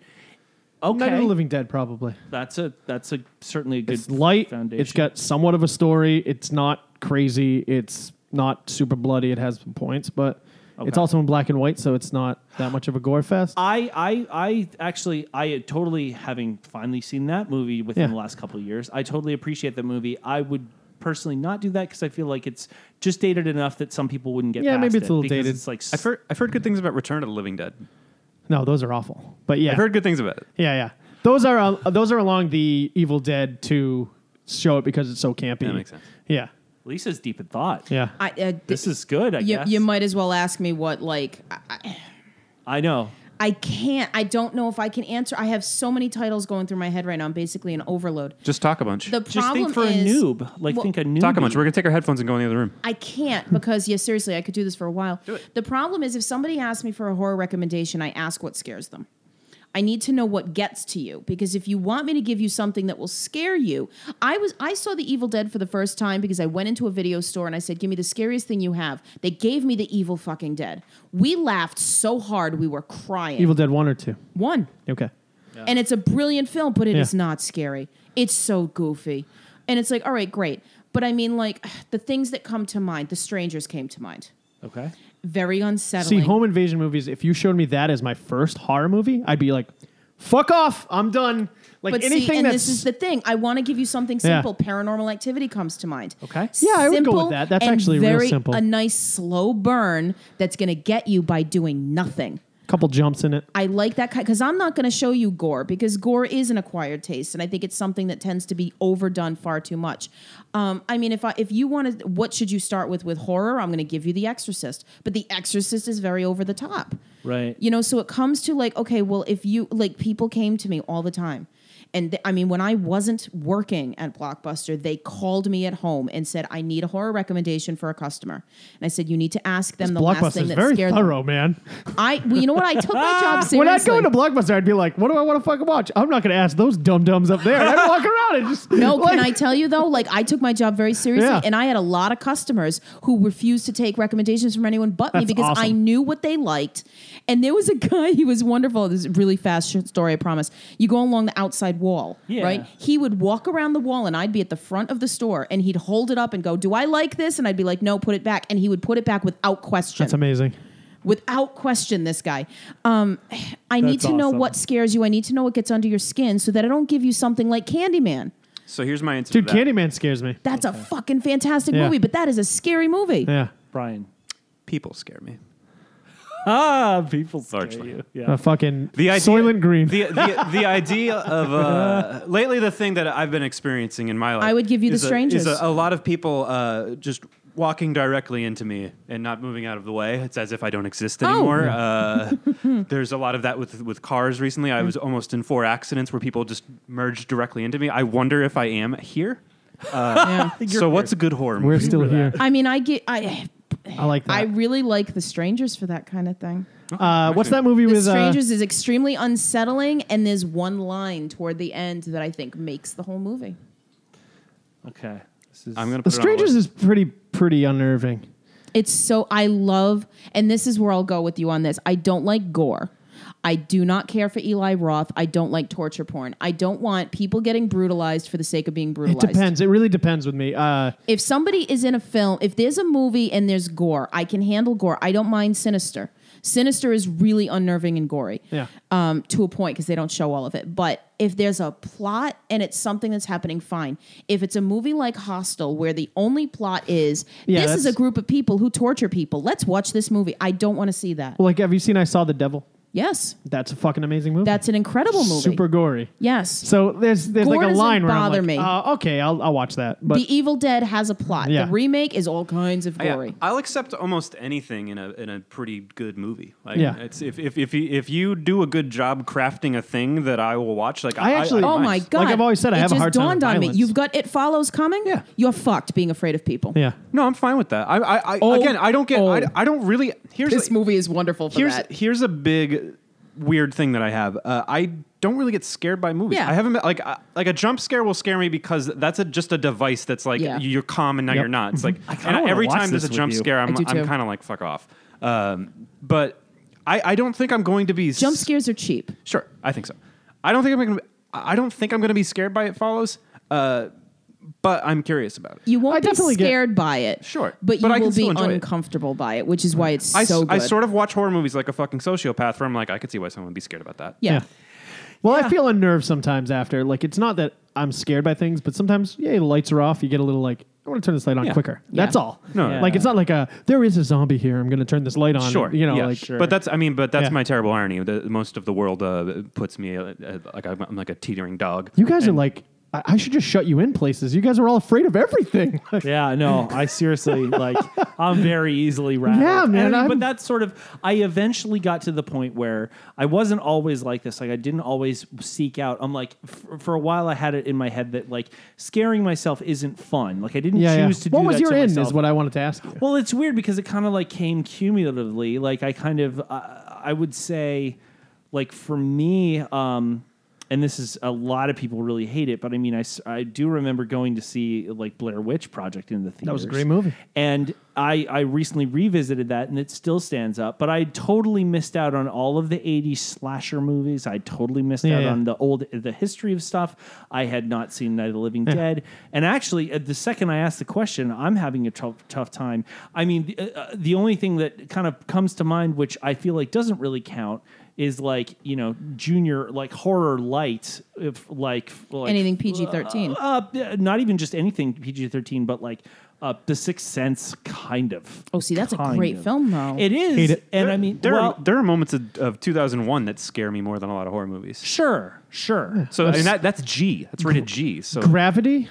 [SPEAKER 1] Okay,
[SPEAKER 2] Night of the Living Dead, probably.
[SPEAKER 1] that's a that's a certainly a good
[SPEAKER 2] It's light.
[SPEAKER 1] foundation.
[SPEAKER 2] It's got somewhat of a story. It's not crazy. It's not super bloody. It has some points, but it's
[SPEAKER 1] Okay.
[SPEAKER 2] also in black and white, so it's not that much of a gore fest.
[SPEAKER 1] I, I, I actually, I had totally having finally seen that movie within
[SPEAKER 2] Yeah.
[SPEAKER 1] the last couple of years. I totally appreciate that movie. I would personally not do that because I feel like it's just dated enough that some people wouldn't get.
[SPEAKER 2] Yeah,
[SPEAKER 1] past
[SPEAKER 2] maybe it's
[SPEAKER 1] it
[SPEAKER 2] a little
[SPEAKER 1] because
[SPEAKER 2] dated.
[SPEAKER 1] It's like
[SPEAKER 3] I've heard I've heard good things about Return of the Living Dead.
[SPEAKER 2] No, those are awful. But yeah,
[SPEAKER 3] I've heard good things about it.
[SPEAKER 2] yeah, yeah. Those are uh, those are along the Evil Dead to show it because it's so campy.
[SPEAKER 3] That makes sense.
[SPEAKER 2] Yeah,
[SPEAKER 1] Lisa's deep in thought.
[SPEAKER 2] yeah.
[SPEAKER 4] I, uh, d-
[SPEAKER 1] This is good. I
[SPEAKER 4] you,
[SPEAKER 1] guess
[SPEAKER 4] you might as well ask me what like I- I,
[SPEAKER 1] I know.
[SPEAKER 4] I can't. I don't know if I can answer. I have so many titles going through my head right now. I'm basically an overload.
[SPEAKER 3] Just talk a bunch.
[SPEAKER 4] The
[SPEAKER 1] Just think
[SPEAKER 4] problem
[SPEAKER 1] for
[SPEAKER 4] is,
[SPEAKER 1] a noob. Like
[SPEAKER 4] Well,
[SPEAKER 1] think a noob.
[SPEAKER 3] talk a bunch. We're gonna take our headphones and go in the other room.
[SPEAKER 4] I can't because yeah, seriously, I could do this for a while. The problem is if somebody asks me for a horror recommendation, I ask what scares them. I need to know what gets to you because if you want me to give you something that will scare you, I was I saw The Evil Dead for the first time because I went into a video store and I said, "Give me the scariest thing you have." They gave me The Evil fucking Dead. We laughed so hard we were crying.
[SPEAKER 2] Evil Dead one or two.
[SPEAKER 4] One.
[SPEAKER 2] Okay.
[SPEAKER 4] And it's a brilliant film, but it is
[SPEAKER 2] Yeah.
[SPEAKER 4] not scary. It's so goofy. And it's like, all right, great. But I mean, like, [SIGHS] the things that come to mind, the strangers came to mind.
[SPEAKER 1] Okay.
[SPEAKER 4] Very
[SPEAKER 2] See,
[SPEAKER 4] unsettling.
[SPEAKER 2] home invasion movies. If you showed me that as my first horror movie, I'd be like, "Fuck off! I'm done." Like
[SPEAKER 4] but
[SPEAKER 2] anything
[SPEAKER 4] see, and
[SPEAKER 2] that's
[SPEAKER 4] this is the thing. I want to give you something
[SPEAKER 2] Yeah.
[SPEAKER 4] simple. Paranormal activity comes to mind.
[SPEAKER 1] Okay.
[SPEAKER 2] Yeah, I would go with
[SPEAKER 4] Simple
[SPEAKER 2] that. That's
[SPEAKER 4] and
[SPEAKER 2] actually real
[SPEAKER 4] very,
[SPEAKER 2] simple.
[SPEAKER 4] A nice slow burn that's going to get you by doing nothing.
[SPEAKER 2] couple jumps in it.
[SPEAKER 4] I like that kind because I'm not going to show you gore because gore is an acquired taste, and I think it's something that tends to be overdone far too much. Um, I mean, if I if you want to, what should you start with with horror? I'm going to give you The Exorcist, but The Exorcist is very over the top,
[SPEAKER 1] Right.
[SPEAKER 4] You know, so it comes to like, okay, well, if you like, people came to me all the time. And th- I mean, when I wasn't working at Blockbuster, they called me at home and said, "I need a horror recommendation for a customer." And I said, "You need to ask them the last
[SPEAKER 2] Blockbuster's
[SPEAKER 4] thing that
[SPEAKER 2] very
[SPEAKER 4] scared them."
[SPEAKER 2] thorough, man.
[SPEAKER 4] I, well, you know what? I
[SPEAKER 2] [LAUGHS]
[SPEAKER 4] took my job seriously.
[SPEAKER 2] When I'd go into Blockbuster, I'd be like, "What do I want to fucking watch?" I'm not going to ask those dum dums up there. I'd walk around and just
[SPEAKER 4] No,
[SPEAKER 2] like,
[SPEAKER 4] can I tell you though? Like I took my job very seriously,
[SPEAKER 2] Yeah.
[SPEAKER 4] and I had a lot of customers who refused to take recommendations from anyone but me
[SPEAKER 2] That's
[SPEAKER 4] because I
[SPEAKER 2] awesome.
[SPEAKER 4] knew what they liked. And there was a [LAUGHS] guy; he was wonderful. This is a really fast sh- story, I promise. You go along the outside wall,
[SPEAKER 1] Yeah.
[SPEAKER 4] right? He would walk around the wall, and I'd be at the front of the store, and he'd hold it up and go, "Do I like this?" And I'd be like, "No, put it back." And he would put it back without question
[SPEAKER 2] That's amazing.
[SPEAKER 4] without question this guy um, [SIGHS] i need
[SPEAKER 1] That's
[SPEAKER 4] to know
[SPEAKER 1] awesome.
[SPEAKER 4] what scares you i need to know what gets under your skin so that i don't give you something like candyman
[SPEAKER 3] So here's my answer.
[SPEAKER 2] Dude,
[SPEAKER 3] to that.
[SPEAKER 2] Candyman scares me.
[SPEAKER 4] that's a fucking fantastic
[SPEAKER 2] Yeah.
[SPEAKER 4] movie but that is a scary movie
[SPEAKER 2] Yeah,
[SPEAKER 1] Brian.
[SPEAKER 3] people scare me.
[SPEAKER 1] Ah, people scare
[SPEAKER 3] Largely.
[SPEAKER 1] you. Yeah.
[SPEAKER 2] a fucking
[SPEAKER 3] The idea,
[SPEAKER 2] Soylent Green.
[SPEAKER 3] The, the,
[SPEAKER 2] [LAUGHS]
[SPEAKER 3] the idea of uh, lately, the thing that I've been experiencing in my life.
[SPEAKER 4] I would give you The
[SPEAKER 3] is a-
[SPEAKER 4] Strangers.
[SPEAKER 3] is a, a lot of people uh, just walking directly into me and not moving out of the way. It's as if I don't exist
[SPEAKER 4] Oh.
[SPEAKER 3] anymore. Uh,
[SPEAKER 4] [LAUGHS]
[SPEAKER 3] there's a lot of that with with cars recently. I was almost in four accidents where people just merged directly into me. I wonder if I am here. Uh,
[SPEAKER 4] Yeah.
[SPEAKER 3] so what's a good horror
[SPEAKER 2] We're
[SPEAKER 3] movie?
[SPEAKER 2] still here.
[SPEAKER 4] i mean i get i
[SPEAKER 2] I like
[SPEAKER 4] I
[SPEAKER 2] that.
[SPEAKER 4] really like The Strangers for that kind of thing.
[SPEAKER 2] uh, what's that movie
[SPEAKER 4] The
[SPEAKER 2] with? Uh,
[SPEAKER 4] Strangers is extremely unsettling, and there's one line toward the end that I think makes the whole movie.
[SPEAKER 1] Okay. This is,
[SPEAKER 3] I'm gonna.
[SPEAKER 2] the
[SPEAKER 3] put it on the
[SPEAKER 2] Strangers
[SPEAKER 3] list.
[SPEAKER 2] is pretty pretty unnerving.
[SPEAKER 4] It's so I love, and this is where I'll go with you on this. I don't like gore. I do not care for Eli Roth. I don't like torture porn. I don't want people getting brutalized for the sake of being
[SPEAKER 2] It
[SPEAKER 4] brutalized.
[SPEAKER 2] depends. It really depends with me. Uh,
[SPEAKER 4] If somebody is in a film, if there's a movie and there's gore, I can handle gore. I don't mind Sinister. Sinister is really unnerving and gory.
[SPEAKER 2] Yeah.
[SPEAKER 4] Um, to a point because they don't show all of it. But if there's a plot and it's something that's happening, fine. If it's a movie like Hostel where the only plot is
[SPEAKER 2] Yeah,
[SPEAKER 4] this is a
[SPEAKER 2] that's-
[SPEAKER 4] group of people who torture people, let's watch this movie. I don't want to see that.
[SPEAKER 2] like, have you seen I Saw the Devil?
[SPEAKER 4] Yes,
[SPEAKER 2] That's a fucking amazing movie.
[SPEAKER 4] that's an incredible movie.
[SPEAKER 2] super gory.
[SPEAKER 4] yes.
[SPEAKER 2] So there's there's
[SPEAKER 4] Gore
[SPEAKER 2] like a
[SPEAKER 4] doesn't
[SPEAKER 2] line where I'm
[SPEAKER 4] bother
[SPEAKER 2] like,
[SPEAKER 4] me.
[SPEAKER 2] uh, okay, I'll, I'll watch that. But
[SPEAKER 4] the Evil Dead has a plot.
[SPEAKER 2] Yeah. uh,
[SPEAKER 4] The remake is all kinds of
[SPEAKER 3] Yeah,
[SPEAKER 4] gory.
[SPEAKER 3] I'll accept almost anything in a in a pretty good movie. Like,
[SPEAKER 2] Yeah.
[SPEAKER 3] it's, if if if you, if you do a good job crafting a thing that I will watch, like
[SPEAKER 2] I actually-
[SPEAKER 4] Oh
[SPEAKER 3] mind.
[SPEAKER 4] my god!
[SPEAKER 2] I've always said, I
[SPEAKER 4] it
[SPEAKER 2] have a
[SPEAKER 4] just
[SPEAKER 2] hard time with
[SPEAKER 4] dawned on
[SPEAKER 2] violence.
[SPEAKER 4] me. You've got it follows coming.
[SPEAKER 3] Yeah.
[SPEAKER 4] you're fucked being afraid of people.
[SPEAKER 2] yeah,
[SPEAKER 3] No, I'm fine with that. I I, I
[SPEAKER 4] Oh,
[SPEAKER 3] again, I don't get. I,
[SPEAKER 4] oh.
[SPEAKER 3] I don't really. Here's
[SPEAKER 4] This movie is wonderful for
[SPEAKER 3] here's
[SPEAKER 4] that.
[SPEAKER 3] here's a big weird thing that I have. Uh, I don't really get scared by movies.
[SPEAKER 4] Yeah.
[SPEAKER 3] I haven't been- like uh, like a jump scare will scare me because that's a, just a device that's like
[SPEAKER 4] Yeah.
[SPEAKER 3] you're calm and now
[SPEAKER 2] Yep.
[SPEAKER 3] you're not. It's like
[SPEAKER 1] Mm-hmm. kinda
[SPEAKER 3] and
[SPEAKER 1] wanna
[SPEAKER 3] every
[SPEAKER 1] watch
[SPEAKER 3] time there's
[SPEAKER 1] this
[SPEAKER 3] a
[SPEAKER 1] with
[SPEAKER 3] jump
[SPEAKER 1] you.
[SPEAKER 3] scare, I'm
[SPEAKER 4] do
[SPEAKER 3] I'm
[SPEAKER 4] too.
[SPEAKER 3] kind of like fuck off. Um, but I I don't think I'm going to be
[SPEAKER 4] Jump
[SPEAKER 3] scared.
[SPEAKER 4] scares are cheap.
[SPEAKER 3] Sure, I think so. I don't think I'm gonna. I don't think I'm gonna be scared by it follows. Uh, but I'm curious about it.
[SPEAKER 4] You won't
[SPEAKER 2] I
[SPEAKER 4] be
[SPEAKER 2] definitely get-
[SPEAKER 4] scared by it.
[SPEAKER 3] Sure.
[SPEAKER 4] but you
[SPEAKER 3] But I can
[SPEAKER 4] will
[SPEAKER 3] still
[SPEAKER 4] be
[SPEAKER 3] enjoy it.
[SPEAKER 4] uncomfortable by it, which is why it's
[SPEAKER 3] I,
[SPEAKER 4] so
[SPEAKER 3] s-
[SPEAKER 4] good.
[SPEAKER 3] I sort of watch horror movies like a fucking sociopath where I'm like, I could see why someone would be scared about that.
[SPEAKER 4] yeah.
[SPEAKER 2] Well, I feel unnerved sometimes after. Like, it's not that I'm scared by things, but sometimes, yeah, the lights are off. You get a little like, I want to turn this light on
[SPEAKER 3] Yeah.
[SPEAKER 2] quicker. That's all.
[SPEAKER 3] No.
[SPEAKER 2] Like, it's not like a, there is a zombie here. I'm going to turn this light on.
[SPEAKER 3] Sure,
[SPEAKER 2] You know,
[SPEAKER 3] yeah.
[SPEAKER 2] like,
[SPEAKER 3] But that's, I mean, but that's
[SPEAKER 2] Yeah.
[SPEAKER 3] my terrible irony. The, most of the world uh, puts me uh, uh, like I'm, I'm like a teetering dog.
[SPEAKER 2] you guys are
[SPEAKER 3] And-
[SPEAKER 2] like, I, I should just shut you in places. You guys are all afraid of everything. [LAUGHS]
[SPEAKER 1] Yeah, no, I seriously like I'm very easily rattled.
[SPEAKER 2] Yeah, man,
[SPEAKER 1] And I mean,
[SPEAKER 2] I'm-
[SPEAKER 1] but that's sort of I eventually got to the point where I wasn't always like this. Like I didn't always seek out. I'm like f- for a while I had it in my head that like scaring myself isn't fun. Like I didn't
[SPEAKER 2] yeah, yeah.
[SPEAKER 1] choose to
[SPEAKER 2] What
[SPEAKER 1] do
[SPEAKER 2] was
[SPEAKER 1] that
[SPEAKER 2] your
[SPEAKER 1] to
[SPEAKER 2] in
[SPEAKER 1] myself.
[SPEAKER 2] is what I wanted to ask you.
[SPEAKER 1] Well, it's weird because it kind of like came cumulatively. Like I kind of, uh, I would say, like for me, um, and this is a lot of people really hate it, but I mean, I, s- I do remember going to see like Blair Witch Project in the theater.
[SPEAKER 2] was a great movie.
[SPEAKER 1] and I I recently revisited that, and it still stands up. But I totally missed out on all of the '80s slasher movies. I totally missed
[SPEAKER 2] Yeah,
[SPEAKER 1] out
[SPEAKER 2] yeah.
[SPEAKER 1] on the old the history of stuff. I had not seen Night of the Living Dead, and actually, uh, the second I asked the question, I'm having a tough tough time. I mean, the, uh, uh, the only thing that kind of comes to mind, which I feel like doesn't really count. Is like you know junior like horror light if like, like
[SPEAKER 4] Anything PG-13.
[SPEAKER 1] uh, uh, not even just anything PG thirteen, but like uh, the Sixth Sense, kind of.
[SPEAKER 4] Oh, see, that's a
[SPEAKER 1] Kind
[SPEAKER 4] great
[SPEAKER 1] of.
[SPEAKER 4] film, though.
[SPEAKER 1] It is,
[SPEAKER 2] Hate it.
[SPEAKER 1] and I mean,
[SPEAKER 3] there,
[SPEAKER 1] well,
[SPEAKER 3] are, there are moments of, of 2001 that scare me more than a lot of horror movies.
[SPEAKER 1] sure, sure.
[SPEAKER 3] So and that, that's G. That's rated G. So
[SPEAKER 2] Gravity,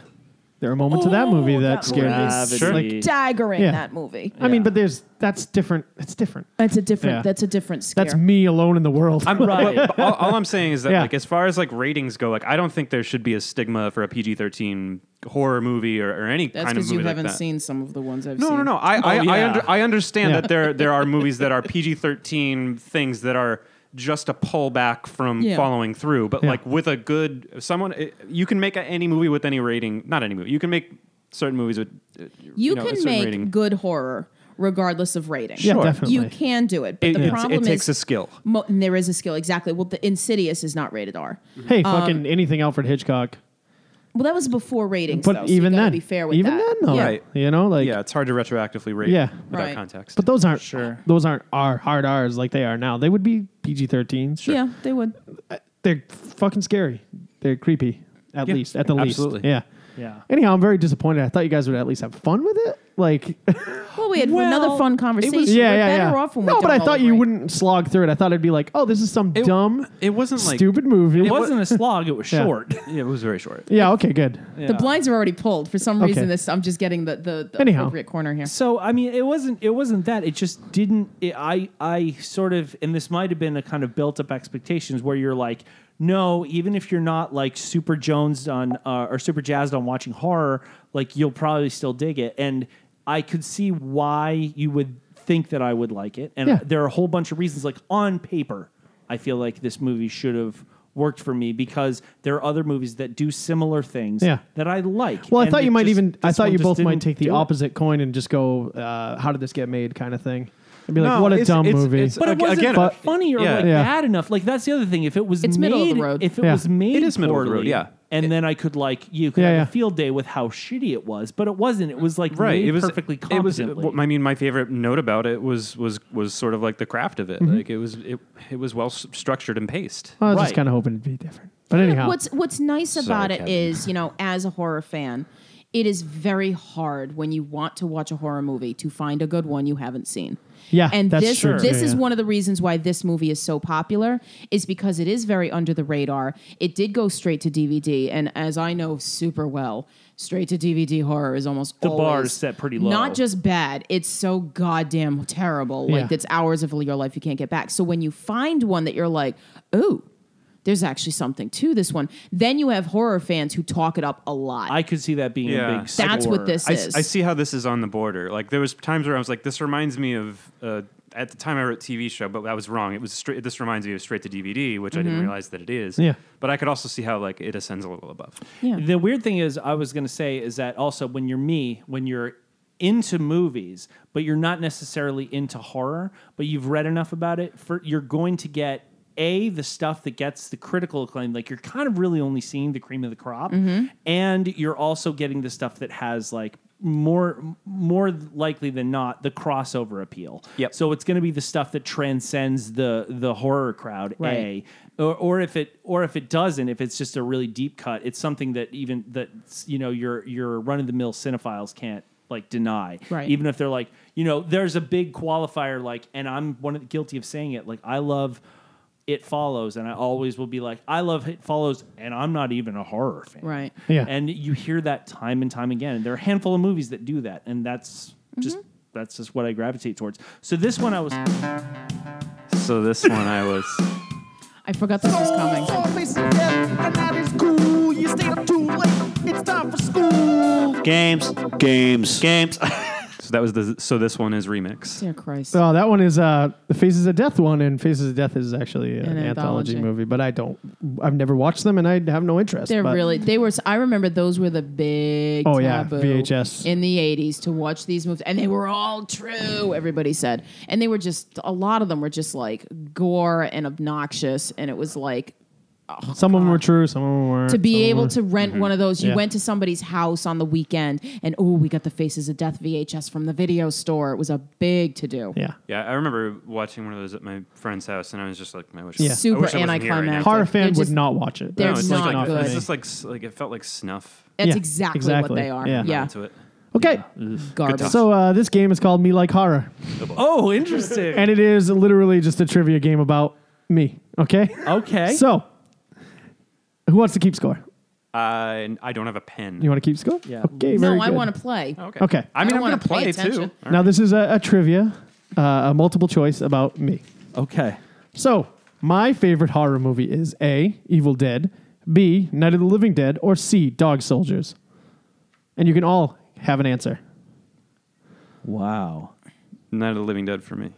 [SPEAKER 2] there are moments of that movie that scared me.
[SPEAKER 1] Gravity.
[SPEAKER 2] Sure. Like,
[SPEAKER 4] Dagger in
[SPEAKER 2] Yeah.
[SPEAKER 4] that movie.
[SPEAKER 2] I mean, but there's, that's different. It's different.
[SPEAKER 4] That's a different.
[SPEAKER 2] Yeah.
[SPEAKER 4] That's a different scare.
[SPEAKER 2] That's me alone in the world. [LAUGHS]
[SPEAKER 3] I'm
[SPEAKER 1] Right.
[SPEAKER 4] [LAUGHS]
[SPEAKER 3] but- but all, all I'm saying is that,
[SPEAKER 2] Yeah.
[SPEAKER 3] like, as far as like ratings go, like, I don't think there should be a stigma for a PG-13 horror movie or, or any
[SPEAKER 4] That's
[SPEAKER 3] kind of
[SPEAKER 4] because
[SPEAKER 3] movie
[SPEAKER 4] you
[SPEAKER 3] like
[SPEAKER 4] haven't
[SPEAKER 3] that.
[SPEAKER 4] seen some of the ones I've
[SPEAKER 3] No,
[SPEAKER 4] seen.
[SPEAKER 3] no, no. I, I, I,
[SPEAKER 1] yeah.
[SPEAKER 3] under, I understand
[SPEAKER 2] Yeah.
[SPEAKER 3] that there there are movies that are PG thirteen things that are just a pullback from
[SPEAKER 4] Yeah.
[SPEAKER 3] following through. But
[SPEAKER 2] Yeah.
[SPEAKER 3] like with a good someone, it, you can make any movie with any rating. Not any movie. You can make certain movies with uh, you,
[SPEAKER 4] You
[SPEAKER 3] know, a
[SPEAKER 4] can
[SPEAKER 3] certain
[SPEAKER 4] make
[SPEAKER 3] rating.
[SPEAKER 4] good horror regardless of rating.
[SPEAKER 2] Yeah, Sure. definitely.
[SPEAKER 4] You can do it, but
[SPEAKER 3] It,
[SPEAKER 4] the
[SPEAKER 3] it's-
[SPEAKER 4] problem
[SPEAKER 3] it
[SPEAKER 4] is
[SPEAKER 3] takes a skill.
[SPEAKER 4] Mo- and there is a skill exactly. Well, the Insidious is not rated R.
[SPEAKER 2] hey, fucking anything Alfred Hitchcock.
[SPEAKER 4] Well, that was before ratings,
[SPEAKER 2] But
[SPEAKER 4] though, so you
[SPEAKER 2] even
[SPEAKER 4] gotta
[SPEAKER 2] then,
[SPEAKER 4] be fair with
[SPEAKER 2] even
[SPEAKER 4] that.
[SPEAKER 2] then, though,
[SPEAKER 4] Yeah.
[SPEAKER 3] Right.
[SPEAKER 2] you know, like,
[SPEAKER 3] Yeah, it's hard to retroactively rate.
[SPEAKER 2] Yeah.
[SPEAKER 3] without
[SPEAKER 4] Right.
[SPEAKER 3] context.
[SPEAKER 2] but those aren't
[SPEAKER 1] Sure.
[SPEAKER 2] Those aren't our hard R's like they are now. They would be PG thirteen. Sure,
[SPEAKER 4] Yeah, they would.
[SPEAKER 2] they're fucking scary. They're creepy, at
[SPEAKER 3] Yeah,
[SPEAKER 2] least at the least.
[SPEAKER 3] absolutely.
[SPEAKER 2] Yeah.
[SPEAKER 1] Yeah.
[SPEAKER 2] Anyhow, I'm very disappointed. I thought you guys would at least have fun with it.
[SPEAKER 4] [LAUGHS]
[SPEAKER 2] Like, yeah,
[SPEAKER 4] Well, we had
[SPEAKER 1] Well,
[SPEAKER 4] another fun conversation. We're
[SPEAKER 2] yeah,
[SPEAKER 4] better
[SPEAKER 2] yeah.
[SPEAKER 4] off when we
[SPEAKER 2] no, but
[SPEAKER 4] don't
[SPEAKER 2] I
[SPEAKER 4] all
[SPEAKER 2] thought you
[SPEAKER 4] agree.
[SPEAKER 2] wouldn't slog through it. I thought it'd be like, oh, this is some
[SPEAKER 3] It-
[SPEAKER 2] dumb,
[SPEAKER 3] it wasn't like
[SPEAKER 2] stupid movie.
[SPEAKER 1] It wasn't a slog; it was
[SPEAKER 2] Yeah.
[SPEAKER 1] short.
[SPEAKER 3] Yeah, it was very short.
[SPEAKER 2] Yeah. Okay. Good.
[SPEAKER 4] The blinds are already pulled for some reason. This I'm just getting the the, the
[SPEAKER 2] Anyhow.
[SPEAKER 4] appropriate corner here.
[SPEAKER 1] So I mean, it wasn't it wasn't that. It just didn't. It, I I sort of, and this might have been a kind of built up expectations where you're like, no, even if you're not like super Jones on uh, or super jazzed on watching horror, like you'll probably still dig it. And I could see why you would think that I would like it. And
[SPEAKER 2] Yeah.
[SPEAKER 1] there are a whole bunch of reasons. Like on paper, I feel like this movie should have worked for me because there are other movies that do similar things
[SPEAKER 2] Yeah.
[SPEAKER 1] that I like.
[SPEAKER 2] Well, I
[SPEAKER 1] And
[SPEAKER 2] thought
[SPEAKER 1] it
[SPEAKER 2] you might
[SPEAKER 1] just-
[SPEAKER 2] even. I
[SPEAKER 1] this
[SPEAKER 2] thought
[SPEAKER 1] one
[SPEAKER 2] you
[SPEAKER 1] just
[SPEAKER 2] both might
[SPEAKER 1] didn't
[SPEAKER 2] take the
[SPEAKER 1] do it.
[SPEAKER 2] opposite coin and just go, uh, "How did this get made?" kind of thing, and be like,
[SPEAKER 3] No,
[SPEAKER 2] "What a
[SPEAKER 3] it's-
[SPEAKER 2] dumb
[SPEAKER 3] it's-
[SPEAKER 2] movie."
[SPEAKER 3] it's-
[SPEAKER 1] But it
[SPEAKER 3] Ag-
[SPEAKER 1] wasn't
[SPEAKER 3] again,
[SPEAKER 1] but,
[SPEAKER 3] I-
[SPEAKER 1] funny or
[SPEAKER 3] yeah.
[SPEAKER 1] like
[SPEAKER 2] Yeah.
[SPEAKER 1] bad enough. Like that's the other thing. If it was
[SPEAKER 4] It's
[SPEAKER 1] made,
[SPEAKER 4] middle of the road.
[SPEAKER 1] if it
[SPEAKER 2] Yeah.
[SPEAKER 1] was made,
[SPEAKER 3] It is middle of the road,
[SPEAKER 1] poorly,
[SPEAKER 3] yeah.
[SPEAKER 1] And then I could like you could
[SPEAKER 2] Yeah,
[SPEAKER 1] have
[SPEAKER 2] yeah.
[SPEAKER 1] a field day with how shitty it was, but it wasn't. It was like
[SPEAKER 3] right
[SPEAKER 1] made
[SPEAKER 3] it was
[SPEAKER 1] perfectly
[SPEAKER 3] it was uh,
[SPEAKER 1] competently.
[SPEAKER 3] what- i mean my favorite note about it was was was sort of like the craft of it like it was it, it was well s- structured and paced
[SPEAKER 2] I was just
[SPEAKER 1] Right.
[SPEAKER 2] kind of hoping it'd be different. But anyhow,
[SPEAKER 4] What's What's nice about it is,
[SPEAKER 3] Kevin.
[SPEAKER 4] you know, as a horror fan, it is very hard when you want to watch a horror movie to find a good one you haven't seen.
[SPEAKER 2] Yeah,
[SPEAKER 4] and
[SPEAKER 2] that's
[SPEAKER 4] this
[SPEAKER 2] true,
[SPEAKER 4] this
[SPEAKER 2] too,
[SPEAKER 4] is
[SPEAKER 2] yeah.
[SPEAKER 4] one of the reasons why this movie is so popular is because it is very under the radar. It did go straight to DVD, and as I know super well, straight to DVD horror is almost
[SPEAKER 1] The bar
[SPEAKER 4] always
[SPEAKER 1] is set pretty low.
[SPEAKER 4] Not just bad; it's so goddamn terrible. Like
[SPEAKER 2] Yeah.
[SPEAKER 4] that's hours of your life you can't get back. So when you find one that you're like, oh. There's actually something to this one. Then you have horror fans who talk it up a lot.
[SPEAKER 1] I could see that being a
[SPEAKER 3] Yeah.
[SPEAKER 1] big.
[SPEAKER 4] That's
[SPEAKER 1] score.
[SPEAKER 4] what this
[SPEAKER 3] I,
[SPEAKER 4] is.
[SPEAKER 3] s- I see how this is on the border like there was times where i was like this reminds me of uh, at the time i wrote tv show but i was wrong it was straight this reminds me of straight to dvd which i didn't realize that it is
[SPEAKER 2] Mm-hmm. Yeah.
[SPEAKER 3] but i could also see how like it ascends a little above
[SPEAKER 4] yeah.
[SPEAKER 1] The weird thing is, I was going to say is that also when you're me, when you're into movies, but you're not necessarily into horror, but you've read enough about it, for you're going to get a the stuff that gets the critical acclaim. Like you're kind of really only seeing the cream of the crop,
[SPEAKER 4] Mm-hmm.
[SPEAKER 1] and you're also getting the stuff that has like more more likely than not the crossover appeal.
[SPEAKER 3] Yep.
[SPEAKER 1] So it's going to be the stuff that transcends the the horror crowd.
[SPEAKER 4] Right.
[SPEAKER 1] A or, or if it or if it doesn't if it's just a really deep cut it's something that even that you know your your run-of-the-mill cinephiles can't like deny
[SPEAKER 4] Right.
[SPEAKER 1] even if they're like you know there's a big qualifier like and i'm one of the guilty of saying it like i love it follows and i always will be like i love it follows and i'm not even a horror fan
[SPEAKER 4] Right.
[SPEAKER 2] Yeah.
[SPEAKER 1] and you hear that time and time again and there are a handful of movies that do that and that's just
[SPEAKER 4] Mm-hmm.
[SPEAKER 1] that's just what i gravitate towards so this one i was
[SPEAKER 3] so this one i was [LAUGHS]
[SPEAKER 4] I forgot this was coming.
[SPEAKER 2] Oh,
[SPEAKER 3] games games games so that was the so this one is remix
[SPEAKER 4] Dear Christ.
[SPEAKER 2] oh, that one is uh, the Faces of Death one, and Faces of Death is actually an,
[SPEAKER 4] An
[SPEAKER 2] anthology.
[SPEAKER 4] anthology.
[SPEAKER 2] movie. But I don't, I've never watched them, and I have no interest.
[SPEAKER 4] They're
[SPEAKER 2] but-
[SPEAKER 4] really they were I remember those were the big
[SPEAKER 2] Oh, yeah,
[SPEAKER 4] taboo
[SPEAKER 2] VHS.
[SPEAKER 4] in the 80s to watch these movies and they were all true everybody said and they were just a lot of them were just like gore and obnoxious and it was like
[SPEAKER 2] Some of them were true, some of them weren't.
[SPEAKER 4] to
[SPEAKER 2] some
[SPEAKER 4] be
[SPEAKER 2] of 'em
[SPEAKER 4] able
[SPEAKER 2] were-
[SPEAKER 4] to rent one of those you
[SPEAKER 2] Yeah.
[SPEAKER 4] went to somebody's house on the weekend and oh we got the faces of death VHS from the video store it was a big to do
[SPEAKER 2] yeah.
[SPEAKER 3] Yeah, I remember watching one of those at my friend's house, and I was just like, I wish
[SPEAKER 2] Yeah.
[SPEAKER 3] I
[SPEAKER 4] Super
[SPEAKER 3] wish I wasn't here right now.
[SPEAKER 4] anticlimactic.
[SPEAKER 2] Horror
[SPEAKER 4] They're
[SPEAKER 2] fan would
[SPEAKER 4] just-
[SPEAKER 2] not watch it.
[SPEAKER 4] they're
[SPEAKER 3] No, it's
[SPEAKER 2] just
[SPEAKER 4] not
[SPEAKER 3] like,
[SPEAKER 4] good.
[SPEAKER 3] It's just like s- like it felt like snuff.
[SPEAKER 4] that's
[SPEAKER 2] Yeah,
[SPEAKER 4] exactly,
[SPEAKER 2] exactly.
[SPEAKER 4] what they are
[SPEAKER 2] Yeah.
[SPEAKER 4] yeah,
[SPEAKER 3] Into it.
[SPEAKER 2] Okay,
[SPEAKER 4] garbage
[SPEAKER 2] so uh, this game is called Me Like Horror,
[SPEAKER 1] oh interesting
[SPEAKER 2] [LAUGHS] and it is literally just a trivia game about me. Okay.
[SPEAKER 1] okay
[SPEAKER 2] So, who wants to keep score?
[SPEAKER 3] Uh, and I don't have a pen.
[SPEAKER 2] You want to keep score?
[SPEAKER 1] Yeah.
[SPEAKER 2] Okay.
[SPEAKER 4] no
[SPEAKER 2] very
[SPEAKER 4] I
[SPEAKER 2] good.
[SPEAKER 4] want to play
[SPEAKER 3] okay.
[SPEAKER 2] Okay.
[SPEAKER 3] I mean, I
[SPEAKER 4] I
[SPEAKER 3] am
[SPEAKER 4] wanna
[SPEAKER 3] gonna
[SPEAKER 4] pay
[SPEAKER 3] play
[SPEAKER 4] attention.
[SPEAKER 3] too.
[SPEAKER 2] Now this is a, a trivia, uh, a multiple choice about me.
[SPEAKER 1] okay
[SPEAKER 2] So, my favorite horror movie is A. Evil Dead, B. Night of the Living Dead, or C. Dog Soldiers. And you can all have an answer.
[SPEAKER 1] wow
[SPEAKER 3] Night of the Living Dead for me.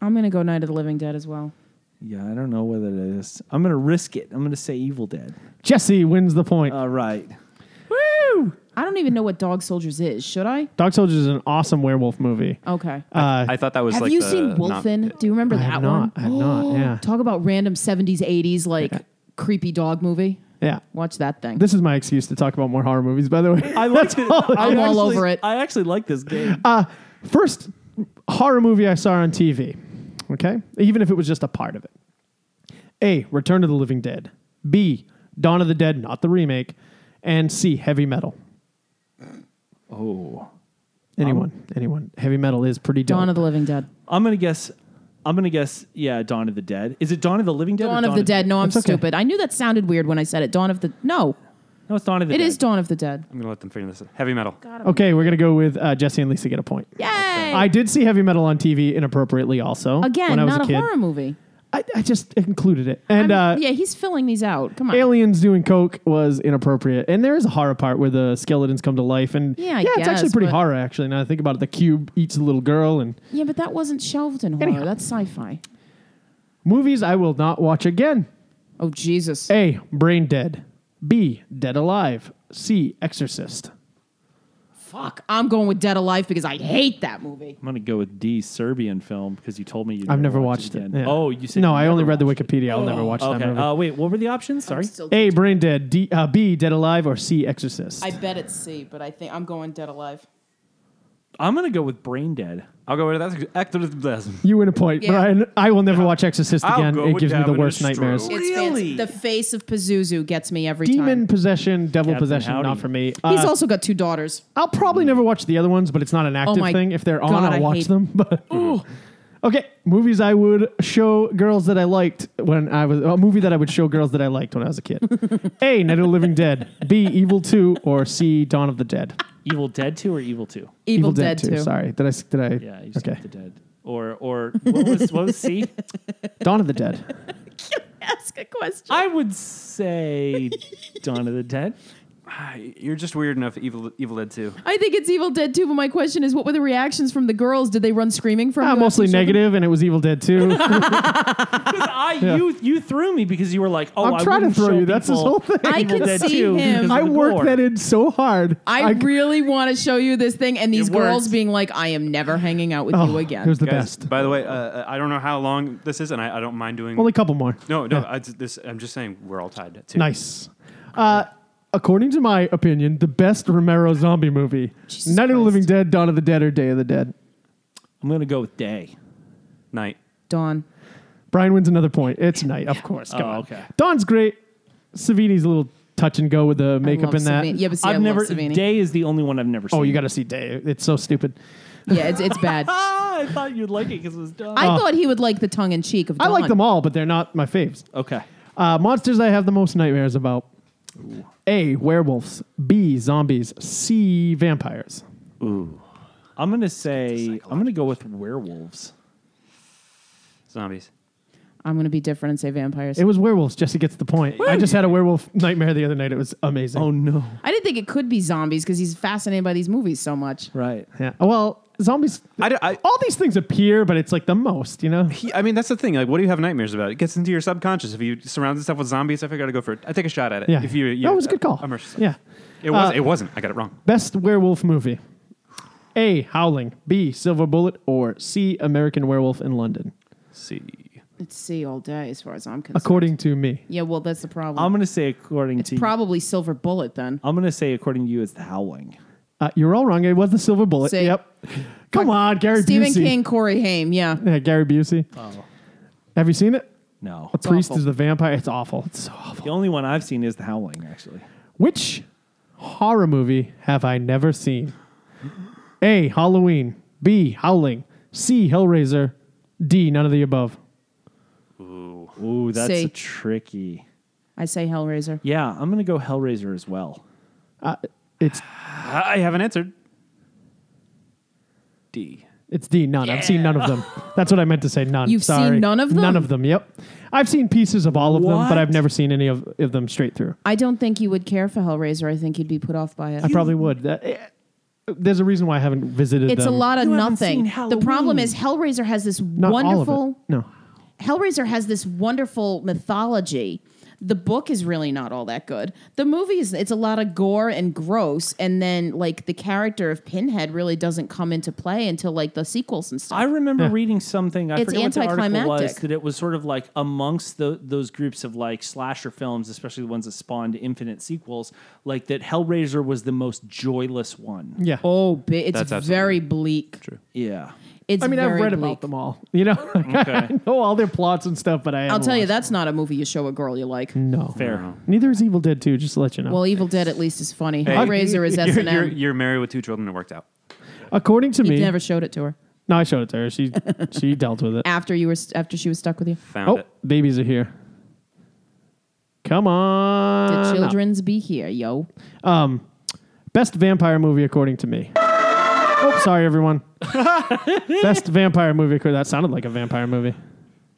[SPEAKER 4] I'm gonna go Night of the Living Dead as well
[SPEAKER 1] Yeah, I don't know whether it is. I'm going to risk it. I'm going to say Evil Dead.
[SPEAKER 2] Jesse wins the point.
[SPEAKER 1] All right.
[SPEAKER 4] I don't even know what Dog Soldiers is should I
[SPEAKER 2] Dog Soldiers is an awesome werewolf movie.
[SPEAKER 4] okay
[SPEAKER 2] Uh,
[SPEAKER 3] I thought that was
[SPEAKER 4] Have
[SPEAKER 3] like
[SPEAKER 4] you
[SPEAKER 3] the
[SPEAKER 4] seen
[SPEAKER 3] not-
[SPEAKER 4] Wolfen? Do you remember
[SPEAKER 2] I
[SPEAKER 4] that
[SPEAKER 2] have
[SPEAKER 4] one?
[SPEAKER 2] not. I have not.
[SPEAKER 4] [GASPS]
[SPEAKER 2] Yeah.
[SPEAKER 4] Talk about random 70s, 80s, like creepy dog movie.
[SPEAKER 2] Yeah.
[SPEAKER 4] Watch that thing.
[SPEAKER 2] This is my excuse to talk about more horror movies, by the way.
[SPEAKER 1] [LAUGHS] I like it.
[SPEAKER 4] I'm all over it.
[SPEAKER 1] I actually like this game.
[SPEAKER 2] First horror movie I saw on TV, okay? Even if it was just a part of it. A. Return of the Living Dead. B. Dawn of the Dead, not the remake. And C. Heavy Metal.
[SPEAKER 1] oh.
[SPEAKER 2] Anyone, anyone. Heavy Metal is pretty dope.
[SPEAKER 4] Dawn of the Living Dead.
[SPEAKER 1] I'm going to guess I'm going to guess yeah, Dawn of the Dead. Is it Dawn of the Living Dead? or
[SPEAKER 4] Dawn, of the Dead. No, I'm
[SPEAKER 2] That's okay.
[SPEAKER 4] stupid. I knew that sounded weird when I said it. Dawn of the No,
[SPEAKER 1] No, it's Dawn of the
[SPEAKER 4] it
[SPEAKER 1] Dead.
[SPEAKER 4] is Dawn of the Dead.
[SPEAKER 3] I'm gonna let them figure this out. Heavy metal.
[SPEAKER 2] okay, we're going to go with uh, Jesse and Lisa get a point.
[SPEAKER 4] Yay!
[SPEAKER 2] I did see Heavy Metal on TV inappropriately also.
[SPEAKER 4] Again,
[SPEAKER 2] when I was
[SPEAKER 4] not
[SPEAKER 2] a
[SPEAKER 4] a,
[SPEAKER 2] kid.
[SPEAKER 4] horror movie.
[SPEAKER 2] I, I just included it. And
[SPEAKER 4] I mean,
[SPEAKER 2] uh,
[SPEAKER 4] yeah, he's filling these out. Come on.
[SPEAKER 2] aliens doing coke was inappropriate. And there is a horror part where the skeletons come to life. And
[SPEAKER 4] Yeah, I
[SPEAKER 2] it's actually
[SPEAKER 4] guess,
[SPEAKER 2] pretty
[SPEAKER 4] but-
[SPEAKER 2] horror. Actually, now that I think about it, the cube eats a little girl. And
[SPEAKER 4] yeah, but that wasn't shelved in horror.
[SPEAKER 2] Anyhow.
[SPEAKER 4] That's sci-fi.
[SPEAKER 2] movies I will not watch again.
[SPEAKER 4] Oh Jesus.
[SPEAKER 2] A. Brain Dead. B. Dead Alive. C. Exorcist.
[SPEAKER 4] Fuck. I'm going with Dead Alive because I hate that movie.
[SPEAKER 1] I'm gonna go with D Serbian film because you told me you.
[SPEAKER 2] I've
[SPEAKER 1] never
[SPEAKER 2] never watched it.
[SPEAKER 1] again.
[SPEAKER 2] yeah.
[SPEAKER 1] Oh, you said
[SPEAKER 2] no.
[SPEAKER 1] you
[SPEAKER 2] I
[SPEAKER 1] never
[SPEAKER 2] only read the
[SPEAKER 1] watched it.
[SPEAKER 2] Wikipedia. I'll never watch
[SPEAKER 1] Okay.
[SPEAKER 2] that movie.
[SPEAKER 1] Uh, wait, what were the options? Sorry.
[SPEAKER 4] Still,
[SPEAKER 2] A. Brain Dead. D. Uh, B. Dead Alive. Or C. Exorcist.
[SPEAKER 4] I bet it's C, but I think I'm going Dead Alive.
[SPEAKER 1] I'm gonna go with Brain Dead.
[SPEAKER 3] I'll go with that. Activism.
[SPEAKER 2] you win a point,
[SPEAKER 4] Yeah.
[SPEAKER 2] Brian. I will never watch Exorcist
[SPEAKER 3] I'll
[SPEAKER 2] again.
[SPEAKER 3] go
[SPEAKER 2] It
[SPEAKER 3] with
[SPEAKER 2] gives me the
[SPEAKER 3] Gavin
[SPEAKER 2] worst
[SPEAKER 3] and Stroh.
[SPEAKER 2] nightmares.
[SPEAKER 4] It's
[SPEAKER 1] Really?
[SPEAKER 4] fancy. the face of Pazuzu gets me every
[SPEAKER 2] Demon
[SPEAKER 4] time.
[SPEAKER 2] possession, devil
[SPEAKER 1] Captain
[SPEAKER 2] possession,
[SPEAKER 1] Howdy.
[SPEAKER 2] not for me.
[SPEAKER 4] He's
[SPEAKER 2] Uh,
[SPEAKER 4] also got two daughters.
[SPEAKER 2] I'll probably never watch the other ones, but it's not an active
[SPEAKER 4] Mm. my
[SPEAKER 2] thing. If they're on,
[SPEAKER 4] God,
[SPEAKER 2] I'll
[SPEAKER 4] I
[SPEAKER 2] watch
[SPEAKER 4] hate-
[SPEAKER 2] them. [LAUGHS] But okay, movies I would show girls that I liked when I was a movie that I would show girls that I liked when I was a kid. a. Night of the Living Dead. B. Evil Two. Or C. Dawn of the Dead.
[SPEAKER 1] Evil Dead Two or Evil Two?
[SPEAKER 4] [LAUGHS] Evil, Dead,
[SPEAKER 2] Two.
[SPEAKER 4] too. [LAUGHS]
[SPEAKER 2] Sorry, did I? s- Did I?
[SPEAKER 1] Yeah, you just
[SPEAKER 2] okay.
[SPEAKER 1] got the Dead. Or or what was what was
[SPEAKER 4] [LAUGHS]
[SPEAKER 1] C?
[SPEAKER 2] Dawn of the Dead.
[SPEAKER 4] Ask a question.
[SPEAKER 1] I would say Dawn of the
[SPEAKER 2] [LAUGHS]
[SPEAKER 1] Dead.
[SPEAKER 3] [SIGHS] You're just weird enough. Evil, Evil Dead Two.
[SPEAKER 4] I think it's Evil Dead 2, but my question is what were the reactions from the girls? Did they run screaming from
[SPEAKER 2] Ah,
[SPEAKER 4] you
[SPEAKER 2] mostly
[SPEAKER 4] after you showed them?
[SPEAKER 2] negative, and it was Evil Dead
[SPEAKER 4] [LAUGHS]
[SPEAKER 2] Two.
[SPEAKER 1] I you you threw me because you were like, oh,
[SPEAKER 2] I'm
[SPEAKER 1] I
[SPEAKER 2] trying to
[SPEAKER 1] wouldn't
[SPEAKER 2] throw
[SPEAKER 1] show
[SPEAKER 2] you. That's his
[SPEAKER 1] people
[SPEAKER 2] whole thing.
[SPEAKER 4] I
[SPEAKER 1] Evil
[SPEAKER 4] can
[SPEAKER 1] Dead
[SPEAKER 4] see
[SPEAKER 1] 2
[SPEAKER 4] him.
[SPEAKER 1] because of
[SPEAKER 2] I
[SPEAKER 1] the
[SPEAKER 2] worked
[SPEAKER 1] gore.
[SPEAKER 2] that in so hard.
[SPEAKER 4] I, really want to show you this thing and these
[SPEAKER 1] It
[SPEAKER 4] girls
[SPEAKER 1] works.
[SPEAKER 4] being like, I am never hanging out with you
[SPEAKER 2] oh,
[SPEAKER 4] again.
[SPEAKER 2] It was the
[SPEAKER 3] Guys,
[SPEAKER 2] best.
[SPEAKER 3] By the way, uh, I don't know how long this is, and I, I don't mind doing.
[SPEAKER 2] Only a couple more.
[SPEAKER 3] no, no. I, this, I'm just saying we're all tied. Too.
[SPEAKER 2] Nice. Uh, according to my opinion, the best Romero zombie movie:
[SPEAKER 4] Jesus
[SPEAKER 2] Night of the
[SPEAKER 4] Christ.
[SPEAKER 2] Living Dead, Dawn of the Dead, or Day of the Dead.
[SPEAKER 1] I'm gonna go with Day.
[SPEAKER 3] Night.
[SPEAKER 4] Dawn.
[SPEAKER 2] Brian wins another point. It's night, of course. Come
[SPEAKER 1] Oh,
[SPEAKER 2] on.
[SPEAKER 1] okay.
[SPEAKER 2] Dawn's great. Savini's a little touch and go with the
[SPEAKER 4] I
[SPEAKER 2] makeup
[SPEAKER 4] love
[SPEAKER 2] in that.
[SPEAKER 4] Savini. Yeah, but see, I
[SPEAKER 1] I've
[SPEAKER 4] love
[SPEAKER 1] never.
[SPEAKER 4] Savini.
[SPEAKER 1] Day is the only one I've never seen.
[SPEAKER 2] Oh, you got to see Day. It's so stupid.
[SPEAKER 4] Yeah, it's,
[SPEAKER 2] [LAUGHS]
[SPEAKER 4] it's bad.
[SPEAKER 1] [LAUGHS] Ah, I thought you'd like it because it was Dawn.
[SPEAKER 4] I thought he would like the tongue in cheek of
[SPEAKER 2] Oh. I
[SPEAKER 4] Dawn.
[SPEAKER 2] like them all, but they're not my faves.
[SPEAKER 1] okay.
[SPEAKER 2] Uh, monsters I have the most nightmares about. A. Werewolves. B. Zombies. C. Vampires.
[SPEAKER 1] I'm gonna say I'm gonna go with werewolves.
[SPEAKER 3] Zombies.
[SPEAKER 4] I'm going to be different and say vampires.
[SPEAKER 2] It was werewolves. Jesse gets the point. I just had a werewolf nightmare the other night. It was amazing.
[SPEAKER 1] Oh no!
[SPEAKER 4] I didn't think it could be zombies because he's fascinated by these movies so much.
[SPEAKER 1] Right.
[SPEAKER 2] Yeah. Well, zombies.
[SPEAKER 3] I d- I-
[SPEAKER 2] all these things appear, but it's like the most, you know.
[SPEAKER 3] He, I mean, that's the thing. Like, what do you have nightmares about? It gets into your subconscious. If you surround yourself with zombies, I figure I to go for it. I take a shot at it.
[SPEAKER 2] Yeah.
[SPEAKER 3] If you,
[SPEAKER 2] that was a good call.
[SPEAKER 3] immerse yourself.
[SPEAKER 2] yeah.
[SPEAKER 3] It was.
[SPEAKER 2] Uh,
[SPEAKER 3] it wasn't. I got it wrong.
[SPEAKER 2] Best werewolf movie. A. Howling. B. Silver Bullet. Or C. American Werewolf in London.
[SPEAKER 3] see.
[SPEAKER 4] It's C all day, as far as I'm concerned.
[SPEAKER 2] According to me,
[SPEAKER 4] yeah, well, that's the problem.
[SPEAKER 1] I'm gonna say according to you.
[SPEAKER 4] Probably Silver Bullet then.
[SPEAKER 1] I'm gonna say according to you it's the Howling.
[SPEAKER 2] uh, you're all wrong. It was the Silver Bullet.
[SPEAKER 4] Say-
[SPEAKER 2] Yep. Come on, Gary
[SPEAKER 4] Stephen
[SPEAKER 2] Busey.
[SPEAKER 4] King, Corey Haim. Yeah.
[SPEAKER 2] Yeah, [LAUGHS] Gary Busey. Oh. Have you seen it?
[SPEAKER 1] No,
[SPEAKER 2] A priest
[SPEAKER 4] awful.
[SPEAKER 2] is the vampire. It's awful. It's so awful.
[SPEAKER 1] the only one I've seen is the Howling. Actually,
[SPEAKER 2] Which horror movie have I never seen? A. Halloween. B. Howling. C. Hellraiser. D. None of the above.
[SPEAKER 1] ooh, that's
[SPEAKER 4] Say-
[SPEAKER 1] a tricky.
[SPEAKER 4] I say Hellraiser.
[SPEAKER 1] Yeah, I'm gonna go Hellraiser as well.
[SPEAKER 2] It's
[SPEAKER 3] I haven't answered. D.
[SPEAKER 2] it's D. None. I've seen none of them. That's what I meant to say. None.
[SPEAKER 4] You've seen
[SPEAKER 2] Sorry.
[SPEAKER 4] none of them?
[SPEAKER 2] None of them. Yep. I've seen pieces of all of them,
[SPEAKER 1] What?
[SPEAKER 2] but I've never seen any of, of them straight through.
[SPEAKER 4] I don't think you would care for Hellraiser. I think you'd be put off by it.
[SPEAKER 2] I probably would. That- eh, there's a reason why I haven't visited.
[SPEAKER 4] It's a
[SPEAKER 2] them.
[SPEAKER 4] lot of
[SPEAKER 1] You haven't
[SPEAKER 4] nothing.
[SPEAKER 1] seen
[SPEAKER 4] The
[SPEAKER 1] Halloween.
[SPEAKER 4] problem is Hellraiser has this
[SPEAKER 2] Not
[SPEAKER 4] wonderful
[SPEAKER 2] all of it. No.
[SPEAKER 4] Hellraiser has this wonderful mythology. The book is really not all that good. The movie is it's a lot of gore and gross and then like the character of Pinhead really doesn't come into play until like the sequels and stuff.
[SPEAKER 1] I remember reading something. I
[SPEAKER 4] It's
[SPEAKER 1] forget what the article was
[SPEAKER 4] anticlimactic.
[SPEAKER 1] that it was sort of like amongst the, those groups of like slasher films, especially the ones that spawned infinite sequels. Like that, Hellraiser was the most joyless one.
[SPEAKER 2] Yeah.
[SPEAKER 4] oh, bi- it's
[SPEAKER 3] That's absolutely
[SPEAKER 4] very bleak.
[SPEAKER 1] Yeah,
[SPEAKER 4] It's
[SPEAKER 2] I mean, I've
[SPEAKER 4] very
[SPEAKER 2] read
[SPEAKER 4] bleak.
[SPEAKER 2] about them all. You know, [LAUGHS] I know all their plots and stuff, but I.
[SPEAKER 4] I'll
[SPEAKER 2] haven't
[SPEAKER 4] tell you
[SPEAKER 2] watched
[SPEAKER 4] that's not a movie you show a girl you like.
[SPEAKER 2] them. No.
[SPEAKER 1] fair.
[SPEAKER 2] Neither is Evil Dead 2, just to let you know.
[SPEAKER 4] Well, Evil Dead at least is funny.
[SPEAKER 3] Hey,
[SPEAKER 4] Hellraiser is S
[SPEAKER 3] you're,
[SPEAKER 4] and
[SPEAKER 3] you're,
[SPEAKER 4] M.
[SPEAKER 3] you're married with two children. It worked out.
[SPEAKER 2] According to me,
[SPEAKER 4] You never showed it to her
[SPEAKER 2] no, I showed it to her.
[SPEAKER 4] [LAUGHS]
[SPEAKER 2] She she dealt with it.
[SPEAKER 4] after you were st- after she was stuck with you.
[SPEAKER 3] Found
[SPEAKER 2] Oh,
[SPEAKER 3] it.
[SPEAKER 2] babies are here. Come
[SPEAKER 4] The
[SPEAKER 2] on. up.
[SPEAKER 4] children's be here, yo.
[SPEAKER 2] Best vampire movie according to me.
[SPEAKER 4] [LAUGHS]
[SPEAKER 2] Oh, sorry everyone. Best vampire movie. according- That sounded like a vampire movie.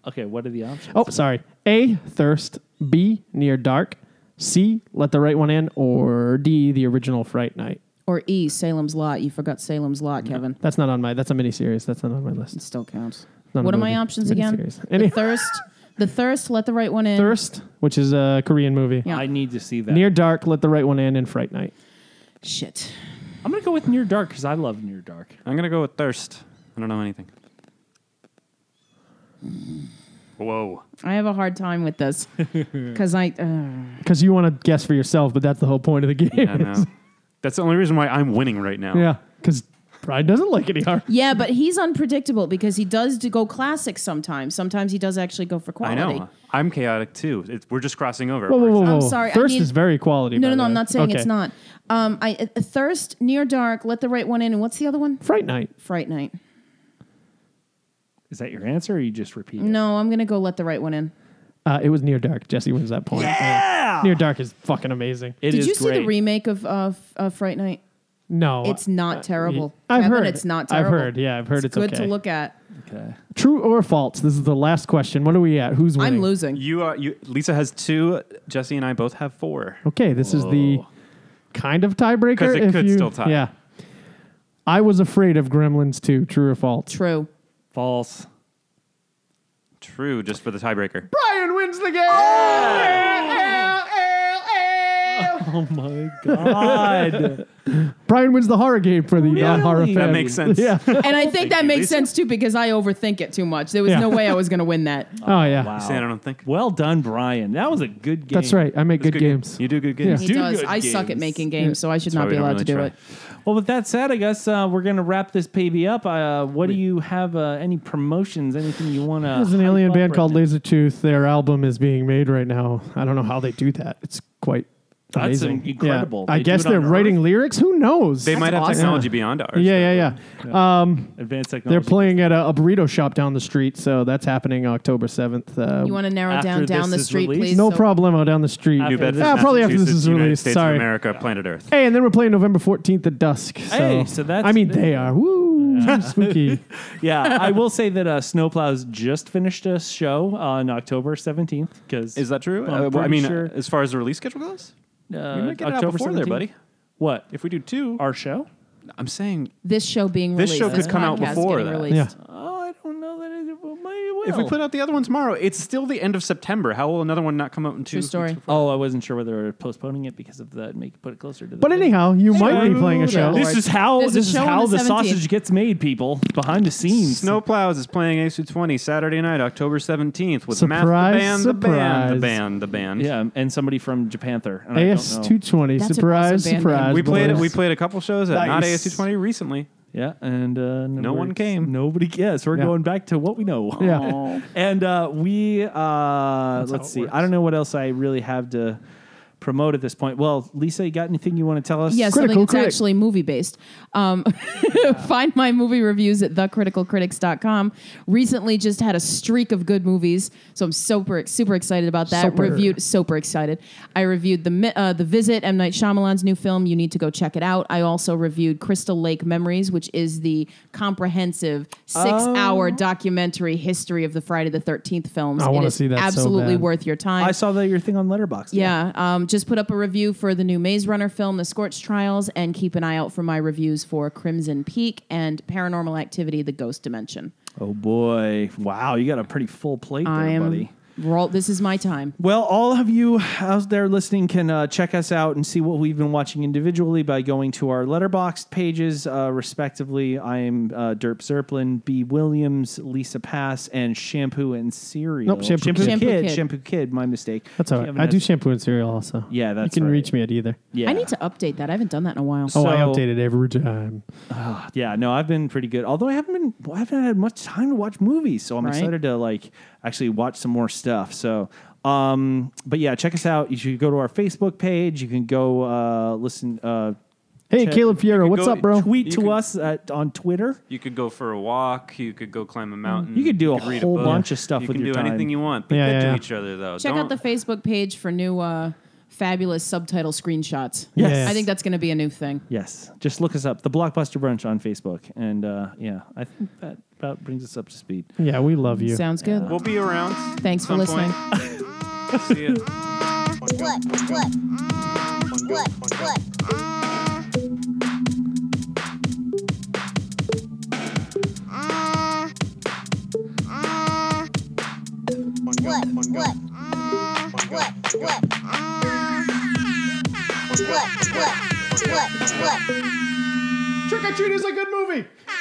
[SPEAKER 1] Okay, what are the options?
[SPEAKER 2] Oh, sorry. A, thirst. B, near dark. C, let the right one in. Or D, the original Fright Night.
[SPEAKER 4] Or E, Salem's Lot. You forgot Salem's Lot, Kevin.
[SPEAKER 2] That's not on my. That's a miniseries. That's not on my list.
[SPEAKER 4] It still counts.
[SPEAKER 2] Not a
[SPEAKER 4] what are my
[SPEAKER 2] movie.
[SPEAKER 4] options
[SPEAKER 2] Miniseries.
[SPEAKER 4] again?
[SPEAKER 2] Any-
[SPEAKER 4] the thirst. The thirst. Let the right one in.
[SPEAKER 2] Thirst, which is a Korean movie.
[SPEAKER 4] Yeah.
[SPEAKER 1] I need to see that.
[SPEAKER 2] Near dark, let the right one in, and Fright Night.
[SPEAKER 4] Shit.
[SPEAKER 1] I'm gonna go with Near Dark because I love Near Dark.
[SPEAKER 3] I'm gonna go with thirst. I don't know anything. Whoa!
[SPEAKER 4] I have a hard time with this
[SPEAKER 2] [LAUGHS]
[SPEAKER 4] because I. Uh,
[SPEAKER 2] Because you want to guess for yourself, but that's the whole point of the game. [LAUGHS]
[SPEAKER 3] I know. That's the only reason why I'm winning right now.
[SPEAKER 2] yeah, because Brian doesn't like any hard.
[SPEAKER 4] yeah, but he's unpredictable because he does do go classic sometimes. Sometimes he does actually go for
[SPEAKER 3] I
[SPEAKER 4] quality.
[SPEAKER 3] know. I'm chaotic too. It's, we're just crossing over.
[SPEAKER 2] Whoa, whoa, whoa, whoa.
[SPEAKER 4] I'm sorry, I
[SPEAKER 2] Thirst
[SPEAKER 4] need-
[SPEAKER 2] is very quality.
[SPEAKER 4] No,
[SPEAKER 2] by
[SPEAKER 4] no, no.
[SPEAKER 2] the
[SPEAKER 4] I'm
[SPEAKER 2] way.
[SPEAKER 4] not saying
[SPEAKER 2] Okay.
[SPEAKER 4] it's not. Um, I uh, thirst near dark. Let the right one in. And what's the other one?
[SPEAKER 2] Fright Night.
[SPEAKER 4] Fright night.
[SPEAKER 1] Is that your answer, or you just repeat? it?
[SPEAKER 4] No, I'm gonna go let the right one in.
[SPEAKER 2] Uh, it was Near Dark. Jesse wins that point. Yeah! Near Dark is fucking amazing.
[SPEAKER 1] It
[SPEAKER 4] Did
[SPEAKER 1] is
[SPEAKER 4] you see the
[SPEAKER 1] great.
[SPEAKER 4] remake of uh, f- uh, Fright Night?
[SPEAKER 2] No.
[SPEAKER 4] It's not terrible.
[SPEAKER 2] uh, I've
[SPEAKER 4] Kevin,
[SPEAKER 2] heard.
[SPEAKER 4] it's not
[SPEAKER 2] I've
[SPEAKER 4] terrible.
[SPEAKER 2] heard. Yeah, I've heard it's,
[SPEAKER 4] good
[SPEAKER 2] okay.
[SPEAKER 4] to look at.
[SPEAKER 1] Okay.
[SPEAKER 2] True or false? This is the last question. What are we at? Who's winning?
[SPEAKER 4] I'm losing.
[SPEAKER 3] You are. You, Lisa has two. Jesse and I both have four.
[SPEAKER 2] Okay, this is the kind of tiebreaker.
[SPEAKER 3] 'Cause it
[SPEAKER 2] if
[SPEAKER 3] could
[SPEAKER 2] you-
[SPEAKER 3] still tie.
[SPEAKER 2] Yeah. I was afraid of Gremlins 2. True or false?
[SPEAKER 4] True.
[SPEAKER 1] False.
[SPEAKER 3] True, just for the tiebreaker.
[SPEAKER 2] Brian wins the game.
[SPEAKER 1] Oh my god.
[SPEAKER 2] [LAUGHS] Brian wins the horror game for the non-horror
[SPEAKER 1] Really?
[SPEAKER 2] fan.
[SPEAKER 1] That
[SPEAKER 3] That makes sense.
[SPEAKER 2] Yeah.
[SPEAKER 4] And I think that
[SPEAKER 3] you,
[SPEAKER 4] makes
[SPEAKER 3] Lisa.
[SPEAKER 4] sense too because I overthink it too much. There was
[SPEAKER 2] Yeah.
[SPEAKER 4] no way I was going to
[SPEAKER 2] [LAUGHS]
[SPEAKER 4] win that.
[SPEAKER 2] Oh yeah.
[SPEAKER 1] wow.
[SPEAKER 3] Saying I don't think.
[SPEAKER 1] Well done, Brian. That was a good game.
[SPEAKER 2] That's right. I make
[SPEAKER 3] It's
[SPEAKER 2] good, games.
[SPEAKER 3] You do good
[SPEAKER 2] Yeah.
[SPEAKER 3] games.
[SPEAKER 4] He
[SPEAKER 1] Do
[SPEAKER 4] does.
[SPEAKER 1] good
[SPEAKER 4] I suck at
[SPEAKER 1] games.
[SPEAKER 4] making games, so I should
[SPEAKER 3] why
[SPEAKER 4] not
[SPEAKER 3] we
[SPEAKER 4] be
[SPEAKER 3] don't
[SPEAKER 4] allowed
[SPEAKER 3] really
[SPEAKER 4] to do
[SPEAKER 3] try.
[SPEAKER 4] it.
[SPEAKER 1] Well, with that said, I guess uh, we're gonna wrap this baby up. Uh, what do you have? Uh, any promotions? Anything you want to?
[SPEAKER 2] There's an alien band called Lasertooth. Their album is being made right now. I don't know how they do that. It's quite
[SPEAKER 1] That's
[SPEAKER 2] amazing. Yeah.
[SPEAKER 1] incredible.
[SPEAKER 2] I
[SPEAKER 1] They do
[SPEAKER 2] guess
[SPEAKER 1] it on
[SPEAKER 2] they're
[SPEAKER 1] Earth.
[SPEAKER 2] writing lyrics. Who knows?
[SPEAKER 3] They might have
[SPEAKER 4] awesome.
[SPEAKER 3] technology beyond ours.
[SPEAKER 2] yeah, yeah, yeah.
[SPEAKER 1] Advanced Technology.
[SPEAKER 2] They're playing at a, a burrito shop down the street, so that's happening October seventh. Uh,
[SPEAKER 4] You want to narrow
[SPEAKER 1] After
[SPEAKER 4] down down
[SPEAKER 1] this
[SPEAKER 4] the
[SPEAKER 1] is
[SPEAKER 4] street,
[SPEAKER 1] released?
[SPEAKER 4] please?
[SPEAKER 2] no
[SPEAKER 4] So-
[SPEAKER 2] problemo down the street.
[SPEAKER 3] New Bedford,
[SPEAKER 2] Ah, probably after this
[SPEAKER 3] Massachusetts,
[SPEAKER 2] is
[SPEAKER 3] United
[SPEAKER 2] released.
[SPEAKER 3] States
[SPEAKER 2] Sorry.
[SPEAKER 3] of America, planet Earth.
[SPEAKER 2] Hey, and then we're playing November fourteenth at dusk. So,
[SPEAKER 1] Hey, so that's-
[SPEAKER 2] I mean they are woo
[SPEAKER 1] [LAUGHS]
[SPEAKER 2] spooky.
[SPEAKER 1] yeah, I
[SPEAKER 2] [LAUGHS]
[SPEAKER 1] will say that uh, Snowplows just finished a show on October 17th. Because
[SPEAKER 3] Is that true?
[SPEAKER 1] I'm
[SPEAKER 3] Uh, well, I
[SPEAKER 1] pretty
[SPEAKER 3] mean,
[SPEAKER 1] sure-
[SPEAKER 3] uh, as far as the release schedule goes, we might get it out before there, buddy.
[SPEAKER 1] uh, What?
[SPEAKER 3] If we do two,
[SPEAKER 1] Our show?
[SPEAKER 3] I'm saying
[SPEAKER 4] This show being
[SPEAKER 3] This
[SPEAKER 4] released.
[SPEAKER 3] show could come out
[SPEAKER 4] podcast
[SPEAKER 3] before
[SPEAKER 4] getting
[SPEAKER 3] that.
[SPEAKER 4] released.
[SPEAKER 2] Yeah,
[SPEAKER 1] Oh, I don't know that it well, maybe will.
[SPEAKER 3] if we put out the other one tomorrow, it's still the end of September. How will another one not come out in two?
[SPEAKER 4] True story.
[SPEAKER 1] Oh, I wasn't sure whether we were postponing it because of that. Make put it closer to. The
[SPEAKER 2] but
[SPEAKER 1] date.
[SPEAKER 2] anyhow, you might be playing a show.
[SPEAKER 1] this is how
[SPEAKER 4] There's a
[SPEAKER 1] this is
[SPEAKER 4] show on
[SPEAKER 1] how
[SPEAKER 4] the
[SPEAKER 1] the,
[SPEAKER 4] 17th.
[SPEAKER 1] sausage gets made, people. Behind the scenes.
[SPEAKER 3] Snowplows is playing Ace 20 Saturday night, October 17th with
[SPEAKER 2] Surprise,
[SPEAKER 3] Math the Band, the
[SPEAKER 2] surprise.
[SPEAKER 3] Band, the Band, the Band.
[SPEAKER 1] Yeah, and somebody from Japanther. And I don't
[SPEAKER 2] AS
[SPEAKER 1] know.
[SPEAKER 2] two twenty.
[SPEAKER 4] That's a
[SPEAKER 2] Surprise,
[SPEAKER 4] awesome band
[SPEAKER 2] surprise.
[SPEAKER 4] name.
[SPEAKER 3] We played
[SPEAKER 2] boys.
[SPEAKER 3] we played a couple shows at not
[SPEAKER 1] Nice.
[SPEAKER 3] ASU 20 recently.
[SPEAKER 1] Yeah, and uh, nobody-
[SPEAKER 3] one came.
[SPEAKER 1] Nobody. [LAUGHS] Yes, we're
[SPEAKER 2] Yeah.
[SPEAKER 1] going back to what we know.
[SPEAKER 2] Yeah.
[SPEAKER 1] Aw. [LAUGHS] and uh, we uh,
[SPEAKER 2] how
[SPEAKER 1] let's
[SPEAKER 2] it
[SPEAKER 1] see.
[SPEAKER 2] works.
[SPEAKER 1] I don't know what else I really have to promote at this point. Well, Lisa, you got anything you want to tell us?
[SPEAKER 4] Yeah,
[SPEAKER 2] Critical
[SPEAKER 4] something that's
[SPEAKER 2] Critic.
[SPEAKER 4] actually movie based. Um, [LAUGHS] Find my movie reviews at thecriticalcritics.com. Recently just had a streak of good movies, so I'm super super excited about that.
[SPEAKER 2] Super.
[SPEAKER 4] Reviewed super excited. I reviewed the Mi- uh, the visit M Night Shyamalan's new film. You need to go check it out. I also reviewed Crystal Lake Memories, which is the comprehensive 6-hour documentary history of the Friday the 13th films.
[SPEAKER 2] Oh. I
[SPEAKER 4] It
[SPEAKER 2] wanna
[SPEAKER 4] is
[SPEAKER 2] see that so
[SPEAKER 4] Absolutely
[SPEAKER 2] bad.
[SPEAKER 4] worth your time.
[SPEAKER 1] I saw that your thing on Letterboxd.
[SPEAKER 4] Yeah, um, just put up a review for the new Maze Runner film, The Scorch Trials, and keep an eye out for my reviews for Crimson Peak and Paranormal Activity: The Ghost Dimension.
[SPEAKER 1] Oh boy! Wow, you got a pretty full plate there,
[SPEAKER 4] I am.
[SPEAKER 1] buddy.
[SPEAKER 4] roll- this is my time.
[SPEAKER 1] Well, all of you out there listening can uh, check us out and see what we've been watching individually by going to our letterboxed pages, uh, respectively. I am uh, Derp Zerplin, B. Williams, Lisa Pass, and Shampoo and Cereal.
[SPEAKER 2] Nope, Shampoo Kid.
[SPEAKER 4] Shampoo
[SPEAKER 1] Kid.
[SPEAKER 4] Kid.
[SPEAKER 1] Shampoo Kid, my mistake.
[SPEAKER 2] That's all right.
[SPEAKER 1] Kevin
[SPEAKER 2] I do
[SPEAKER 1] has-
[SPEAKER 2] shampoo and cereal also.
[SPEAKER 1] Yeah, that's
[SPEAKER 2] You can
[SPEAKER 1] right.
[SPEAKER 2] reach me at either.
[SPEAKER 1] Yeah.
[SPEAKER 4] I need to update that. I haven't done that in a while.
[SPEAKER 2] Oh, I
[SPEAKER 1] So-
[SPEAKER 2] update it every time.
[SPEAKER 1] Yeah, no, I've been pretty good. Although I haven't been, I haven't had much time to watch movies, so I'm
[SPEAKER 4] Right.
[SPEAKER 1] excited to like actually watch some more stuff. So, um, but yeah, check us out. You should go to our Facebook page. You can go uh, listen, uh,
[SPEAKER 2] Hey,
[SPEAKER 1] Check-
[SPEAKER 2] Caleb Fierro, what's
[SPEAKER 3] go-
[SPEAKER 2] up, bro?
[SPEAKER 1] tweet
[SPEAKER 3] You
[SPEAKER 1] to
[SPEAKER 3] can-
[SPEAKER 1] us at, on Twitter.
[SPEAKER 3] You could go for a walk. You could go climb a mountain.
[SPEAKER 1] Mm. You could do a
[SPEAKER 3] read
[SPEAKER 1] whole
[SPEAKER 3] book.
[SPEAKER 1] bunch of stuff
[SPEAKER 3] You
[SPEAKER 1] with
[SPEAKER 3] can
[SPEAKER 1] your
[SPEAKER 3] do
[SPEAKER 1] time.
[SPEAKER 3] anything you want. Be
[SPEAKER 2] Yeah,
[SPEAKER 3] good
[SPEAKER 2] yeah,
[SPEAKER 3] to
[SPEAKER 2] yeah.
[SPEAKER 3] each other, though.
[SPEAKER 4] Check out
[SPEAKER 3] Don't-
[SPEAKER 4] the Facebook page for new uh, fabulous subtitle screenshots.
[SPEAKER 1] Yes.
[SPEAKER 2] Yes.
[SPEAKER 4] I think that's going to be a new thing.
[SPEAKER 1] Yes, just look us up, the Blockbuster Brunch on Facebook, and uh, yeah, I think that about brings us up to speed.
[SPEAKER 2] Yeah, we love you.
[SPEAKER 4] Sounds good.
[SPEAKER 3] We'll be around.
[SPEAKER 4] Thanks for
[SPEAKER 3] some
[SPEAKER 4] listening.
[SPEAKER 3] Point. See
[SPEAKER 1] [LAUGHS]
[SPEAKER 3] ya.
[SPEAKER 5] What? What? What? What? What? What? What? What? What? What? What? What?
[SPEAKER 2] Trick or Treat is a good movie.